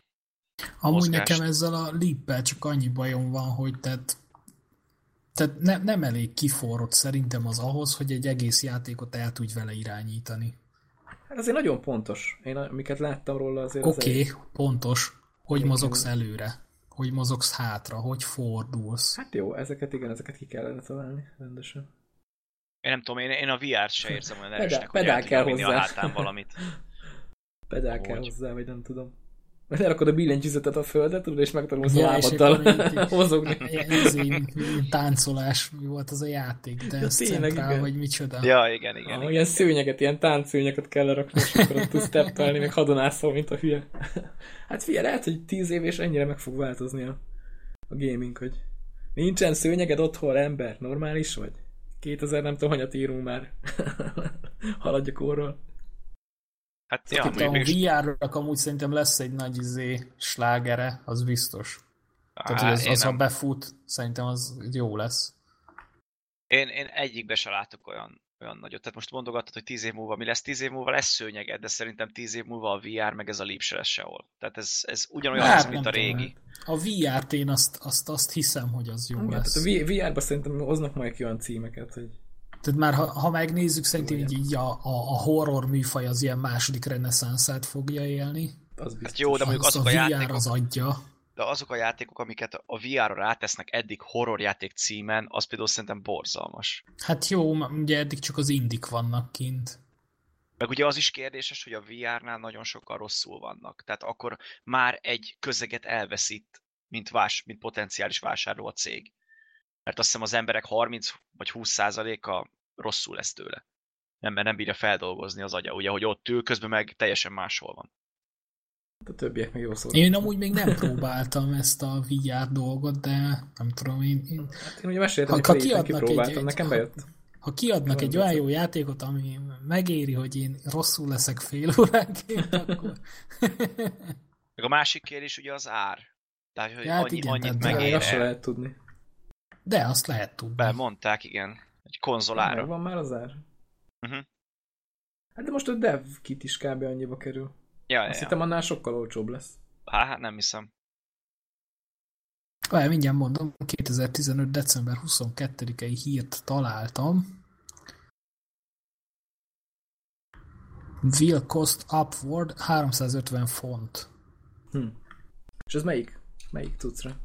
Speaker 2: Amúgy
Speaker 3: mozgást.
Speaker 2: nekem ezzel a lippel csak annyi bajom van, hogy tehát, tehát ne, nem elég kiforrott szerintem az ahhoz, hogy egy egész játékot el tudj vele irányítani.
Speaker 1: Hát azért nagyon pontos. Én amiket láttam róla azért az
Speaker 2: Oké,
Speaker 1: elég-
Speaker 2: okay, pontos. Hogy
Speaker 1: Igen.
Speaker 2: mozogsz előre? Hogy mozogsz hátra? Hogy fordulsz?
Speaker 1: Hát jó, ezeket igen, ezeket ki kellene találni rendesen.
Speaker 3: Én nem tudom, én, én a VR-t se érzem olyan
Speaker 1: Pedál-
Speaker 3: erősnek, hogy
Speaker 1: pedál
Speaker 3: el tudjam
Speaker 1: kell
Speaker 3: vinni a
Speaker 1: hozzá.
Speaker 3: hátán
Speaker 2: [laughs]
Speaker 3: valamit.
Speaker 1: Pedál kell
Speaker 3: Hogy?
Speaker 1: hozzá, vagy nem tudom. Vagy elrakod a billentyűzetet a földet, tudod, és megtanulsz
Speaker 2: Ja,
Speaker 1: a
Speaker 2: és akkor így-
Speaker 1: lábaddal
Speaker 2: így-
Speaker 1: [laughs] mozogni.
Speaker 2: Ez ilyen ilyen táncolás mi volt az a játék, de
Speaker 1: Ja,
Speaker 2: ez
Speaker 1: tényleg,
Speaker 2: centrál,
Speaker 1: igen.
Speaker 2: vagy micsoda.
Speaker 3: Ja, igen, igen.
Speaker 1: Ah,
Speaker 3: igen.
Speaker 1: ilyen szőnyeget, ilyen táncszőnyeget kell lerakni, és akkor ott tudsz teppelni, [laughs] meg hadonászol, mint a hülye. Hát figyelj, lehet, hogy tíz év és ennyire meg fog változni a a gaming, hogy nincsen szőnyeged otthon, ember, normális vagy? 2000 nem tudom, hanyat írunk már. [laughs] Haladjak orról.
Speaker 3: Hát,
Speaker 2: Ja,
Speaker 3: ja,
Speaker 2: Itt a
Speaker 3: mondjuk mégis...
Speaker 2: VR-nak amúgy szerintem lesz egy nagy izé slágere, az biztos. Tehát,
Speaker 3: Á,
Speaker 2: hogy az,
Speaker 3: én
Speaker 2: az ha
Speaker 3: nem.
Speaker 2: befut, szerintem az jó lesz.
Speaker 3: Én, én egyikbe se látok olyan, olyan nagyot. Tehát most mondogattad, hogy tíz év múlva mi lesz. Tíz év múlva lesz szőnyeged, de szerintem tíz év múlva a VR meg ez a leap se lesz sehol. Tehát ez, ez ugyanolyan
Speaker 2: Hát,
Speaker 3: lesz, mint a
Speaker 2: nem tudom.
Speaker 3: régi.
Speaker 2: A VR-t én azt, azt, azt hiszem, hogy az jó
Speaker 1: Igen,
Speaker 2: lesz.
Speaker 1: tehát Hát, a V- VR-ba szerintem hoznak majd ki olyan címeket, hogy
Speaker 2: Tehát már ha, ha megnézzük, szerintem
Speaker 1: Igen.
Speaker 2: így, így a, a, a horror műfaj az ilyen második reneszánszát fogja élni.
Speaker 1: az biztos.
Speaker 3: Hát jó, de mondjuk
Speaker 2: az
Speaker 3: azok a,
Speaker 2: VR
Speaker 3: játékok,
Speaker 2: az adja.
Speaker 3: de azok a játékok, amiket a VR-ra rátesznek eddig horrorjáték címen, az például szerintem borzalmas.
Speaker 2: Hát jó, m- ugye eddig csak az indik vannak kint.
Speaker 3: Meg ugye az is kérdéses, hogy a VR-nál nagyon sokkal rosszul vannak. Tehát akkor már egy közeget elveszít, mint, vás, mint potenciális vásárló a cég. Mert azt hiszem az emberek 30 vagy 20 százaléka rosszul lesz tőle. Nem, mert nem bírja feldolgozni az agya, ugye, hogy ott ül, közben meg teljesen máshol van.
Speaker 1: A többiek meg jó szót.
Speaker 2: Én amúgy még nem próbáltam ezt a VR dolgot, de nem tudom, én, én
Speaker 1: Hát én ugye meséltem,
Speaker 2: Ha-
Speaker 1: hogy
Speaker 2: ha
Speaker 1: Prey-t én
Speaker 2: kiadnak
Speaker 1: kipróbáltam,
Speaker 2: egy-
Speaker 1: nekem bejött.
Speaker 2: ha kiadnak egy olyan jó játékot, ami megéri, hogy én rosszul leszek fél óránként, akkor...
Speaker 3: Meg a másik kérdés ugye az ár. Tehát, hogy
Speaker 2: Ja, hát
Speaker 3: annyi,
Speaker 2: igen,
Speaker 3: annyit
Speaker 2: tehát
Speaker 1: Meg azt se
Speaker 3: megér.
Speaker 1: lehet tudni.
Speaker 2: De azt lehet tudni.
Speaker 3: Bemondták, igen. Egy konzolára.
Speaker 1: Megvan már az ár?
Speaker 3: Mhm.
Speaker 1: Hát de most a dev kit is kb. annyiba kerül.
Speaker 3: Ja, ja,
Speaker 1: Azt
Speaker 3: ja.
Speaker 1: hittem annál sokkal olcsóbb lesz.
Speaker 3: Há, hát nem hiszem.
Speaker 2: Várj, mindjárt mondom, 2015. december 22-i hírt találtam. Will cost upward 350 font.
Speaker 1: Hm. És ez melyik? Melyik cuccra?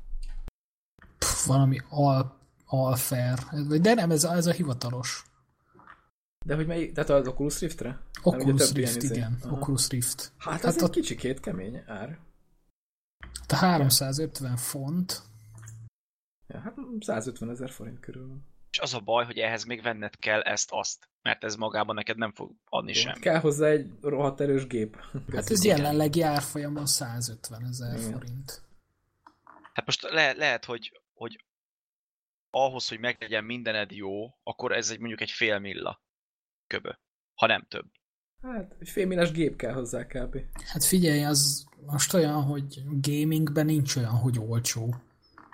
Speaker 2: Pff, valami al, alfer. De nem, ez a, ez a hivatalos.
Speaker 1: De hogy melyik? Tehát az Oculus Riftre? ugye
Speaker 2: Oculus
Speaker 1: több ilyen
Speaker 2: Rift,
Speaker 1: izé.
Speaker 2: igen.
Speaker 1: Aha.
Speaker 2: Oculus Rift.
Speaker 1: Hát,
Speaker 2: Hát
Speaker 1: az egy
Speaker 2: ott-
Speaker 1: kicsikét kemény ár.
Speaker 2: Hát A 350 font.
Speaker 1: Ja, hát 150 ezer forint körül van.
Speaker 3: És az a baj, hogy ehhez még venned kell ezt-azt, mert ez magában neked nem fog adni
Speaker 1: Jó,
Speaker 3: sem.
Speaker 1: Kell hozzá egy rohadt erős gép.
Speaker 2: Hát ez
Speaker 1: Igen.
Speaker 2: jelenleg járfolyamon 150 ezer
Speaker 1: Igen.
Speaker 2: forint.
Speaker 3: Hát most le- lehet, hogy, hogy ahhoz, hogy meglegyen mindened jó, akkor ez egy mondjuk egy fél milla köbö, ha nem több.
Speaker 1: Hát egy félmilles gép kell hozzá kb.
Speaker 2: Hát figyelj, az most olyan, hogy gamingben nincs olyan, hogy olcsó.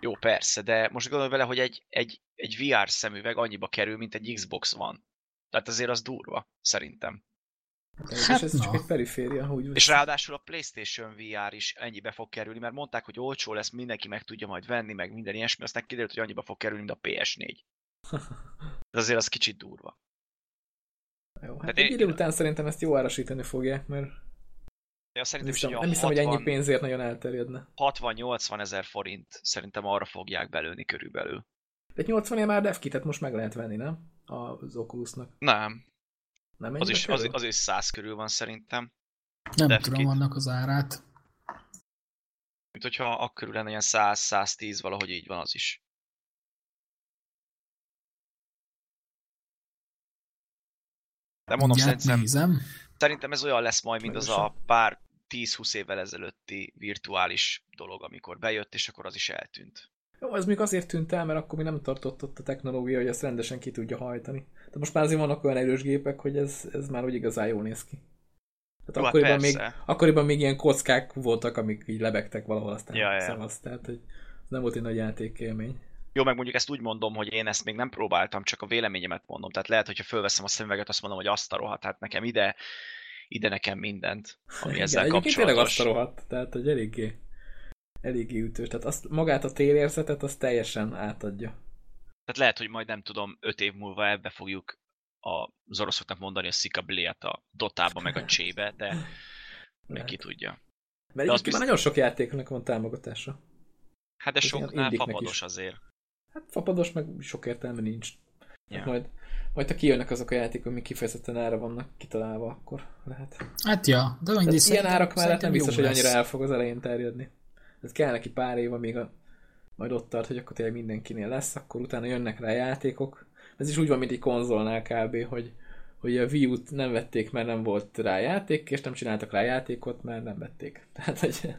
Speaker 3: Jó, persze, de most gondolj vele, hogy egy, egy, egy VR szemüveg annyiba kerül, mint egy Xbox van. Tehát azért az durva, szerintem.
Speaker 1: Hát és ez
Speaker 2: na.
Speaker 1: csak egy periféria, ha úgy
Speaker 3: És ráadásul a PlayStation VR is ennyibe fog kerülni, mert mondták, hogy olcsó lesz, mindenki meg tudja majd venni, meg minden ilyesmi, aztán kiderült, hogy annyiba fog kerülni, mint a PS4. De azért az kicsit durva.
Speaker 1: Jó, hát
Speaker 3: Tehát
Speaker 1: egy
Speaker 3: én-
Speaker 1: idő után szerintem ezt jó árasítani fogják, mert
Speaker 3: Ja,
Speaker 1: nem
Speaker 3: szerintem is
Speaker 1: hiszem,
Speaker 3: egy
Speaker 1: nem hiszem hogy ennyi
Speaker 3: 60
Speaker 1: pénzért nagyon elterjedne.
Speaker 3: 60-80 ezer forint szerintem arra fogják belőni körülbelül.
Speaker 1: De 80 ér már devkitet most meg lehet venni, nem? Az Oculusnak.
Speaker 3: Nem,
Speaker 1: Nem
Speaker 3: az
Speaker 1: ennyibe
Speaker 3: is,
Speaker 1: kerül?
Speaker 3: az, az is 100 körül van szerintem.
Speaker 2: Nem
Speaker 3: De
Speaker 2: tudom
Speaker 3: kit-
Speaker 2: annak az árát.
Speaker 3: Hát Mint hogyha akkor körül lenne ilyen 100-110, valahogy így van az is. De mondom,
Speaker 2: Mindjárt
Speaker 3: szerintem,
Speaker 2: nézem.
Speaker 3: szerintem ez olyan lesz majd, mint az a
Speaker 1: Megosem.
Speaker 3: pár 10-20 évvel ezelőtti virtuális dolog, amikor bejött, és akkor az is eltűnt.
Speaker 1: Jó, ez még azért tűnt el, mert akkor mi nem tartott ott a technológia, hogy ezt rendesen ki tudja hajtani. De most már azért vannak olyan erős gépek, hogy ez, ez már úgy igazán jól néz ki.
Speaker 3: Jó,
Speaker 1: Tehát
Speaker 3: hát
Speaker 1: akkoriban, még,
Speaker 3: persze.
Speaker 1: akkoriban még ilyen kockák voltak, amik így lebegtek valahol, aztán
Speaker 3: Ja, ja.
Speaker 1: szavaz, tehát hogy ez nem volt egy nagy játékélmény.
Speaker 3: Jó, meg mondjuk ezt úgy mondom, hogy én ezt még nem próbáltam, csak a véleményemet mondom. Tehát lehet, hogyha fölveszem a szemüveget, azt mondom, hogy azt a rohadt, hát nekem ide, ide nekem mindent, ami
Speaker 1: Igen,
Speaker 3: ezzel
Speaker 1: egyébként tényleg
Speaker 3: kapcsolatos.
Speaker 1: azt a rohadt, tehát hogy eléggé, eléggé ütős. Tehát azt, magát a térérzetet azt teljesen átadja.
Speaker 3: Tehát lehet, hogy majd nem tudom, öt év múlva ebbe fogjuk az oroszoknak mondani a szika bléját a dotába, meg a
Speaker 1: [laughs]
Speaker 3: csébe, de meg ki tudja.
Speaker 1: Mert
Speaker 3: De az
Speaker 1: egyébként már nagyon sok játéknak van támogatása.
Speaker 3: Hát de
Speaker 1: Ez ilyen
Speaker 3: soknál
Speaker 1: indiknek
Speaker 3: fapados
Speaker 1: is.
Speaker 3: azért.
Speaker 1: Hát fapados, meg sok értelme nincs.
Speaker 3: Ja.
Speaker 1: Hát majd, majd ha kijönnek azok a játékok, amik kifejezetten ára vannak kitalálva, akkor lehet.
Speaker 2: Hát ja, de mindig
Speaker 1: Tehát ilyen árak mellett nem
Speaker 2: szerintem
Speaker 1: biztos,
Speaker 2: jó
Speaker 1: hogy annyira
Speaker 2: lesz.
Speaker 1: el fog az elején terjedni. Ez kell neki pár év, amíg a, majd ott tart, hogy akkor tényleg mindenkinél lesz, akkor utána jönnek rá játékok. Ez is úgy van, mint egy konzolnál kb, hogy, hogy a Wii U-t nem vették, mert nem volt rá játék, és nem csináltak [laughs] rá játékot, mert nem vették. Tehát, hogy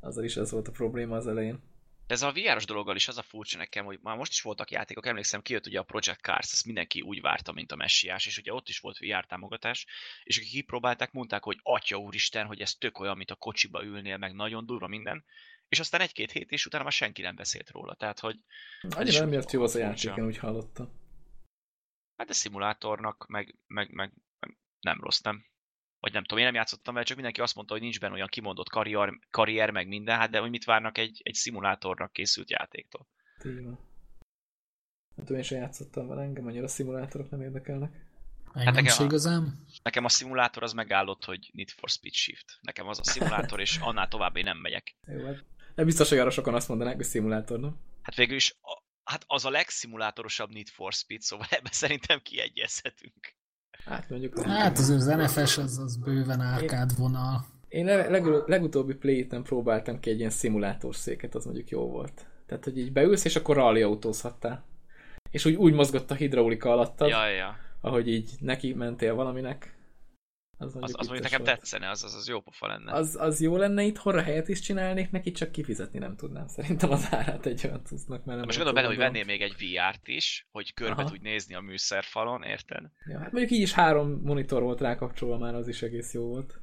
Speaker 1: azzal is ez volt a probléma az elején.
Speaker 3: De ez a VR-os dologgal is az a furcsa nekem, hogy már most is voltak játékok, emlékszem, kijött ugye a Project Cars, ezt mindenki úgy várta, mint a messiás, és ugye ott is volt VR támogatás, és akik kipróbálták, mondták, hogy atya úristen, hogy ez tök olyan, mint a kocsiba ülnél, meg nagyon durva minden, és aztán egy-két hét, és utána már senki nem beszélt róla, tehát hogy...
Speaker 1: Annyira nem miért jó az a játék, én úgy hallottam.
Speaker 3: Hát de szimulátornak, meg, meg, meg, meg nem rossz, nem? vagy nem tudom, én nem játszottam vele, csak mindenki azt mondta, hogy nincs benne olyan kimondott karrier, karrier meg minden, hát de hogy mit várnak egy, egy szimulátornak készült játéktól.
Speaker 1: Tényleg. Nem tudom, én sem játszottam vele, engem annyira a szimulátorok nem érdekelnek.
Speaker 2: Engem hát nekem, igazán.
Speaker 3: nekem a szimulátor az megállott, hogy Need for Speed Shift. Nekem az a szimulátor, és annál tovább én nem megyek.
Speaker 1: Jó, hát nem biztos, hogy arra sokan azt mondanák, hogy szimulátor, nem?
Speaker 3: Hát végül is, a, hát az a legszimulátorosabb Need for Speed, szóval ebbe szerintem kiegyezhetünk.
Speaker 1: Hát mondjuk...
Speaker 2: Hát az az NFS az, az bőven árkád vonal.
Speaker 1: Én leg, legutóbbi play nem próbáltam ki egy ilyen szimulátor széket, az mondjuk jó volt. Tehát, hogy így beülsz, és akkor rally autózhattál. És úgy, úgy mozgott a hidraulika alattad,
Speaker 3: ja, ja.
Speaker 1: ahogy így neki mentél valaminek.
Speaker 3: Az mondjuk, az, az mondjuk nekem volt. tetszene, az, az, az jó pofa lenne.
Speaker 1: Az, az jó lenne itthonra helyet is csinálnék, neki csak kifizetni nem tudnám. Szerintem az árát egy olyan tudnak, mert nem
Speaker 3: Most gondolom bele, hogy vennél még egy VR-t is, hogy körbe tudj nézni a műszerfalon, érted?
Speaker 1: Ja, hát mondjuk így is három monitor volt rákapcsolva már, az is egész jó volt.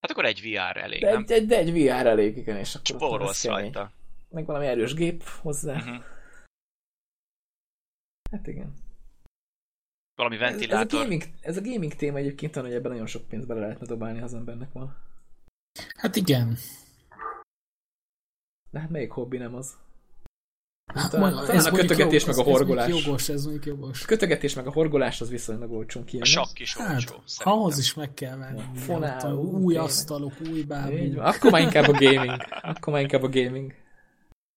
Speaker 3: Hát akkor egy VR elég,
Speaker 1: de
Speaker 3: nem?
Speaker 1: Egy, egy, de egy VR elég, igen, és akkor
Speaker 3: Spórolsz rajta. Mhm.
Speaker 1: Meg valami erős gép hozzá. Uh-huh. Hát igen
Speaker 3: valami ventilátor.
Speaker 1: Ez, ez, a gaming, ez a gaming téma egyébként olyan, hogy ebben nagyon sok pénzt bele lehetne dobálni, ha az embernek van.
Speaker 2: Hát igen.
Speaker 1: De hát melyik hobbi nem az?
Speaker 2: Hát,
Speaker 1: talán, ma, talán a kötögetés jogos, meg a horgolás.
Speaker 2: Ez jogos, ez mondjuk jogos.
Speaker 1: A kötögetés meg a horgolás az viszonylag olcsón kijön.
Speaker 3: A sakk is olcsó. Hát,
Speaker 2: szerintem. ahhoz is meg kell venni. Ja, fonál, új gaming. asztalok, új bábú.
Speaker 1: Akkor már inkább a gaming. Akkor már inkább a gaming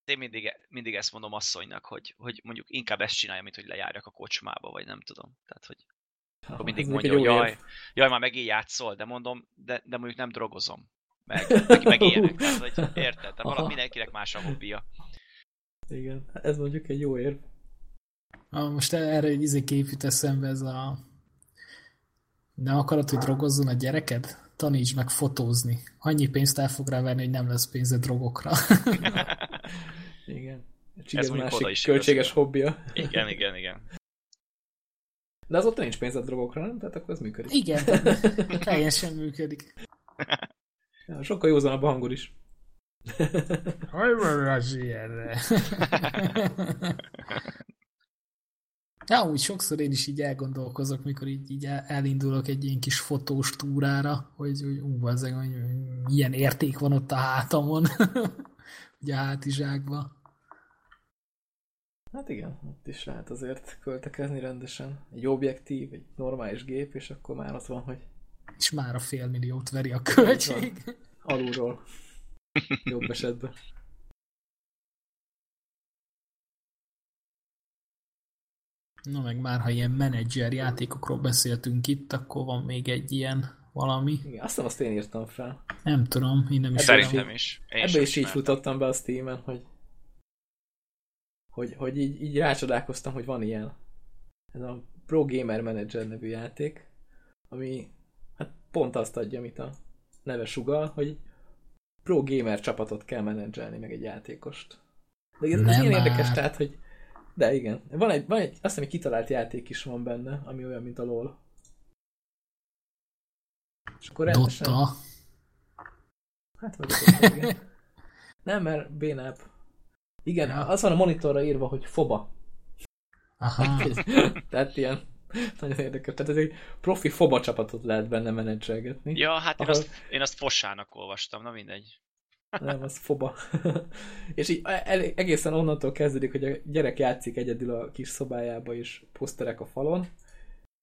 Speaker 3: én mindig, mindig ezt mondom asszonynak, hogy, hogy mondjuk inkább ezt csinálja, mint hogy lejárjak a kocsmába, vagy nem tudom. Tehát, hogy ha, akkor mindig mondja, hogy jaj, jaj, már megint játszol, de mondom, de, de mondjuk nem drogozom. Meg, meg, meg ilyenek, tehát, hogy érted? Tehát valami mindenkinek más a hobbija.
Speaker 1: Igen, ez mondjuk egy jó érv.
Speaker 2: Na, most erre egy izé képít eszembe ez a nem akarod, hogy drogozzon a gyereked? Taníts meg fotózni. Annyi pénzt el fog rá venni, hogy nem lesz pénze drogokra.
Speaker 1: Igen. Csigez Ez másik is költséges igaz. hobbija.
Speaker 3: Igen, igen, igen.
Speaker 1: De azóta nincs pénzed drogokra, nem? Tehát akkor ez működik.
Speaker 2: [laughs] Igen, teljesen működik.
Speaker 1: Ja, sokkal józanabb a hangod is.
Speaker 2: Hogy van az ilyenre? [laughs] Ja, úgy sokszor én is így elgondolkozok, mikor így, így elindulok egy ilyen kis fotós túrára, hogy, hogy ú, az hogy milyen érték van ott a hátamon, [laughs] ugye a hátizsákba.
Speaker 1: Hát igen, ott is lehet azért költekezni rendesen. Egy objektív, egy normális gép, és akkor már az van, hogy...
Speaker 2: És már a fél milliót veri a költség. [laughs]
Speaker 1: Alulról. Jobb esetben.
Speaker 2: Na meg már, ha ilyen menedzser játékokról beszéltünk itt, akkor van még egy ilyen valami.
Speaker 1: Igen, azt azt én írtam fel.
Speaker 2: Nem tudom, én nem is
Speaker 3: Szerintem is.
Speaker 1: Én Ebbe is így futottam be a Steam-en, hogy, hogy, hogy így, így rácsodálkoztam, hogy van ilyen. Ez a Pro Gamer Manager nevű játék, ami hát pont azt adja, amit a neve sugal, hogy Pro Gamer csapatot kell menedzselni, meg egy játékost. De ez, ez ilyen érdekes, tehát, hogy de igen. Van egy, van egy, azt hiszem egy kitalált játék is van benne, ami olyan, mint a LOL.
Speaker 2: És akkor rendesen... Dotta.
Speaker 1: Hát vagy Dotta, igen. Nem, mert bénáp. Igen, ja. az van a monitorra írva, hogy FOBA.
Speaker 2: Aha.
Speaker 1: Tehát ilyen [laughs] nagyon érdekes. Tehát ez egy profi FOBA csapatot lehet benne menedzselgetni.
Speaker 3: Ja, hát ahol... én, azt, én azt fosának olvastam, na mindegy.
Speaker 1: Nem, az foba. [laughs] és így e, egészen onnantól kezdődik, hogy a gyerek játszik egyedül a kis szobájába, és poszterek a falon,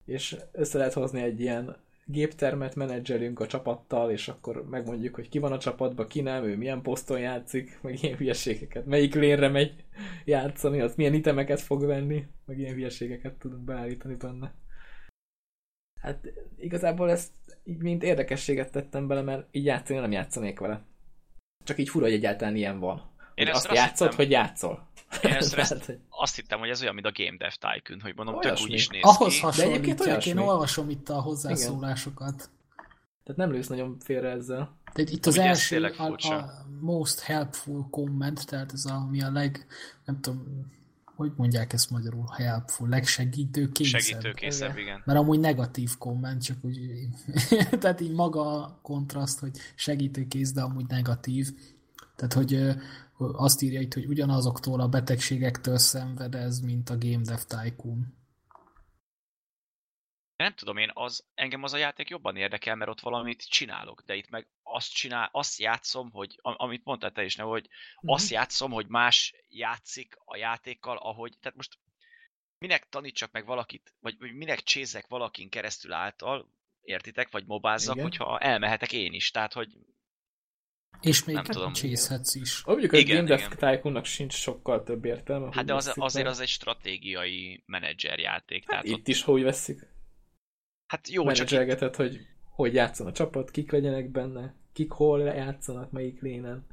Speaker 1: és össze lehet hozni egy ilyen géptermet, menedzselünk a csapattal, és akkor megmondjuk, hogy ki van a csapatban, ki nem, ő milyen poszton játszik, meg ilyen hülyeségeket, melyik lénre megy játszani, az milyen itemeket fog venni, meg ilyen hülyeségeket tudunk beállítani benne. Hát igazából ezt így mint érdekességet tettem bele, mert így játszani nem játszanék vele csak így fura, hogy egyáltalán ilyen van. Én hogy azt, azt játszod, hittem, hogy játszol.
Speaker 3: Én ezt,
Speaker 1: [laughs]
Speaker 3: ezt, azt hittem, hogy ez olyan, mint a Game Dev Tycoon, hogy mondom, Olyasmi. tök úgy is néz
Speaker 2: Ahhoz
Speaker 3: ki.
Speaker 2: hasonlítják, én olvasom itt a hozzászólásokat. Igen.
Speaker 1: Tehát nem lősz nagyon félre ezzel.
Speaker 2: Tehát itt az
Speaker 3: Ugye ez
Speaker 2: első
Speaker 3: tényleg
Speaker 2: a,
Speaker 3: furcsa.
Speaker 2: a most helpful comment, tehát ez a, ami a leg, nem tudom, hogy mondják ezt magyarul, helpful, legsegítő kényszer.
Speaker 3: Segítőkészebb,
Speaker 1: Igen.
Speaker 3: igen.
Speaker 2: Mert amúgy negatív komment, csak úgy, [laughs] tehát így maga a kontraszt, hogy segítőkész, de amúgy negatív. Tehát, hogy ö, azt írja itt, hogy ugyanazoktól a betegségektől szenved ez, mint a Game Dev Tycoon.
Speaker 3: Nem tudom, én az, engem az a játék jobban érdekel, mert ott valamit csinálok, de itt meg azt csinál, azt játszom, hogy, am- amit mondtál te is, nem, hogy
Speaker 1: Mhm.
Speaker 3: azt játszom, hogy más játszik a játékkal, ahogy, tehát most minek tanítsak meg valakit, vagy vagy minek csézzek valakin keresztül által, értitek, vagy mobázzak,
Speaker 1: Igen.
Speaker 3: hogyha elmehetek én is, tehát hogy
Speaker 2: És még hát
Speaker 3: Nem tudom.
Speaker 2: csészhetsz is.
Speaker 1: Ó, Mondjuk a
Speaker 3: Igen,
Speaker 1: Game Desk
Speaker 3: igen.
Speaker 1: Tycoonnak sincs sokkal több értelme.
Speaker 3: hát
Speaker 1: hogy
Speaker 3: de az,
Speaker 1: veszik
Speaker 3: azért
Speaker 1: meg.
Speaker 3: az egy stratégiai menedzser játék,
Speaker 1: Hát
Speaker 3: tehát ott,
Speaker 1: itt is, hogy veszik.
Speaker 3: hát jó, csak itt,
Speaker 1: menedzselgetett, hogy hogy játszon a csapat, kik legyenek benne, kik hol játszanak, melyik lénen.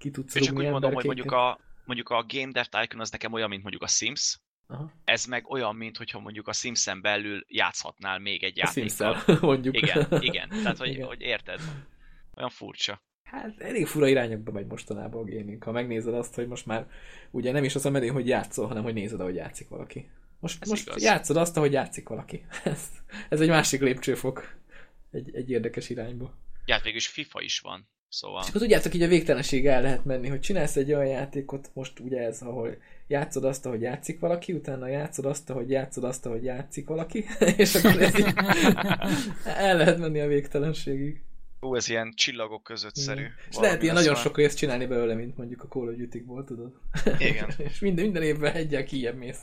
Speaker 1: Ki tudsz
Speaker 3: én csak úgy
Speaker 1: rúgni
Speaker 3: mondom, hogy mondjuk
Speaker 1: emberkéket.
Speaker 3: a, mondjuk a Game Dev Tycoon az nekem olyan, mint mondjuk a Sims,
Speaker 1: Aha.
Speaker 3: ez meg olyan, mint hogyha mondjuk a Simpson belül játszhatnál még egy
Speaker 1: A
Speaker 3: játékkal.
Speaker 1: Sims-el, [laughs] mondjuk.
Speaker 3: Igen, igen. Tehát, hogy,
Speaker 1: Igen.
Speaker 3: igen. hogy érted? Olyan furcsa.
Speaker 1: Hát elég fura irányokba megy mostanában a gaming. Ha megnézed azt, hogy most már ugye nem is az a menő, hogy játszol, hanem hogy nézed, ahogy játszik valaki. Most,
Speaker 3: Ez
Speaker 1: most
Speaker 3: igaz.
Speaker 1: játszod azt, ahogy játszik valaki. [laughs] Ez, ez egy másik lépcsőfok. Egy, egy érdekes irányba.
Speaker 3: Ja, hát végül is FIFA is van, szóval.
Speaker 1: És akkor tudjátok, így a végtelenség el lehet menni, hogy csinálsz egy olyan játékot, most ugye ez, ahol játszod azt, ahogy játszik valaki, utána játszod azt, ahogy játszod azt, ahogy játszik valaki, [laughs] és akkor ez
Speaker 3: [laughs]
Speaker 1: így el lehet menni a végtelenségig.
Speaker 3: Ó, ez ilyen csillagok között szerű.
Speaker 1: Igen. És lehet ilyen nagyon sok részt csinálni belőle, mint mondjuk a Call of duty volt, tudod?
Speaker 3: Igen.
Speaker 1: [laughs] és minden, minden évben egyel kijebb mész.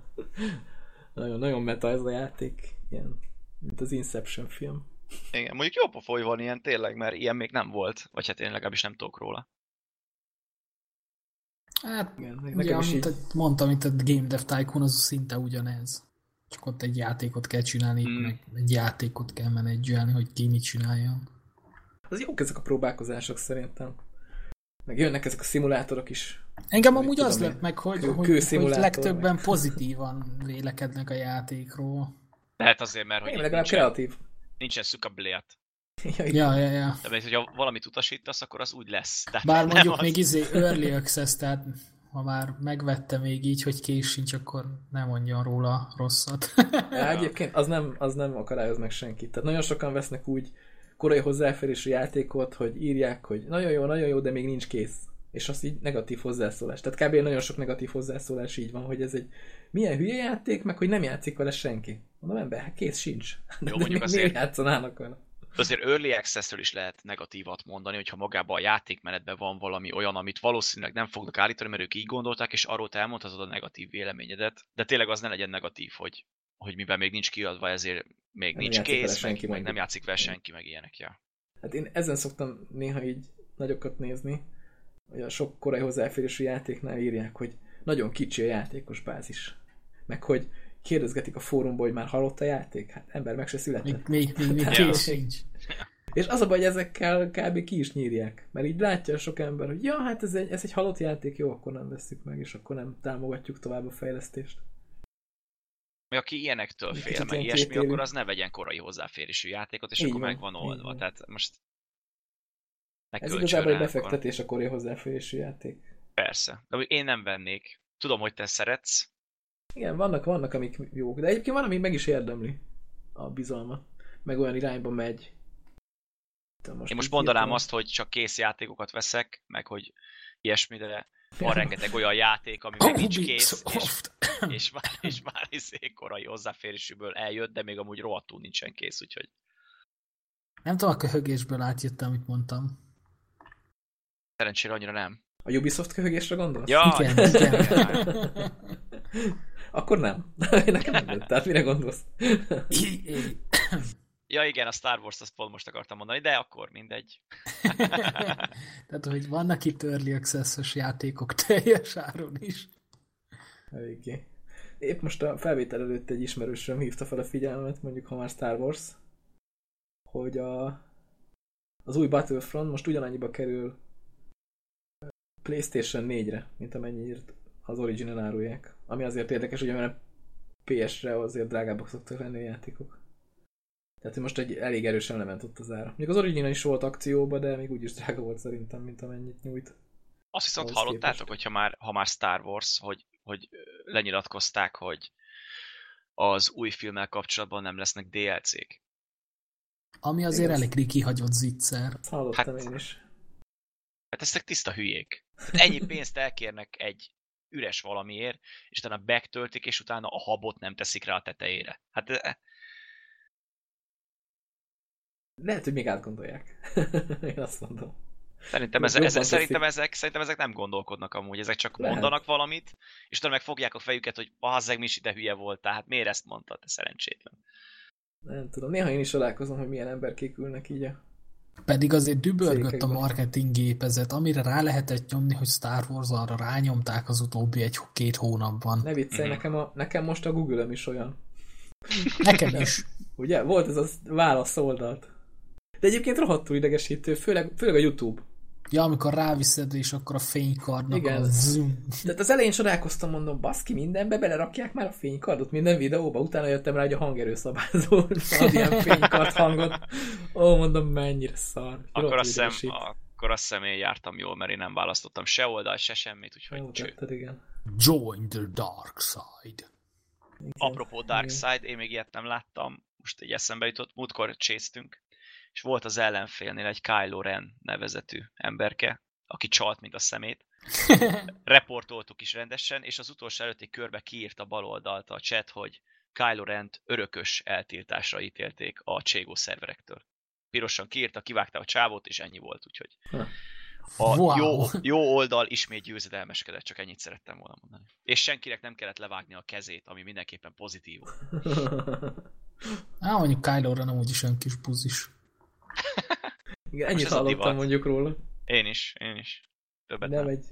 Speaker 1: [laughs] nagyon, nagyon meta ez a játék, ilyen, mint az Inception film.
Speaker 3: Igen, mondjuk jó pofoly van ilyen tényleg, mert ilyen még nem volt. Vagy hát én legalábbis nem tudok róla.
Speaker 2: Hát
Speaker 1: Igen, nekem
Speaker 2: Ugye,
Speaker 1: is
Speaker 2: amit
Speaker 1: így.
Speaker 2: így... mondtam, itt a Game Dev Tycoon az szinte ugyanez. Csak ott egy játékot kell csinálni,
Speaker 3: Mm.
Speaker 1: Hmm.
Speaker 2: mm. meg egy játékot kell menedzselni, hogy ki mit csináljon.
Speaker 1: Az jók ezek a próbálkozások szerintem. Meg jönnek ezek a szimulátorok is.
Speaker 2: Engem
Speaker 1: Vagy
Speaker 2: amúgy
Speaker 1: tudom
Speaker 2: az
Speaker 1: én,
Speaker 2: lett meg, hogy,
Speaker 1: kő-
Speaker 2: hogy, hogy
Speaker 1: kőszimulátor,
Speaker 2: legtöbben
Speaker 1: [laughs]
Speaker 2: pozitívan vélekednek a játékról.
Speaker 3: Lehet azért, mert hogy
Speaker 1: Én
Speaker 3: így
Speaker 1: legalább
Speaker 3: nincsen,
Speaker 1: kreatív.
Speaker 3: nincsen szuka blélt.
Speaker 1: Ja, igen.
Speaker 2: Ja, ja, ja.
Speaker 3: De mert, hogyha valamit utasítasz, akkor az úgy lesz. Tehát
Speaker 2: Bár
Speaker 3: nem
Speaker 2: mondjuk
Speaker 3: az-
Speaker 2: még izé early access, tehát ha már megvette még így, hogy kés sincs, akkor ne mondjon róla rosszat. [laughs]
Speaker 1: Ja, egyébként az nem, az nem akadályoz meg senkit. Tehát nagyon sokan vesznek úgy korai hozzáférésű játékot, hogy írják, hogy nagyon jó, nagyon jó, de még nincs kész. És az így negatív hozzászólás. Tehát kb. nagyon sok negatív hozzászólás így van, hogy ez egy milyen hülye játék, meg hogy nem játszik vele senki. Mondom, ember, hát kész sincs. De,
Speaker 3: Jó,
Speaker 1: de
Speaker 3: mondjuk
Speaker 1: mi-
Speaker 3: azért-
Speaker 1: miért játszanának vele?
Speaker 3: Azért early access is lehet negatívat mondani, hogyha magában a játékmenetben van valami olyan, amit valószínűleg nem fognak állítani, mert ők így gondolták, és arról te elmondhatod a negatív véleményedet, de tényleg az ne legyen negatív, hogy, hogy mivel még nincs kiadva, ezért még
Speaker 1: Nem
Speaker 3: nem nincs
Speaker 1: játszik vele
Speaker 3: kész,
Speaker 1: senki,
Speaker 3: meg, meg
Speaker 1: mondjuk.
Speaker 3: nem játszik vele senki, meg ilyenek. Ja.
Speaker 1: Hát én ezen szoktam néha így nagyokat nézni, hogy a sok korai hozzáférésű játéknál írják, hogy nagyon kicsi a játékos bázis. Meg hogy kérdezgetik a fórumból, hogy már halott a játék. Hát ember meg se
Speaker 2: Még,
Speaker 1: született.
Speaker 2: még, még, még
Speaker 3: Ja.
Speaker 2: kés sincs.
Speaker 1: És az a baj, hogy ezekkel kb. ki is nyírják. Mert így látja sok ember, hogy ja, hát ez egy, ez egy halott játék, jó, akkor nem veszük meg, és akkor nem támogatjuk tovább a fejlesztést.
Speaker 3: Mi, aki ilyenektől
Speaker 1: Egy
Speaker 3: fél,
Speaker 1: kicsit
Speaker 3: meg
Speaker 1: ilyen
Speaker 3: ilyesmi,
Speaker 1: kétélű.
Speaker 3: akkor az ne vegyen korai hozzáférésű játékot, és
Speaker 1: Így
Speaker 3: akkor
Speaker 1: van,
Speaker 3: meg van
Speaker 1: így
Speaker 3: oldva.
Speaker 1: van.
Speaker 3: Tehát most ne
Speaker 1: Ez
Speaker 3: költsön
Speaker 1: igazából egy
Speaker 3: rá akkor.
Speaker 1: befektetés a korai hozzáférésű játék.
Speaker 3: Persze. De én nem vennék. Tudom, hogy te szeretsz.
Speaker 1: Igen, vannak, vannak, amik jók, de egyébként van, ami meg is érdemli a bizalmat. Meg olyan irányba megy. Te
Speaker 3: Én most
Speaker 1: így
Speaker 3: mondanám
Speaker 1: hirtelen-
Speaker 3: azt, hogy csak kész játékokat veszek, meg hogy ilyesmi, de
Speaker 1: [laughs]
Speaker 3: van rengeteg olyan játék, ami még nincs kész, és,
Speaker 2: Ubisoft.
Speaker 3: és már, és már izé korai hozzáférésűből eljött, de még amúgy rohadtul nincsen kész, úgyhogy
Speaker 2: Nem tudom, a köhögésből átjött, amit mondtam.
Speaker 3: szerencsére annyira nem.
Speaker 1: A Ubisoft köhögésre gondolsz?
Speaker 3: Ja,
Speaker 2: Igen,
Speaker 3: ez-
Speaker 2: igen.
Speaker 1: [laughs] Akkor nem. [laughs] Nekem nem jött, tehát mire gondolsz?
Speaker 3: ja igen, a Star Wars azt pont most akartam mondani, de akkor mindegy.
Speaker 2: [laughs] Tehát, hogy vannak itt early access játékok teljes áron is.
Speaker 1: Eléggé. Épp most a felvétel előtt egy ismerősöm hívta fel a figyelmet, mondjuk ha már Star Wars, hogy a, az új Battlefront most ugyanannyiba kerül PlayStation 4-re, mint amennyit az Origin-en árulják. Ami azért érdekes, ugye mert PS-re azért drágábbak szoktak lenni a játékok. Tehát most egy elég erősen lement ott az ára. Még az original is volt akcióba, de még úgyis drága volt szerintem, mint amennyit nyújt.
Speaker 3: Azt viszont
Speaker 1: Ahhoz
Speaker 3: hallottátok, hogyha már, ha már Star Wars, hogy, hogy lenyilatkozták, hogy az új filmmel kapcsolatban nem lesznek DLC-k.
Speaker 2: Ami azért
Speaker 1: Igaz.
Speaker 2: elég kihagyott zicser.
Speaker 1: Ezt hallottam
Speaker 3: Hát-
Speaker 1: én is.
Speaker 3: Hát ezek tiszta hülyék. Tehát ennyi pénzt elkérnek egy üres valamiért, és utána megtöltik, és utána a habot nem teszik rá a tetejére. Hát eh,
Speaker 1: Lehet, hogy még átgondolják. [laughs] én azt mondom.
Speaker 3: szerintem, ez,
Speaker 1: Jobban
Speaker 3: ez,
Speaker 1: teszik.
Speaker 3: szerintem, ezek, szerintem ezek nem gondolkodnak amúgy, ezek csak
Speaker 1: Lehet.
Speaker 3: mondanak valamit, és utána megfogják a fejüket, hogy bazzeg, mi is ide hülye voltál, hát miért ezt mondtad, te szerencsétlen.
Speaker 1: Nem tudom, néha én is találkozom, hogy milyen emberkék ülnek így a...
Speaker 2: Pedig azért dübörgött a
Speaker 1: Székekben.
Speaker 2: marketing gépezet, amire rá lehetett nyomni, hogy Star Wars arra rányomták az utóbbi egy-két hónapban.
Speaker 1: Ne viccelj,
Speaker 3: Mhm.
Speaker 1: nekem, a, nekem most a Google-öm is olyan.
Speaker 2: Nekem is.
Speaker 1: Ugye? Volt ez a válasz oldalt. De egyébként rohadtul idegesítő, főleg, főleg a YouTube.
Speaker 2: Ja, amikor ráviszed, és akkor a fénykardnak
Speaker 1: Igen.
Speaker 2: a zoom.
Speaker 1: Tehát az elején csodálkoztam, mondom, baszki, mindenbe belerakják már a fénykardot minden videóba, utána jöttem rá, hogy a hangerőszabályzó [laughs] ad ilyen fénykard hangot. Ó, mondom, mennyire szar.
Speaker 3: Akkor
Speaker 1: Rohadt
Speaker 3: azt hiszem,
Speaker 1: idegesít.
Speaker 3: akkor azt hiszem én jártam jól, mert én nem választottam se oldalt, se semmit, úgyhogy
Speaker 1: Jó,
Speaker 3: cső.
Speaker 1: tetted, igen. [laughs]
Speaker 2: Join the dark side.
Speaker 3: Apropó
Speaker 1: Igen.
Speaker 3: Dark Side, én még ilyet nem láttam, most így eszembe jutott, múltkor csésztünk, és volt az ellenfélnél egy Kylo Ren nevezetű emberke, aki csalt, mint a
Speaker 1: [laughs]
Speaker 3: szemét. Reportoltuk is rendesen, és az utolsó előtti körbe kiírta baloldalt a chat, hogy Kylo Rent örökös eltiltásra ítélték a Cségó szerverektől. Pirosan kiírta, kivágta a csávót, és ennyi volt, úgyhogy a
Speaker 2: Wow.
Speaker 3: jó, jó oldal ismét győzedelmeskedett, csak ennyit szerettem volna mondani. És senkinek nem kellett levágni a kezét, ami mindenképpen pozitív.
Speaker 2: Á, mondjuk Kylo Ren amúgy is olyan kis buzis.
Speaker 1: igen
Speaker 3: Most
Speaker 1: ennyit
Speaker 3: ez a
Speaker 1: hallottam
Speaker 3: divat.
Speaker 1: mondjuk róla.
Speaker 3: Én is, én is. Többet nem.
Speaker 1: Nem egy,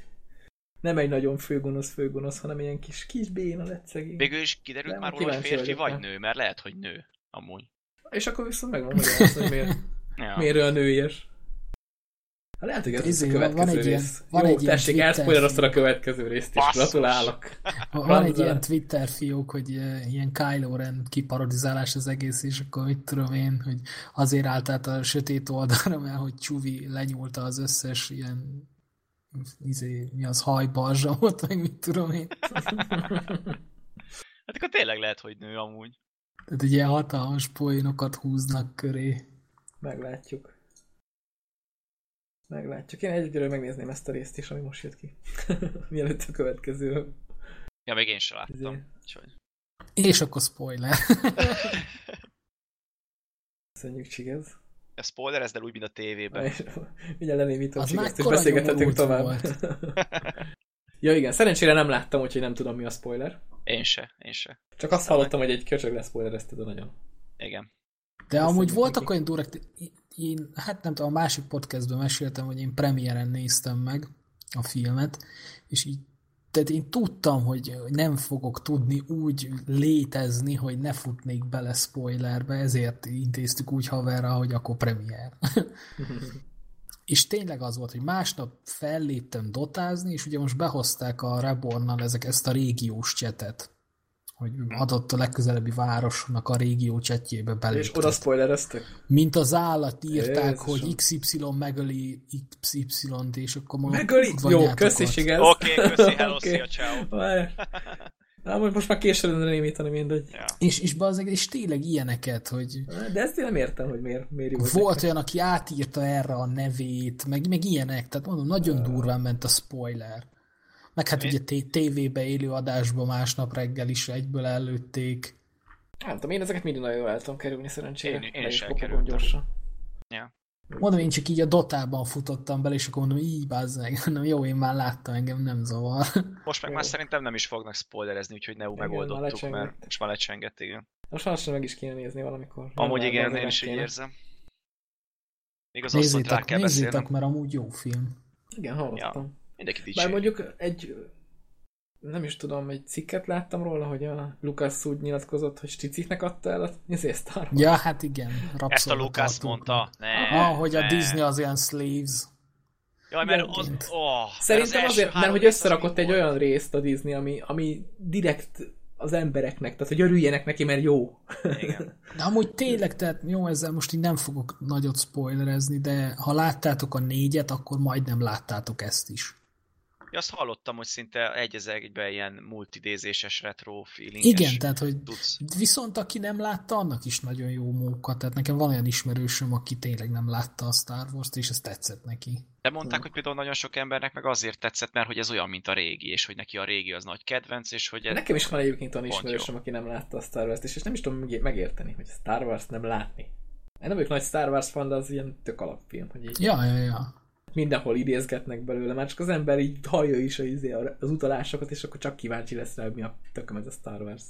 Speaker 1: nem egy nagyon főgonosz főgonosz, hanem ilyen kis, kis béna lett szegény.
Speaker 3: Végül is kiderült
Speaker 1: Nem,
Speaker 3: már róla, hogy
Speaker 1: kíváncsi
Speaker 3: férfi
Speaker 1: vagyok
Speaker 3: vagy
Speaker 1: rá.
Speaker 3: nő, mert lehet, hogy nő. Amúgy.
Speaker 1: És akkor viszont megvan magyarázni, hogy miért,
Speaker 3: [laughs] Ja.
Speaker 1: miért olyan nőies. Hát lehet, hogy ez lesz a
Speaker 2: Izé, van
Speaker 1: következő
Speaker 2: egy ilyen-
Speaker 1: rész.
Speaker 2: van
Speaker 1: Jó,
Speaker 2: egy ilyen
Speaker 1: tessék,
Speaker 2: Twitter-
Speaker 1: elspoileroztad a következő részt is.
Speaker 3: Basszus. [laughs]
Speaker 1: Gratulálok.
Speaker 2: Van
Speaker 1: Van
Speaker 2: egy
Speaker 1: vele.
Speaker 2: ilyen Twitter fiók, hogy eh, ilyen Kylo Ren kiparodizálás az egész, és akkor mit tudom én, hogy azért állt át a sötét oldalra, [laughs] mert hogy Csuvi lenyúlta az összes ilyen izé, mi az hajbarzsamot, meg mit tudom én.
Speaker 3: Hát akkor tényleg lehet, hogy nő amúgy.
Speaker 2: Tehát egy ilyen hatalmas poénokat húznak köré.
Speaker 1: Meglátjuk. Meglátjuk. Én egyedülről megnézném ezt a részt is, ami most jött ki. [laughs] Mielőtt a következő.
Speaker 3: Ja, még én sem
Speaker 1: Izé.
Speaker 3: láttam. Úgyhogy.
Speaker 2: És akkor spoiler.
Speaker 1: Köszönjük, Csigez.
Speaker 3: Ja, spoiler, ez de úgy, mint a tévében.
Speaker 1: És Mindjárt leném itt a
Speaker 2: Az
Speaker 1: Csigezt, és
Speaker 2: mekkora
Speaker 1: beszélgethetünk
Speaker 2: nyomorult
Speaker 1: tovább.
Speaker 2: volt.
Speaker 1: [laughs] ja igen, szerencsére nem láttam, úgyhogy nem tudom mi a spoiler.
Speaker 3: Én se, én se.
Speaker 1: Csak azt hallottam, hogy egy köcsög leszpoilerezted a nagyon.
Speaker 3: Igen.
Speaker 2: De
Speaker 1: Köszönjük
Speaker 2: amúgy voltak
Speaker 1: neki.
Speaker 2: olyan durák, én, hát nem tudom, a másik podcastben meséltem, hogy én premiéren néztem meg a filmet, és így, tehát én tudtam, hogy nem fogok tudni úgy létezni, hogy ne futnék bele spoilerbe, ezért intéztük úgy haverra, hogy
Speaker 1: [laughs]
Speaker 2: akkor premier. és tényleg az volt, hogy másnap felléptem dotázni, és ugye most behozták a Rebornnal ezek, ezt a régiós csetet hogy adott a legközelebbi városnak a régió csetjébe beléptet.
Speaker 1: és oda spoilereztek?
Speaker 2: Mint az állat írták,
Speaker 1: Jézusom.
Speaker 2: hogy XY megöli XY-t, és akkor mondom,
Speaker 1: Megöli?
Speaker 2: kurva
Speaker 1: Jó,
Speaker 2: anyátokat.
Speaker 1: köszi, Csigez.
Speaker 3: Oké, okay, köszi, hello,
Speaker 1: [laughs] Oké.
Speaker 3: okay. szia, ciao.
Speaker 1: Várj. Na, most- most már később lenne rémítani mindegy.
Speaker 3: Ja.
Speaker 2: És, és, bazzeg, és tényleg ilyeneket, hogy
Speaker 1: De ezt én nem értem, hogy miért, miért jó.
Speaker 2: volt olyan, aki átírta erre a nevét, meg, meg ilyenek, tehát mondom, nagyon durván ment a spoiler. Meg hát
Speaker 3: Mi?
Speaker 2: ugye té- tévébe élő adásba másnap reggel is egyből előtték.
Speaker 1: Nem tudom, én ezeket mindig nagyon el tudom kerülni szerencsére.
Speaker 3: Én- én
Speaker 1: Le
Speaker 3: is
Speaker 1: kopogom
Speaker 3: elkerültem.
Speaker 1: gyorsan.
Speaker 3: Ja.
Speaker 2: Mondom, én csak így a dotában futottam bele, és akkor mondom, így bazzeg, mondom, jó, én már láttam, engem nem zavar.
Speaker 3: Most meg
Speaker 1: Jó.
Speaker 3: már szerintem nem is fognak spoilerezni, úgyhogy ne
Speaker 1: Igen, már
Speaker 3: megoldottuk,
Speaker 1: lecsengett.
Speaker 3: mert most már lecsengett, igen.
Speaker 1: Most már sem meg is kéne nézni valamikor.
Speaker 3: Amúgy
Speaker 1: Januárban
Speaker 3: igen,
Speaker 1: azért
Speaker 3: én
Speaker 1: meg
Speaker 3: is így
Speaker 1: kéne.
Speaker 3: érzem. Igaz, azt mondta, rá
Speaker 2: Nézzétek,
Speaker 3: kell
Speaker 2: nézzétek,
Speaker 3: beszélnem.
Speaker 2: mert amúgy jó film.
Speaker 1: Igen, hallottam.
Speaker 3: Mindenki
Speaker 1: Bár
Speaker 3: dicsér.
Speaker 1: mondjuk egy, nem is tudom, egy cikket láttam róla, hogy a Lukasz úgy nyilatkozott, hogy Sticiknek adta el a nézzé, Star Wars.
Speaker 2: Ja, hát igen.
Speaker 3: Ezt a
Speaker 2: rabszolgatartóknak.
Speaker 3: Lukász mondta. Ne,
Speaker 2: Ah, hogy a
Speaker 3: ne.
Speaker 2: Disney az ilyen slaves.
Speaker 3: Jaj, mert
Speaker 2: Jogként.
Speaker 3: az... Oh,
Speaker 1: Szerintem azért, mert hogy összerakott egy olyan részt a Disney, ami, ami direkt az embereknek, tehát hogy örüljenek neki, mert jó. Hát
Speaker 3: Igen.
Speaker 2: De amúgy tényleg, tehát jó, ezzel most így nem fogok nagyot spoilerezni, de ha láttátok a négyet, akkor majdnem láttátok ezt is.
Speaker 3: Ja, azt hallottam, hogy szinte egy az egyben ilyen multidézéses retro feelinges
Speaker 2: Igen, tehát hogy
Speaker 3: tudsz.
Speaker 2: viszont aki nem látta, annak is nagyon jó munka. Tehát nekem van olyan ismerősöm, aki tényleg nem látta a Star Wars-t, és ez tetszett neki.
Speaker 3: De mondták, hogy például nagyon sok embernek meg azért tetszett, mert hogy ez olyan, mint a régi, és hogy neki a régi az nagy kedvenc, és hogy...
Speaker 1: Nekem is van egyébként olyan
Speaker 3: Pont jó.
Speaker 1: ismerősöm, aki nem látta a Star Wars-t, és és nem is tudom meg- megérteni, hogy Star Wars nem látni. Én nem vagyok nagy Star Wars fan, de az ilyen tök alapfilm, hogy így
Speaker 2: Ja, ja, ja.
Speaker 1: mindenhol idézgetnek belőle, már csak az ember így hallja is az, izé- az utalásokat, és akkor csak kíváncsi lesz rá, hogy mi a tököm ez a Star Wars.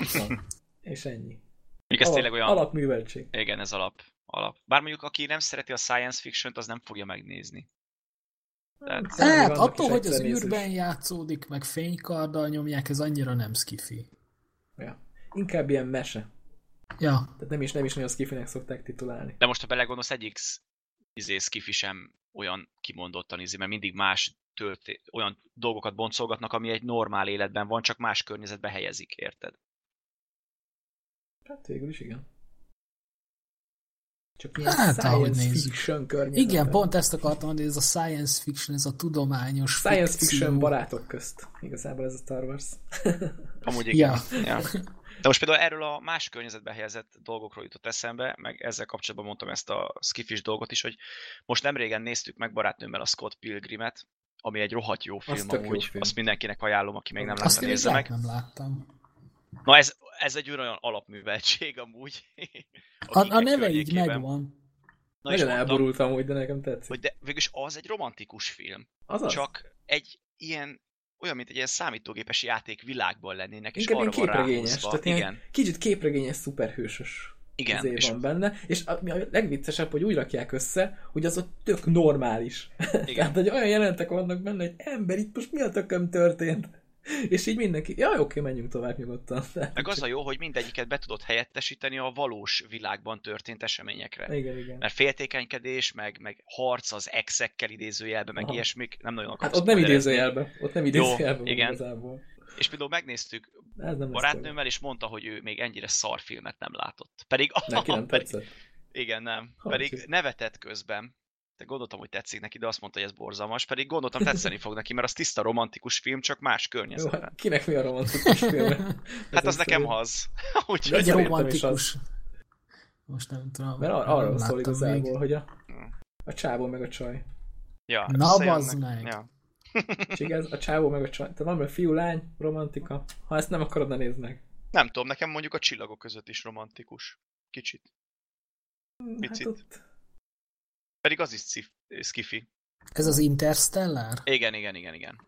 Speaker 1: Így van. És ennyi.
Speaker 3: Még ez tényleg olyan...
Speaker 1: Alapműveltség.
Speaker 3: Igen, ez alap. alap. Bár mondjuk, aki nem szereti a science fiction-t, az nem fogja megnézni. Tehát,
Speaker 1: Szerintem
Speaker 2: Hát,
Speaker 1: vannak
Speaker 2: attól,
Speaker 1: is
Speaker 2: hogy az
Speaker 1: egyszernézős.
Speaker 2: űrben játszódik, meg fénykarddal nyomják, ez annyira nem skifi.
Speaker 1: Ja. Inkább ilyen mese.
Speaker 2: Ja,
Speaker 1: Tehát nem is, nem is nagyon skifinek szokták titulálni.
Speaker 3: de most, ha belegondolsz, egyik sz- izé, skifi sem olyan kimondottan izé, mert mindig más történ- olyan dolgokat boncolgatnak, ami egy normál életben van, csak más környezetbe helyezik, érted?
Speaker 1: Hát végül is igen. Csak ilyen
Speaker 2: Hát, ahogy
Speaker 1: science
Speaker 2: nézzük.
Speaker 1: fiction környezetben.
Speaker 2: igen, pont ezt akartam mondani, ez a science fiction, ez a tudományos
Speaker 1: Science
Speaker 2: fikció.
Speaker 1: fiction barátok közt. Igazából ez a Star Wars.
Speaker 3: Amúgy igen.
Speaker 2: Ja,
Speaker 3: Ja. De most például erről a más környezetbe helyezett dolgokról jutott eszembe, meg ezzel kapcsolatban mondtam ezt a skifis dolgot is, hogy most nem régen néztük meg barátnőmmel a Scott Pilgrimet, ami egy rohadt jó film,
Speaker 1: tök jó
Speaker 3: amúgy,
Speaker 1: film.
Speaker 3: azt mindenkinek ajánlom, aki még nem
Speaker 1: Azt
Speaker 3: látta,
Speaker 2: azt én
Speaker 3: nézze meg.
Speaker 2: meg. nem láttam.
Speaker 3: Na ez, ez egy olyan alapműveltség amúgy.
Speaker 2: A, a
Speaker 3: geekek
Speaker 2: neve így
Speaker 3: környékében.
Speaker 2: megvan.
Speaker 3: Na és
Speaker 1: Nagyon
Speaker 3: mondtam,
Speaker 1: elborultam úgy, de nekem tetszik.
Speaker 3: Hogy de végülis az egy romantikus film,
Speaker 1: Azaz.
Speaker 3: csak egy ilyen olyan, mint egy ilyen számítógépes játék világban lennének, és
Speaker 1: Inkább
Speaker 3: arra
Speaker 1: ilyen
Speaker 3: van
Speaker 1: képregényes,
Speaker 3: ráhúzva.
Speaker 1: tehát ilyen-
Speaker 3: Igen,
Speaker 1: Kicsit képregényes, szuperhősös
Speaker 3: igen.
Speaker 1: izé
Speaker 3: És,
Speaker 1: van benne, és ami a legviccesebb, hogy úgy rakják össze, hogy az ott tök normális.
Speaker 3: [laughs] igen.
Speaker 1: Tehát, hogy olyan jelentek vannak benne, hogy ember, itt most mi a tököm történt? És így mindenki, jaj, oké, menjünk tovább nyugodtan. [laughs]
Speaker 3: Meg az a jó, hogy mindegyiket be tudod helyettesíteni a valós világban történt eseményekre.
Speaker 1: Igen, igen. Hát
Speaker 3: Mert féltékenykedés, meg, meg harc az exekkel idézőjelbe, meg
Speaker 1: Aha.
Speaker 3: ilyesmik, nem nagyon akarok
Speaker 1: Hát ott nem
Speaker 3: spoilerezni.
Speaker 1: idézőjelbe, ott nem idézőjelbe
Speaker 3: igen.
Speaker 1: igazából.
Speaker 3: És például megnéztük
Speaker 1: De Ez nem ez
Speaker 3: barátnőmmel, és mondta, hogy ő még ennyire szar filmet nem látott. Pedig,
Speaker 1: Neki nem
Speaker 3: [laughs] pedig
Speaker 1: tetszett.
Speaker 3: igen, nem.
Speaker 1: Ha,
Speaker 3: Pedig
Speaker 1: úgyhogy-
Speaker 3: nevetett közben. De gondoltam, hogy tetszik neki, de azt mondta, hogy ez borzalmas, pedig gondoltam, tetszeni fog neki, mert az tiszta romantikus film, csak más
Speaker 1: Jó, hát
Speaker 3: környezetben.
Speaker 1: kinek mi a romantikus film?
Speaker 3: Hát az nekem [laughs] az. Úgyhogy
Speaker 1: Legyen
Speaker 2: Egy
Speaker 1: szerintem is
Speaker 2: romantikus. Most nem tudom.
Speaker 1: Mert ar-
Speaker 2: nem
Speaker 1: arról
Speaker 2: láttam
Speaker 1: szól igazából,
Speaker 2: még.
Speaker 1: hogy a,
Speaker 3: Mm.
Speaker 1: a csávó meg a csaj.
Speaker 3: Ja,
Speaker 2: Na,
Speaker 3: összejönnek.
Speaker 2: bazd meg.
Speaker 3: Ja.
Speaker 1: És igaz, a csávó meg a csaj. Tehát van benne fiú, lány, romantika. Ha ezt nem akarod, ne nézd meg.
Speaker 3: Nem tudom, nekem mondjuk a csillagok között is romantikus. Kicsit. Picit.
Speaker 1: Hát ott...
Speaker 3: Pedig az is szif- skifi.
Speaker 2: Ez az Interstellar?
Speaker 3: Igen, igen, igen, igen.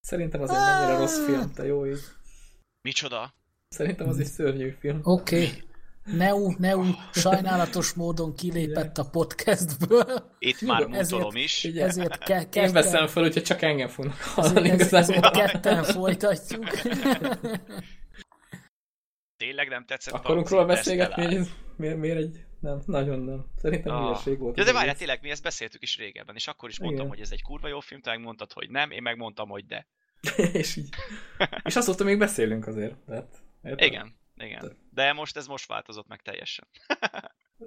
Speaker 1: Szerintem az egy mennyire rossz film, te jó ég.
Speaker 3: Micsoda?
Speaker 1: Szerintem az egy szörnyű film.
Speaker 2: Oké. Okay. Neu, Neu sajnálatos módon kilépett a podcastből,
Speaker 3: Itt
Speaker 1: Jó,
Speaker 3: már
Speaker 1: ezért-
Speaker 3: mutolom is.
Speaker 1: Ugye,
Speaker 2: ezért ke-
Speaker 1: én veszem
Speaker 2: ketten,
Speaker 1: fel, hogyha csak engem fognak hallani
Speaker 2: ezért, ezért
Speaker 1: igazából.
Speaker 2: ketten folytatjuk.
Speaker 3: Tényleg nem tetszett.
Speaker 1: Akarunk
Speaker 3: az
Speaker 1: róla
Speaker 3: Interstellar?
Speaker 1: beszélgetni, hogy ez miért, miért egy... Nem, nagyon nem. Szerintem
Speaker 3: Ah.
Speaker 1: hülyeség volt.
Speaker 3: Ja,
Speaker 1: az
Speaker 3: de várjál,
Speaker 1: egész.
Speaker 3: tényleg mi ezt beszéltük is régebben, és akkor is
Speaker 1: Igen.
Speaker 3: mondtam, hogy ez egy kurva jó film, te megmondtad, hogy nem, én megmondtam, hogy de.
Speaker 1: [laughs] És így... És azóta még beszélünk azért. Tehát, érted?
Speaker 3: Igen, igen. De most ez most változott meg teljesen.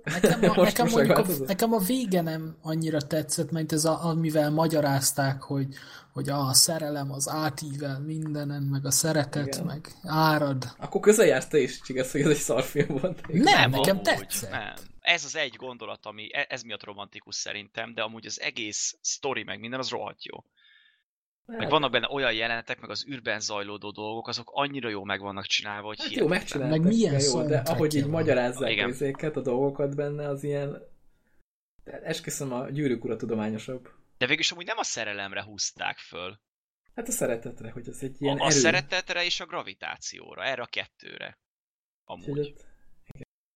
Speaker 2: Nekem a,
Speaker 1: [laughs] Most-
Speaker 2: nekem,
Speaker 1: most
Speaker 2: mondjuk a,
Speaker 1: megváltozott.
Speaker 2: nekem a vége nem annyira tetszett, mert ez a, amivel magyarázták, hogy, hogy a szerelem az átível mindenen, meg a szeretet,
Speaker 1: Igen.
Speaker 2: Igen. meg árad.
Speaker 1: Akkor közel jársz te is, igaz, hogy ez egy szarfilm volt.
Speaker 2: Nem, nekem
Speaker 3: amúgy,
Speaker 2: tetszett.
Speaker 3: Nem. Ez az egy gondolat, ami e- ez miatt romantikus szerintem, de amúgy az egész sztori meg minden az rohadt jó.
Speaker 1: Hát-
Speaker 3: Meg vannak benne olyan jelenetek, meg az űrben zajlódó dolgok, azok annyira jó meg vannak csinálva, hogy
Speaker 1: Hát jó,
Speaker 3: hihetetlen.
Speaker 1: megcsinálták.
Speaker 2: Meg milyen
Speaker 1: de jó, de
Speaker 2: soundtrackje
Speaker 1: ahogy így
Speaker 2: van.
Speaker 1: magyarázzák
Speaker 3: Igen.
Speaker 1: ezeket a dolgokat benne, az ilyen... De Esküszöm, a gyűrűk ura tudományosabb.
Speaker 3: De végülis amúgy nem a szerelemre húzták föl.
Speaker 1: Hát a szeretetre, hogy ez egy ilyen
Speaker 3: A, a
Speaker 1: erő.
Speaker 3: szeretetre és a gravitációra, erre a kettőre.
Speaker 1: Úgyhogy
Speaker 3: Amúgy.
Speaker 1: ott-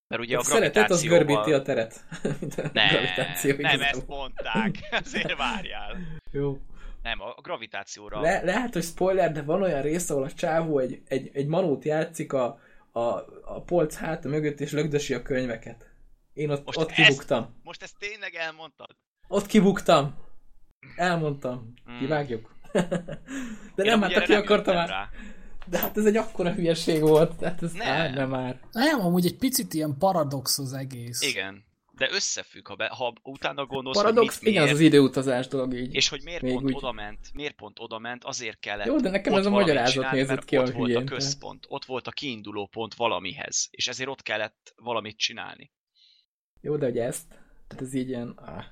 Speaker 3: Mert ugye
Speaker 1: a
Speaker 3: a
Speaker 1: szeretet hát az
Speaker 3: gravitációval...
Speaker 1: görbíti a teret. [laughs] Mint a gravitáció.
Speaker 3: nem, nem,
Speaker 1: igazából.
Speaker 3: ezt mondták. [laughs] Azért várjál.
Speaker 1: Jó.
Speaker 3: Nem, a a gravitációra.
Speaker 1: Le, lehet, hogy spoiler, de van olyan rész, ahol a csávó egy, egy, egy manót játszik a, a, a polc háta mögött, és lögdösi a könyveket. Én ott,
Speaker 3: Most
Speaker 1: ott
Speaker 3: ezt-
Speaker 1: kibuktam.
Speaker 3: Most ezt tényleg elmondtad?
Speaker 1: Ott kibuktam. Elmondtam.
Speaker 3: Mm.
Speaker 1: Kivágjuk. De
Speaker 3: Hmm. Én
Speaker 1: nem,
Speaker 3: amúgy
Speaker 1: hát
Speaker 3: erre
Speaker 1: aki akarta
Speaker 3: jöttem
Speaker 1: már.
Speaker 3: rá.
Speaker 1: De hát ez egy akkora hülyeség volt. Tehát ez
Speaker 3: Nem.
Speaker 1: állj, nem már.
Speaker 2: Nem, amúgy egy picit ilyen paradox az egész.
Speaker 3: Igen. De összefügg, ha, be, ha utána gondolsz,
Speaker 1: Paradox?
Speaker 3: hogy mit,
Speaker 1: Igen, az
Speaker 3: miért,
Speaker 1: az időutazás dolog így.
Speaker 3: és hogy miért
Speaker 1: Még
Speaker 3: pont
Speaker 1: úgy.
Speaker 3: oda ment, miért pont oda ment, azért kellett
Speaker 1: Jó, de nekem
Speaker 3: ott
Speaker 1: ez a
Speaker 3: valamit
Speaker 1: magyarázat
Speaker 3: csinálni,
Speaker 1: nézett
Speaker 3: mert
Speaker 1: ki a
Speaker 3: ott volt a
Speaker 1: hülyén, Hát tehát.
Speaker 3: központ, ott volt a kiinduló pont valamihez, és ezért ott kellett valamit csinálni.
Speaker 1: Jó, de hogy ezt, tehát ez így ilyen... Ah.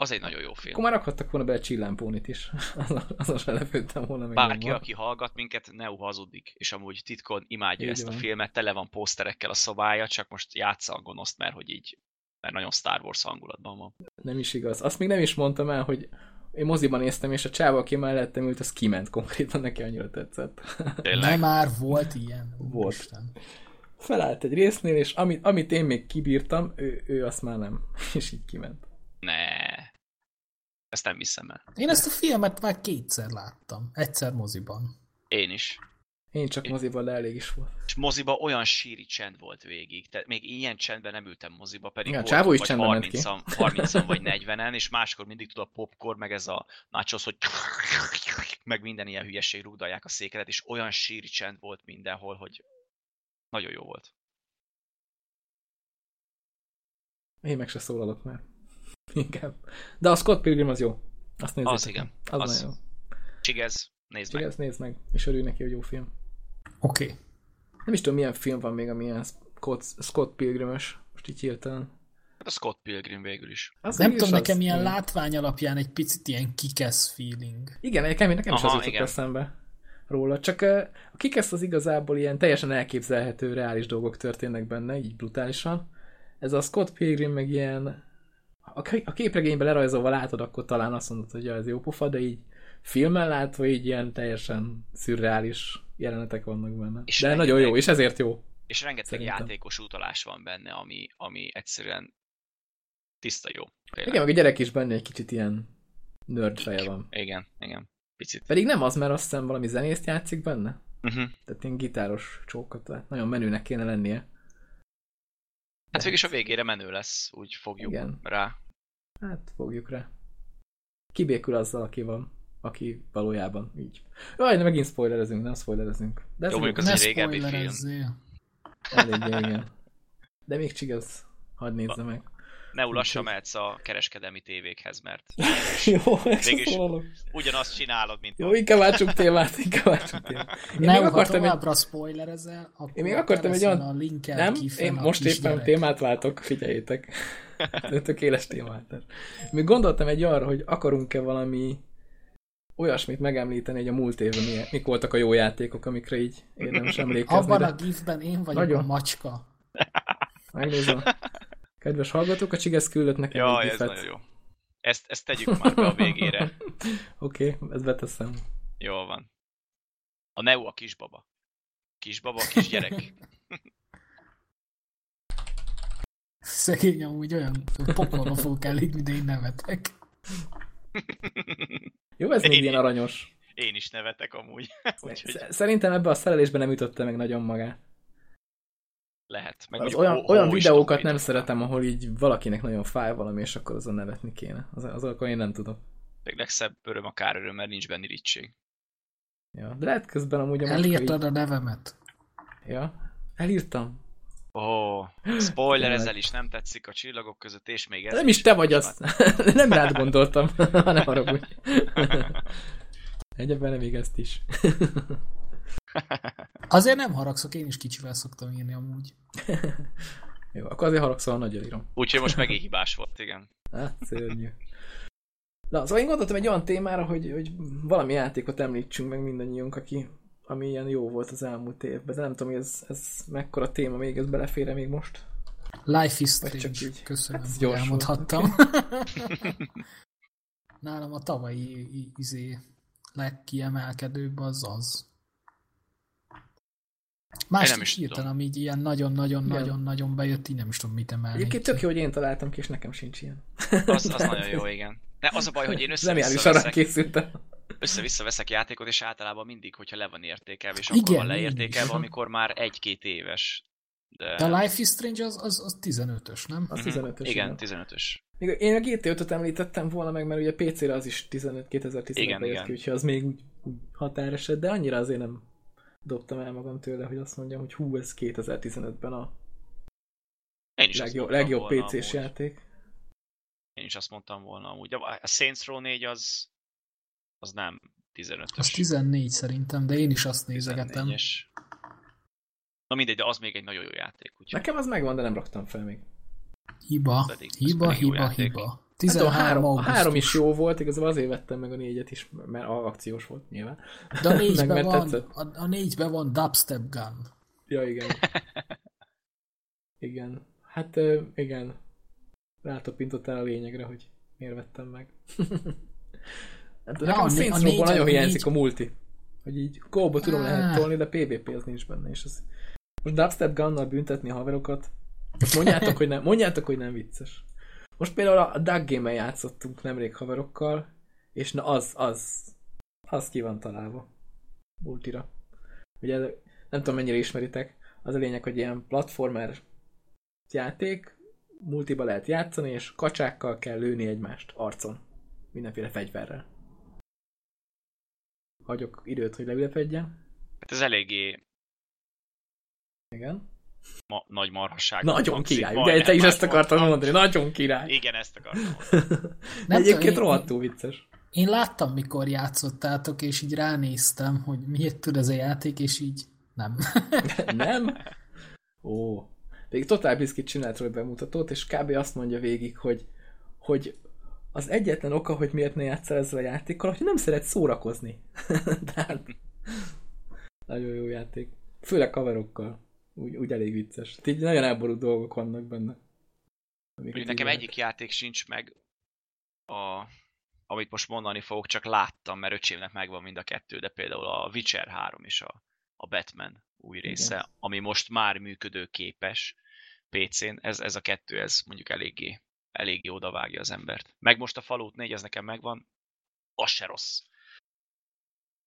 Speaker 3: Az egy nagyon jó film.
Speaker 1: Akkor már rakhattak volna bele csillámpónit is. [laughs] Azon, azon se lepődtem volna még
Speaker 3: Bárki,
Speaker 1: jobban.
Speaker 3: aki hallgat minket, ne hazudik, és amúgy titkon imádja
Speaker 1: Így
Speaker 3: ezt
Speaker 1: van.
Speaker 3: a filmet, tele van poszterekkel a szobája, csak most játsza a gonoszt, mert hogy így, mert nagyon Star Wars hangulatban van.
Speaker 1: Nem is igaz. Azt még nem is mondtam el, hogy én moziban néztem, és a csáva, aki mellettem ült, az kiment konkrétan, neki annyira tetszett.
Speaker 2: De
Speaker 3: Tényleg.
Speaker 2: már volt ilyen.
Speaker 1: Volt.
Speaker 2: Isten.
Speaker 1: Felállt egy résznél, és amit, amit én még kibírtam, ő, ő azt már nem. [laughs] És így kiment.
Speaker 3: Ne. Ezt nem hiszem el.
Speaker 2: Én ezt a filmet már kétszer láttam. Egyszer moziban.
Speaker 3: Én is.
Speaker 1: Én csak moziban le elég is volt.
Speaker 3: És moziba olyan síri csend volt végig, tehát még ilyen csendben nem ültem moziba, pedig
Speaker 1: Igen, a
Speaker 3: voltunk
Speaker 1: csávó is
Speaker 3: vagy
Speaker 1: csendben ment ki.
Speaker 3: 30-an, 30-an vagy 40-en, és máskor mindig tud a popcorn, meg ez a nachos, hogy meg minden ilyen hülyeség rúgdalják a székedet, és olyan síri csend volt mindenhol, hogy nagyon jó volt.
Speaker 1: Én meg se szólalok már. [laughs] Inkább. De a Scott Pilgrim az jó. Azt nézzétek.
Speaker 3: Az igen.
Speaker 1: Az, az
Speaker 3: Az.
Speaker 1: nagyon jó.
Speaker 3: Csigez, nézd
Speaker 1: Csak
Speaker 3: meg.
Speaker 1: ezt nézd meg, és örülj neki, hogy jó film.
Speaker 2: Oké. Okay.
Speaker 1: Nem is tudom, milyen film van még, ami ilyen Scott, Scott Pilgrimös, most így hirtelen.
Speaker 3: Hát a Scott Pilgrim végül is.
Speaker 1: Az
Speaker 2: Nem
Speaker 1: mégis
Speaker 2: tudom,
Speaker 1: az.
Speaker 2: nekem ilyen
Speaker 1: Mm.
Speaker 2: látvány alapján egy picit ilyen kikesz feeling.
Speaker 1: Igen, nekem, nekem is
Speaker 3: Aha,
Speaker 1: az jutott
Speaker 3: igen.
Speaker 1: eszembe róla. Csak ö, a kikesz az igazából ilyen teljesen elképzelhető, reális dolgok történnek benne, így brutálisan. Ez a Scott Pilgrim meg ilyen... A k- a képregényben lerajzolva látod, akkor talán azt mondod, hogy ja, ez jó pofa, de így filmen látva így ilyen teljesen szürreális jelenetek vannak benne.
Speaker 3: És
Speaker 1: És de
Speaker 3: rengeteg-
Speaker 1: nagyon jó, és ezért jó.
Speaker 3: És rengeteg
Speaker 1: Szerintem.
Speaker 3: játékos utalás van benne, ami, ami egyszerűen tiszta jó. Tényleg.
Speaker 1: Igen, meg a gyerek is benne egy kicsit ilyen nerd feje van.
Speaker 3: igen, igen. Picit.
Speaker 1: Pedig nem az, mert azt hiszem valami zenészt játszik benne.
Speaker 3: Uh-huh.
Speaker 1: Tehát ilyen gitáros csókat, tehát nagyon menőnek kéne lennie.
Speaker 3: Hát végig is a végére menő lesz, úgy fogjuk
Speaker 1: Igen.
Speaker 3: rá.
Speaker 1: Hát fogjuk rá. Kibékül azzal, aki van, aki valójában így. Jaj, de megint spoilerezünk, nem spoilerezünk. De ez
Speaker 3: Jó,
Speaker 1: Jó,
Speaker 3: mondjuk
Speaker 1: az...
Speaker 3: az
Speaker 2: ne
Speaker 3: egy régebbi film.
Speaker 2: spoilerezzél.
Speaker 1: eléggé, igen. De még csigaz, hadd nézze meg.
Speaker 3: Ne ulassan mehetsz a kereskedelmi tévékhez,
Speaker 1: [laughs]
Speaker 3: mert
Speaker 1: Jó,
Speaker 3: Mégis-
Speaker 1: szólalok.
Speaker 3: ugyanazt csinálod, mint
Speaker 1: Jó, inkább váltsunk témát, inkább váltsunk témát. Én
Speaker 2: Ne,
Speaker 1: még
Speaker 2: ha
Speaker 1: akartam egy...
Speaker 2: továbbra spoilerezel, akkor
Speaker 1: Én még akartam egy
Speaker 2: tereszen
Speaker 1: olyan-
Speaker 2: a linket
Speaker 1: Nem,
Speaker 2: kifenn
Speaker 1: én
Speaker 2: a
Speaker 1: most éppen
Speaker 2: kisgyerek.
Speaker 1: témát váltok, figyeljétek. De Tökéles témát. Még gondoltam egy arra, hogy akarunk-e valami olyasmit megemlíteni, hogy a múlt évben mi, mik voltak a jó játékok, amikre így
Speaker 2: [laughs]
Speaker 1: érdemes emlékezni.
Speaker 2: Abban
Speaker 1: de-
Speaker 2: a gifben én vagyok
Speaker 1: Nagyon.
Speaker 2: a macska.
Speaker 1: Megnézem. Kedves hallgatók, a Csigesz küldött nekem
Speaker 3: Jaj,
Speaker 1: egy
Speaker 3: ez
Speaker 1: gifet.
Speaker 3: nagyon jó. Ezt, ezt tegyük már be a végére.
Speaker 1: [laughs] Oké, okay, ezt beteszem.
Speaker 3: Jól van. A Neo a kisbaba. Kisbaba, a kisgyerek.
Speaker 2: Szegény amúgy olyan pokolba fogok elég, mint én nevetek.
Speaker 1: Jó, ez még
Speaker 3: Én-
Speaker 1: ilyen aranyos.
Speaker 3: Én is nevetek amúgy. [laughs] Úgyhogy
Speaker 1: Sz- Szerintem ebbe a szerelésbe nem ütötte meg nagyon magát.
Speaker 3: lehet. Meg
Speaker 1: Az
Speaker 3: úgy
Speaker 1: olyan,
Speaker 3: ó- ó
Speaker 1: olyan
Speaker 3: is
Speaker 1: videókat
Speaker 3: tudom,
Speaker 1: nem
Speaker 3: hogy-
Speaker 1: szeretem, ahol így valakinek nagyon fáj valami, és akkor azon nevetni kéne. Az, azokkal én nem tudom.
Speaker 3: Meg legszebb öröm a kár öröm, mert nincs benne irítség.
Speaker 1: Ja. De lehet közben amúgy a macska
Speaker 2: Elírtad a nevemet.
Speaker 1: Így... Ja. Elírtam.
Speaker 3: Ó, oh, spoiler,
Speaker 1: Tényleg.
Speaker 3: ezzel is nem tetszik a csillagok között, és még ez
Speaker 1: Ez nem is te vagy
Speaker 3: Most
Speaker 1: az. [laughs] nem rád gondoltam, hanem haragudj. [laughs] Egyebben nem igaz is.
Speaker 2: Azért nem haragszok, én is kicsivel szoktam írni amúgy.
Speaker 1: Jó, akkor azért haragszol, ha nagyon írom.
Speaker 3: Úgyhogy most megint hibás volt, igen.
Speaker 1: Hát, szörnyű. Na, szóval én gondoltam egy olyan témára, hogy, hogy valami játékot említsünk meg mindannyiunk, aki, ami ilyen jó volt az elmúlt évben. De nem tudom, hogy ez, ez mekkora téma még, ez belefér még most?
Speaker 2: Life is
Speaker 1: Vagy csak
Speaker 2: Strange.
Speaker 1: így. Hát,
Speaker 2: Köszönöm,
Speaker 1: Ez
Speaker 2: hogy
Speaker 1: gyors [laughs]
Speaker 2: elmondhattam. Nálam a tavalyi i- izé legkiemelkedőbb az az. Más
Speaker 3: is
Speaker 2: is hirtelen,
Speaker 3: tudom.
Speaker 2: ami így ilyen nagyon-nagyon-nagyon-nagyon bejött, így nem is tudom, mit emelni.
Speaker 1: Egyébként tök jó, hogy én találtam ki, és nekem sincs ilyen. [laughs]
Speaker 3: Az, az nagyon jó, igen. De az a baj, hogy én
Speaker 1: Zseniális
Speaker 3: össze-vissza
Speaker 1: arra
Speaker 3: veszek,
Speaker 1: készültem.
Speaker 3: össze-vissza veszek játékot, és általában mindig, hogyha le van értékelve, és
Speaker 2: Igen,
Speaker 3: akkor van
Speaker 2: én is.
Speaker 3: leértékelve, amikor már egy-két éves. De...
Speaker 2: De a Life is Strange az, az, az 15-ös, nem?
Speaker 1: Az
Speaker 3: Mhm.
Speaker 1: 15-ös.
Speaker 3: Igen, 15-ös.
Speaker 1: Még én a GTA 5-öt említettem volna meg, mert ugye PC-re az is 15
Speaker 3: Igen,
Speaker 1: 2015 ben jött
Speaker 3: igen.
Speaker 1: ki, úgyhogy az még úgy, úgy határeset, de annyira azért nem dobtam el magam tőle, hogy azt mondjam, hogy hú, ez 2015-ben a
Speaker 3: Én is azt
Speaker 1: legjobb,
Speaker 3: mondtam
Speaker 1: legjobb
Speaker 3: volna
Speaker 1: PC-s
Speaker 3: amúgy.
Speaker 1: játék.
Speaker 3: Én is azt mondtam volna amúgy. A a Saints Row 4 az, az nem 15-ös.
Speaker 2: Az 14 szerintem, de én is azt nézegetem.
Speaker 3: 14-es. Na mindegy, de az még egy nagyon jó játék, úgyhogy
Speaker 1: Nekem az megvan, de nem raktam fel még.
Speaker 2: Hiba,
Speaker 3: Pedig-
Speaker 2: hiba,
Speaker 3: pedig jó
Speaker 2: hiba,
Speaker 3: játék.
Speaker 2: hiba.
Speaker 1: Hát
Speaker 2: 13
Speaker 1: a, három, a
Speaker 2: augusztus.
Speaker 1: három is jó volt, igazából azért vettem meg a négyet is, mert a akciós volt nyilván.
Speaker 2: De a
Speaker 1: meg
Speaker 2: négybe
Speaker 1: mert
Speaker 2: van,
Speaker 1: tetszett.
Speaker 2: a, a négybe van dubstep gun.
Speaker 1: Ja,
Speaker 2: [laughs]
Speaker 1: igen. Igen. Hát ö, igen. Rátapintottál a lényegre, hogy miért vettem meg. [laughs] hát
Speaker 2: Ja,
Speaker 1: nekem a
Speaker 2: a né- a
Speaker 1: Saints
Speaker 2: négy-
Speaker 1: Row-ból nagyon
Speaker 2: a
Speaker 1: hiányzik
Speaker 2: négy-
Speaker 1: a multi. Hogy így kóba tudom
Speaker 2: Á.
Speaker 1: lehet tolni, de PvP az nincs benne, és az... Most dubstep gunnal büntetni a haverokat? Mondjátok, hogy nem, mondjátok, hogy nem vicces. Most például a Duck game játszottunk nemrég haverokkal, és na az, az, az ki van találva. Multira. Ugye ez- nem tudom mennyire ismeritek, az a lényeg, hogy ilyen platformer játék, multiba lehet játszani, és kacsákkal kell lőni egymást arcon. Mindenféle fegyverrel. Hagyok időt, hogy leülepedjen.
Speaker 3: hát ez eléggé
Speaker 1: Igen.
Speaker 3: ma- nagy marhasság.
Speaker 1: Nagyon király, ugye te is ezt akartad mondani, nagyon király.
Speaker 3: Igen, ezt akartam. mondani.
Speaker 1: De
Speaker 2: Nem
Speaker 1: egyébként
Speaker 2: tudom, én-
Speaker 1: rohadtul vicces.
Speaker 2: Én láttam, mikor játszottátok, és így ránéztem, hogy miért tud ez a játék, és így nem.
Speaker 1: Nem? Ó. Még Total Biscuit csinált róla bemutatót, és kb. azt mondja végig, hogy, hogy az egyetlen oka, hogy miért ne játszol ezzel a játékkal, hogy nem szeret szórakozni. [laughs] Tehát nagyon jó játék. Főleg kaverokkal. Úgy, úgy elég vicces. Hát Így nagyon elborult dolgok vannak benne. Amiket
Speaker 3: Mondjuk
Speaker 1: így
Speaker 3: nekem
Speaker 1: lehet-
Speaker 3: egyik játék sincs meg, a, amit most mondani fogok, csak láttam, mert öcsémnek megvan mind a kettő, de például a Witcher 3 és a, a Batman új része, Igen. ami most már működőképes PC-n, ez, ez a kettő, ez mondjuk eléggé, eléggé odavágja az embert. Meg most a Fallout 4, ez nekem megvan, az se rossz.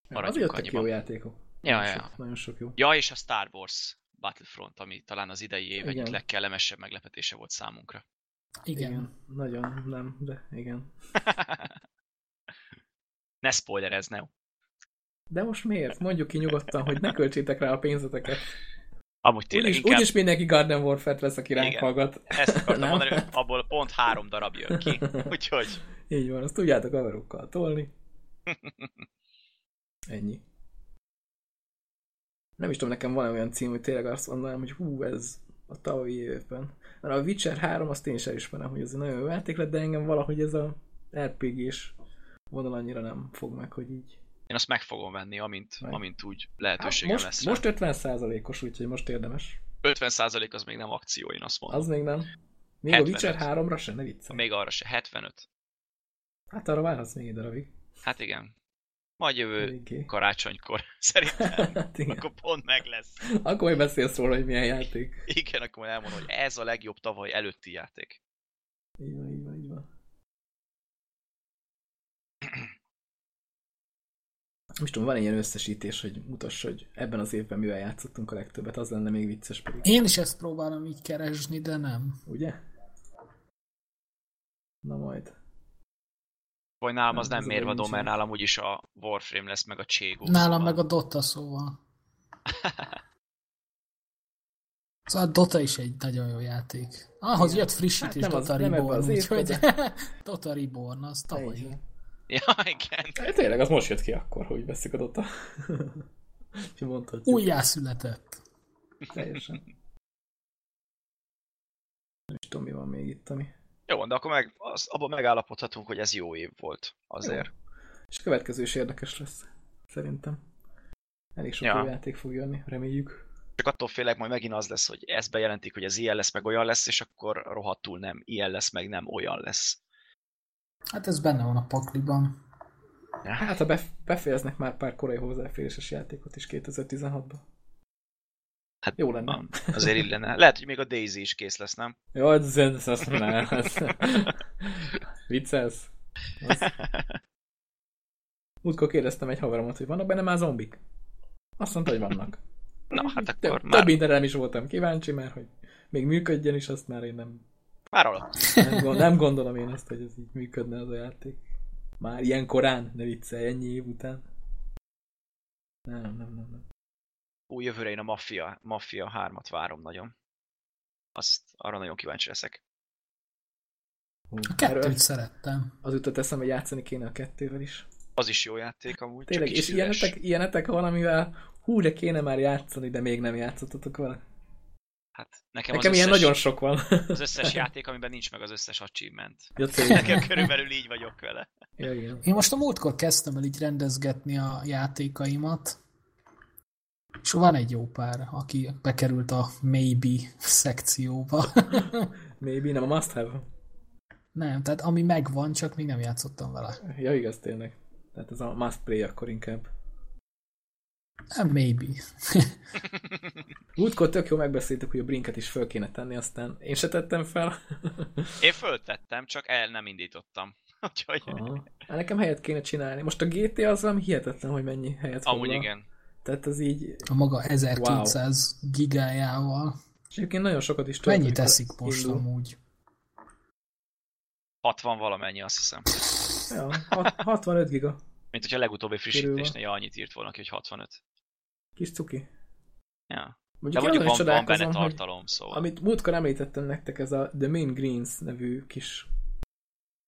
Speaker 1: Az
Speaker 3: Maradjunk
Speaker 1: jöttek jó
Speaker 3: annyiban.
Speaker 1: játékok.
Speaker 3: Ja,
Speaker 1: nagyon,
Speaker 3: ja.
Speaker 1: Sok, nagyon sok jó.
Speaker 3: Ja, és a Star Wars Battlefront, ami talán az idei év egyik
Speaker 1: Igen.
Speaker 3: legkellemesebb meglepetése volt számunkra.
Speaker 1: [laughs]
Speaker 2: Igen.
Speaker 1: igen. Nagyon nem, de igen.
Speaker 3: ne spoilerezz, ne.
Speaker 1: De most miért? Mondjuk ki nyugodtan, hogy ne költsétek rá a pénzeteket.
Speaker 3: Amúgy tényleg
Speaker 1: Úgyis,
Speaker 3: inkább...
Speaker 1: úgyis mindenki Garden Warfare-t vesz, aki ránk
Speaker 3: Igen.
Speaker 1: hallgat.
Speaker 3: Ezt akartam
Speaker 1: Nem?
Speaker 3: mondani, hogy abból pont három darab jön ki.
Speaker 1: [laughs]
Speaker 3: Úgyhogy
Speaker 1: Így van, azt tudjátok haverokkal
Speaker 3: [laughs]
Speaker 1: tolni. Ennyi. Nem is tudom, nekem van olyan cím, hogy tényleg azt mondanám, hogy hú, ez a tavalyi évben. Mert a Witcher 3, azt én is elismerem, hogy ez egy nagyon jó játék lett, de engem valahogy ez a RPG-s vonal annyira nem fog meg, hogy így.
Speaker 3: én azt meg fogom venni, amint,
Speaker 1: Meg.
Speaker 3: amint úgy
Speaker 1: Hát
Speaker 3: lehetőségem
Speaker 1: most,
Speaker 3: lesz.
Speaker 1: most 50%-os, úgyhogy most érdemes.
Speaker 3: 50% az még nem akció, én azt mondom.
Speaker 1: Az még nem. Még a
Speaker 3: 75.
Speaker 1: Witcher 3-ra se, ne viccelj.
Speaker 3: Még arra se. 75.
Speaker 1: Hát arra várhatsz még egy darabig.
Speaker 3: Hát igen. Majd jövő
Speaker 1: Eléggé.
Speaker 3: karácsonykor [laughs]
Speaker 1: [laughs]
Speaker 3: szerintem.
Speaker 1: Hát igen.
Speaker 3: Akkor pont meg lesz.
Speaker 1: Akkor majd beszélsz róla, hogy milyen játék.
Speaker 3: Igen, akkor majd elmondom, hogy ez a legjobb tavaly előtti játék.
Speaker 1: Így van, így van, így van. Nem is tudom, van egy ilyen összesítés, hogy mutass, hogy ebben az évben mivel játszottunk a legtöbbet, az lenne még vicces pedig,
Speaker 2: Én is ezt próbálom így keresni, de nem.
Speaker 1: ugye? Na majd.
Speaker 3: Vagy nálam
Speaker 1: Nem,
Speaker 3: az nem
Speaker 1: Hát, ez a
Speaker 3: mérvadó,
Speaker 1: nincsen.
Speaker 3: mert nálam úgyis a Warframe lesz, meg a Cségó.
Speaker 2: Nálam meg a
Speaker 1: [laughs]
Speaker 2: Dota szóval. Szóval a Dota is egy nagyon jó játék. Ahhoz
Speaker 1: Igen.
Speaker 2: jött frissítés
Speaker 1: Hát
Speaker 2: hát
Speaker 1: nem az-
Speaker 2: nem Dota
Speaker 1: nem ebbe
Speaker 2: Reborn,
Speaker 1: az évbe,
Speaker 2: úgyhogy [laughs] Dota Reborn az tavalyi.
Speaker 1: Egy.
Speaker 3: [laughs] Ja, igen.
Speaker 1: Hát Tényleg, az most jött ki akkor, hogy veszik a [laughs] Dota. Úgyhogy mondhatjuk.
Speaker 2: Újjászületett.
Speaker 1: Teljesen. Nem is tudom, mi van még itt, ami...
Speaker 3: Jó, van, de akkor meg, az, abban megállapodhatunk, hogy ez jó év volt azért.
Speaker 1: Jó. És a következő is érdekes lesz, szerintem. Elég sok
Speaker 3: Ja.
Speaker 1: ja. jó játék fog jönni, reméljük.
Speaker 3: Csak attól félek, majd megint az lesz, hogy ezt bejelentik, hogy ez ilyen lesz, meg olyan lesz, és akkor rohadtul nem ilyen lesz, meg nem olyan lesz.
Speaker 2: Hát ez benne van a pakliban.
Speaker 1: Hát, ha bef- befejeznek már pár korai hozzáféréses játékot is 2016-ban.
Speaker 3: Hát,
Speaker 1: jó lenne.
Speaker 3: Van, Azért illene. Lehet, hogy még a Daisy is kész lesz, nem?
Speaker 1: Jó, ez, ez, ez, ne, ez. Viccelsz? Az. Múltkor kérdeztem egy haveromat, hogy vannak benne már zombik? Azt mondta, hogy vannak.
Speaker 3: Na, hát
Speaker 1: Több,
Speaker 3: akkor
Speaker 1: Mhm. több
Speaker 3: már
Speaker 1: mindenre nem is voltam kíváncsi, mert hogy még működjön is, azt már én nem
Speaker 3: Már alatt.
Speaker 1: Nem, gond, nem gondolom én azt, hogy ez így működne az a játék. Már ilyen korán, ne viccelj, ennyi év után. Nem, nem, nem. nem.
Speaker 3: Új jövőre én a Mafia, Mafia 3-at várom nagyon. Azt arra nagyon kíváncsi leszek.
Speaker 1: Hú,
Speaker 2: A
Speaker 1: erről
Speaker 2: kettőt szerettem.
Speaker 1: Az jutott eszembe, hogy játszani kéne a kettővel is.
Speaker 3: Az is jó játék amúgy.
Speaker 1: Tényleg,
Speaker 3: csak
Speaker 1: és
Speaker 3: kicsit üres.
Speaker 1: ilyenetek, ilyenetek van, amivel hú, de kéne már játszani, de még nem játszottatok vele.
Speaker 3: Hát nekem,
Speaker 1: Nekem
Speaker 3: az
Speaker 1: ilyen
Speaker 3: összes,
Speaker 1: nagyon sok
Speaker 3: [laughs]
Speaker 1: van.
Speaker 3: az összes játék, amiben nincs meg az összes achievement.
Speaker 1: Ja,
Speaker 3: Nekem
Speaker 1: tényleg.
Speaker 3: körülbelül így vagyok vele.
Speaker 1: ja, igen.
Speaker 2: Én most a múltkor kezdtem el így rendezgetni a játékaimat, és van egy jó pár, aki bekerült a maybe szekcióba. [laughs]
Speaker 1: Maybe nem a must have.
Speaker 2: nem, tehát ami megvan, csak még nem játszottam vele.
Speaker 1: Ja, igaz, tényleg. Tehát ez a must play akkor inkább.
Speaker 2: Nem, maybe.
Speaker 1: Múltkor tök jó megbeszéltük, hogy a brinket is föl kéne tenni, aztán én se tettem fel.
Speaker 3: Én föltettem, csak el nem indítottam. [laughs] Úgyhogy
Speaker 1: Aha. Hát nekem helyet kéne csinálni. Most a GT az valami hihetetlen, hogy mennyi helyet
Speaker 3: amúgy
Speaker 1: foglal.
Speaker 3: igen.
Speaker 1: Tehát az így,
Speaker 2: A maga 1200 wow. gigájával.
Speaker 1: és egyébként nagyon sokat is tölt.
Speaker 2: Mennyit
Speaker 1: amikor
Speaker 2: teszik most
Speaker 1: indul.
Speaker 2: amúgy?
Speaker 3: 60 valamennyi, azt hiszem.
Speaker 1: Ja, hat- 65 giga.
Speaker 3: Mint hogyha a legutóbbi
Speaker 1: Körülbelül.
Speaker 3: frissítésnél annyit írt volna ki, hogy 65.
Speaker 1: Kis cuki.
Speaker 3: Ja. De
Speaker 1: Mondjuk, én
Speaker 3: mondjuk
Speaker 1: azon is
Speaker 3: van, van benne
Speaker 1: csodálkozom, hogy
Speaker 3: tartalom, szóval.
Speaker 1: amit múltkor említettem nektek, ez a The Main Greens nevű kis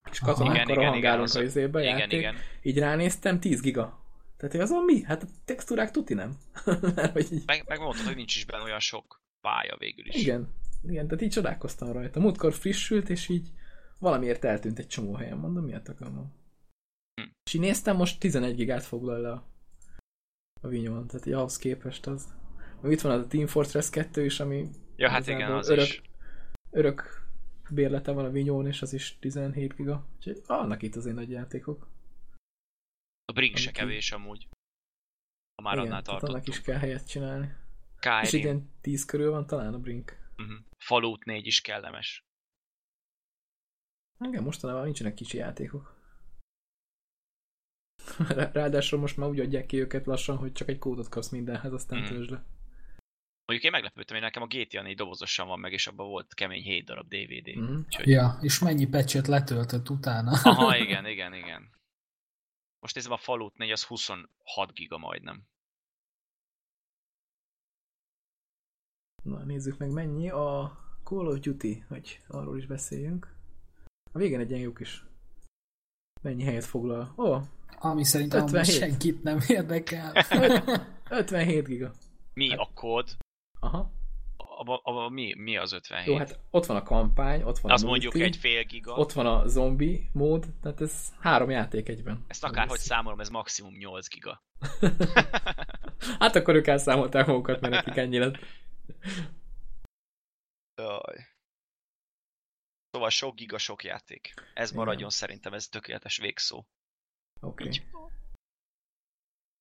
Speaker 1: kis
Speaker 2: Aha.
Speaker 1: katonák,
Speaker 3: Igen,
Speaker 1: a
Speaker 3: igen,
Speaker 1: hangálunk
Speaker 3: igen,
Speaker 1: a izébe
Speaker 3: igen,
Speaker 1: játék.
Speaker 3: igen.
Speaker 1: Így ránéztem, 10 giga. Tehát hogy azon mi? Hát a textúrák tuti nem. [laughs] Mert hogy így,
Speaker 3: Meg, megmondtad, hogy nincs is benne olyan sok pálya végül is.
Speaker 1: igen, igen, tehát így csodálkoztam rajta. Múltkor frissült, és így valamiért eltűnt egy csomó helyen, mondom, miatt akarom.
Speaker 3: Hm.
Speaker 1: És így néztem, most 11 gigát foglal le a, a vinyón, tehát így ahhoz képest az. Meg itt van az a Team Fortress 2 is, ami
Speaker 3: Ja, hát
Speaker 1: Igazából
Speaker 3: igen, az
Speaker 1: örök.
Speaker 3: is.
Speaker 1: örök bérlete van a vinyón, és az is 17 giga. Úgyhogy vannak itt azért nagy játékok.
Speaker 3: A Brink se
Speaker 1: Ami ki-
Speaker 3: kevés amúgy. Ha már
Speaker 1: Igen,
Speaker 3: annál
Speaker 1: tehát annak is
Speaker 3: tartottunk.
Speaker 1: kell helyet csinálni. És
Speaker 3: Skyrim,
Speaker 1: igen, 10 körül van talán a Brink.
Speaker 3: mhm. Fallout 4 is kellemes.
Speaker 1: Igen, mostanában nincsenek kicsi játékok. [laughs] Rá- Ráadásul most már úgy adják ki őket lassan, hogy csak egy kódot kapsz mindenhez, aztán
Speaker 3: Mhm.
Speaker 1: mm. töltsd le.
Speaker 3: Mondjuk én meglepődtem, hogy nekem a GTA 4 dobozosan van meg, és abban volt kemény 7 darab DVD.
Speaker 1: Mm.
Speaker 3: Úgyhogy...
Speaker 2: Ja, és mennyi pecset letöltött utána?
Speaker 1: [laughs]
Speaker 3: Aha, igen, igen, igen. Most nézem a Fallout 4, az 26 giga majdnem.
Speaker 1: Na, nézzük meg mennyi a Call of Duty, hogy arról is beszéljünk. A végén egy ilyen jó kis mennyi helyet foglal.
Speaker 3: [laughs]
Speaker 1: Ó,
Speaker 2: [laughs] Ami szerintem
Speaker 1: 57.
Speaker 2: amúgy senkit nem érdekel.
Speaker 1: 57 giga.
Speaker 3: Mi
Speaker 1: Hát-
Speaker 3: a kód?
Speaker 1: Aha.
Speaker 3: Abba, abba mi, mi az 57?
Speaker 1: Jó, hát ott van a kampány, ott van
Speaker 3: az
Speaker 1: a
Speaker 3: mondjuk
Speaker 1: multi,
Speaker 3: egy fél giga.
Speaker 1: ott van a zombi mód, tehát ez három játék egyben.
Speaker 3: Ezt akárhogy
Speaker 1: Ez-
Speaker 3: számolom, ez maximum 8 giga.
Speaker 1: [laughs] Hát akkor ők elszámolták magukat, mert nekik ennyi lett.
Speaker 3: [laughs] Jaj. Szóval sok giga, sok játék. Ez
Speaker 1: Igen.
Speaker 3: maradjon szerintem, ez tökéletes végszó.
Speaker 1: Oké. Okay.
Speaker 3: Így.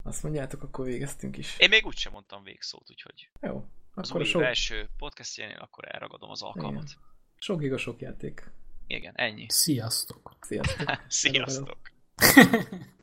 Speaker 1: Azt mondjátok, akkor végeztünk is.
Speaker 3: Én még úgysem mondtam végszót, úgyhogy
Speaker 1: Jó.
Speaker 3: az
Speaker 1: Akkor a
Speaker 3: új
Speaker 1: sok,
Speaker 3: sok... első podcastjénél akkor elragadom az alkalmat. Igen,
Speaker 1: sok giga sok játék.
Speaker 3: Igen ennyi.
Speaker 2: Sziasztok!
Speaker 1: Sziasztok.
Speaker 3: Sziasztok!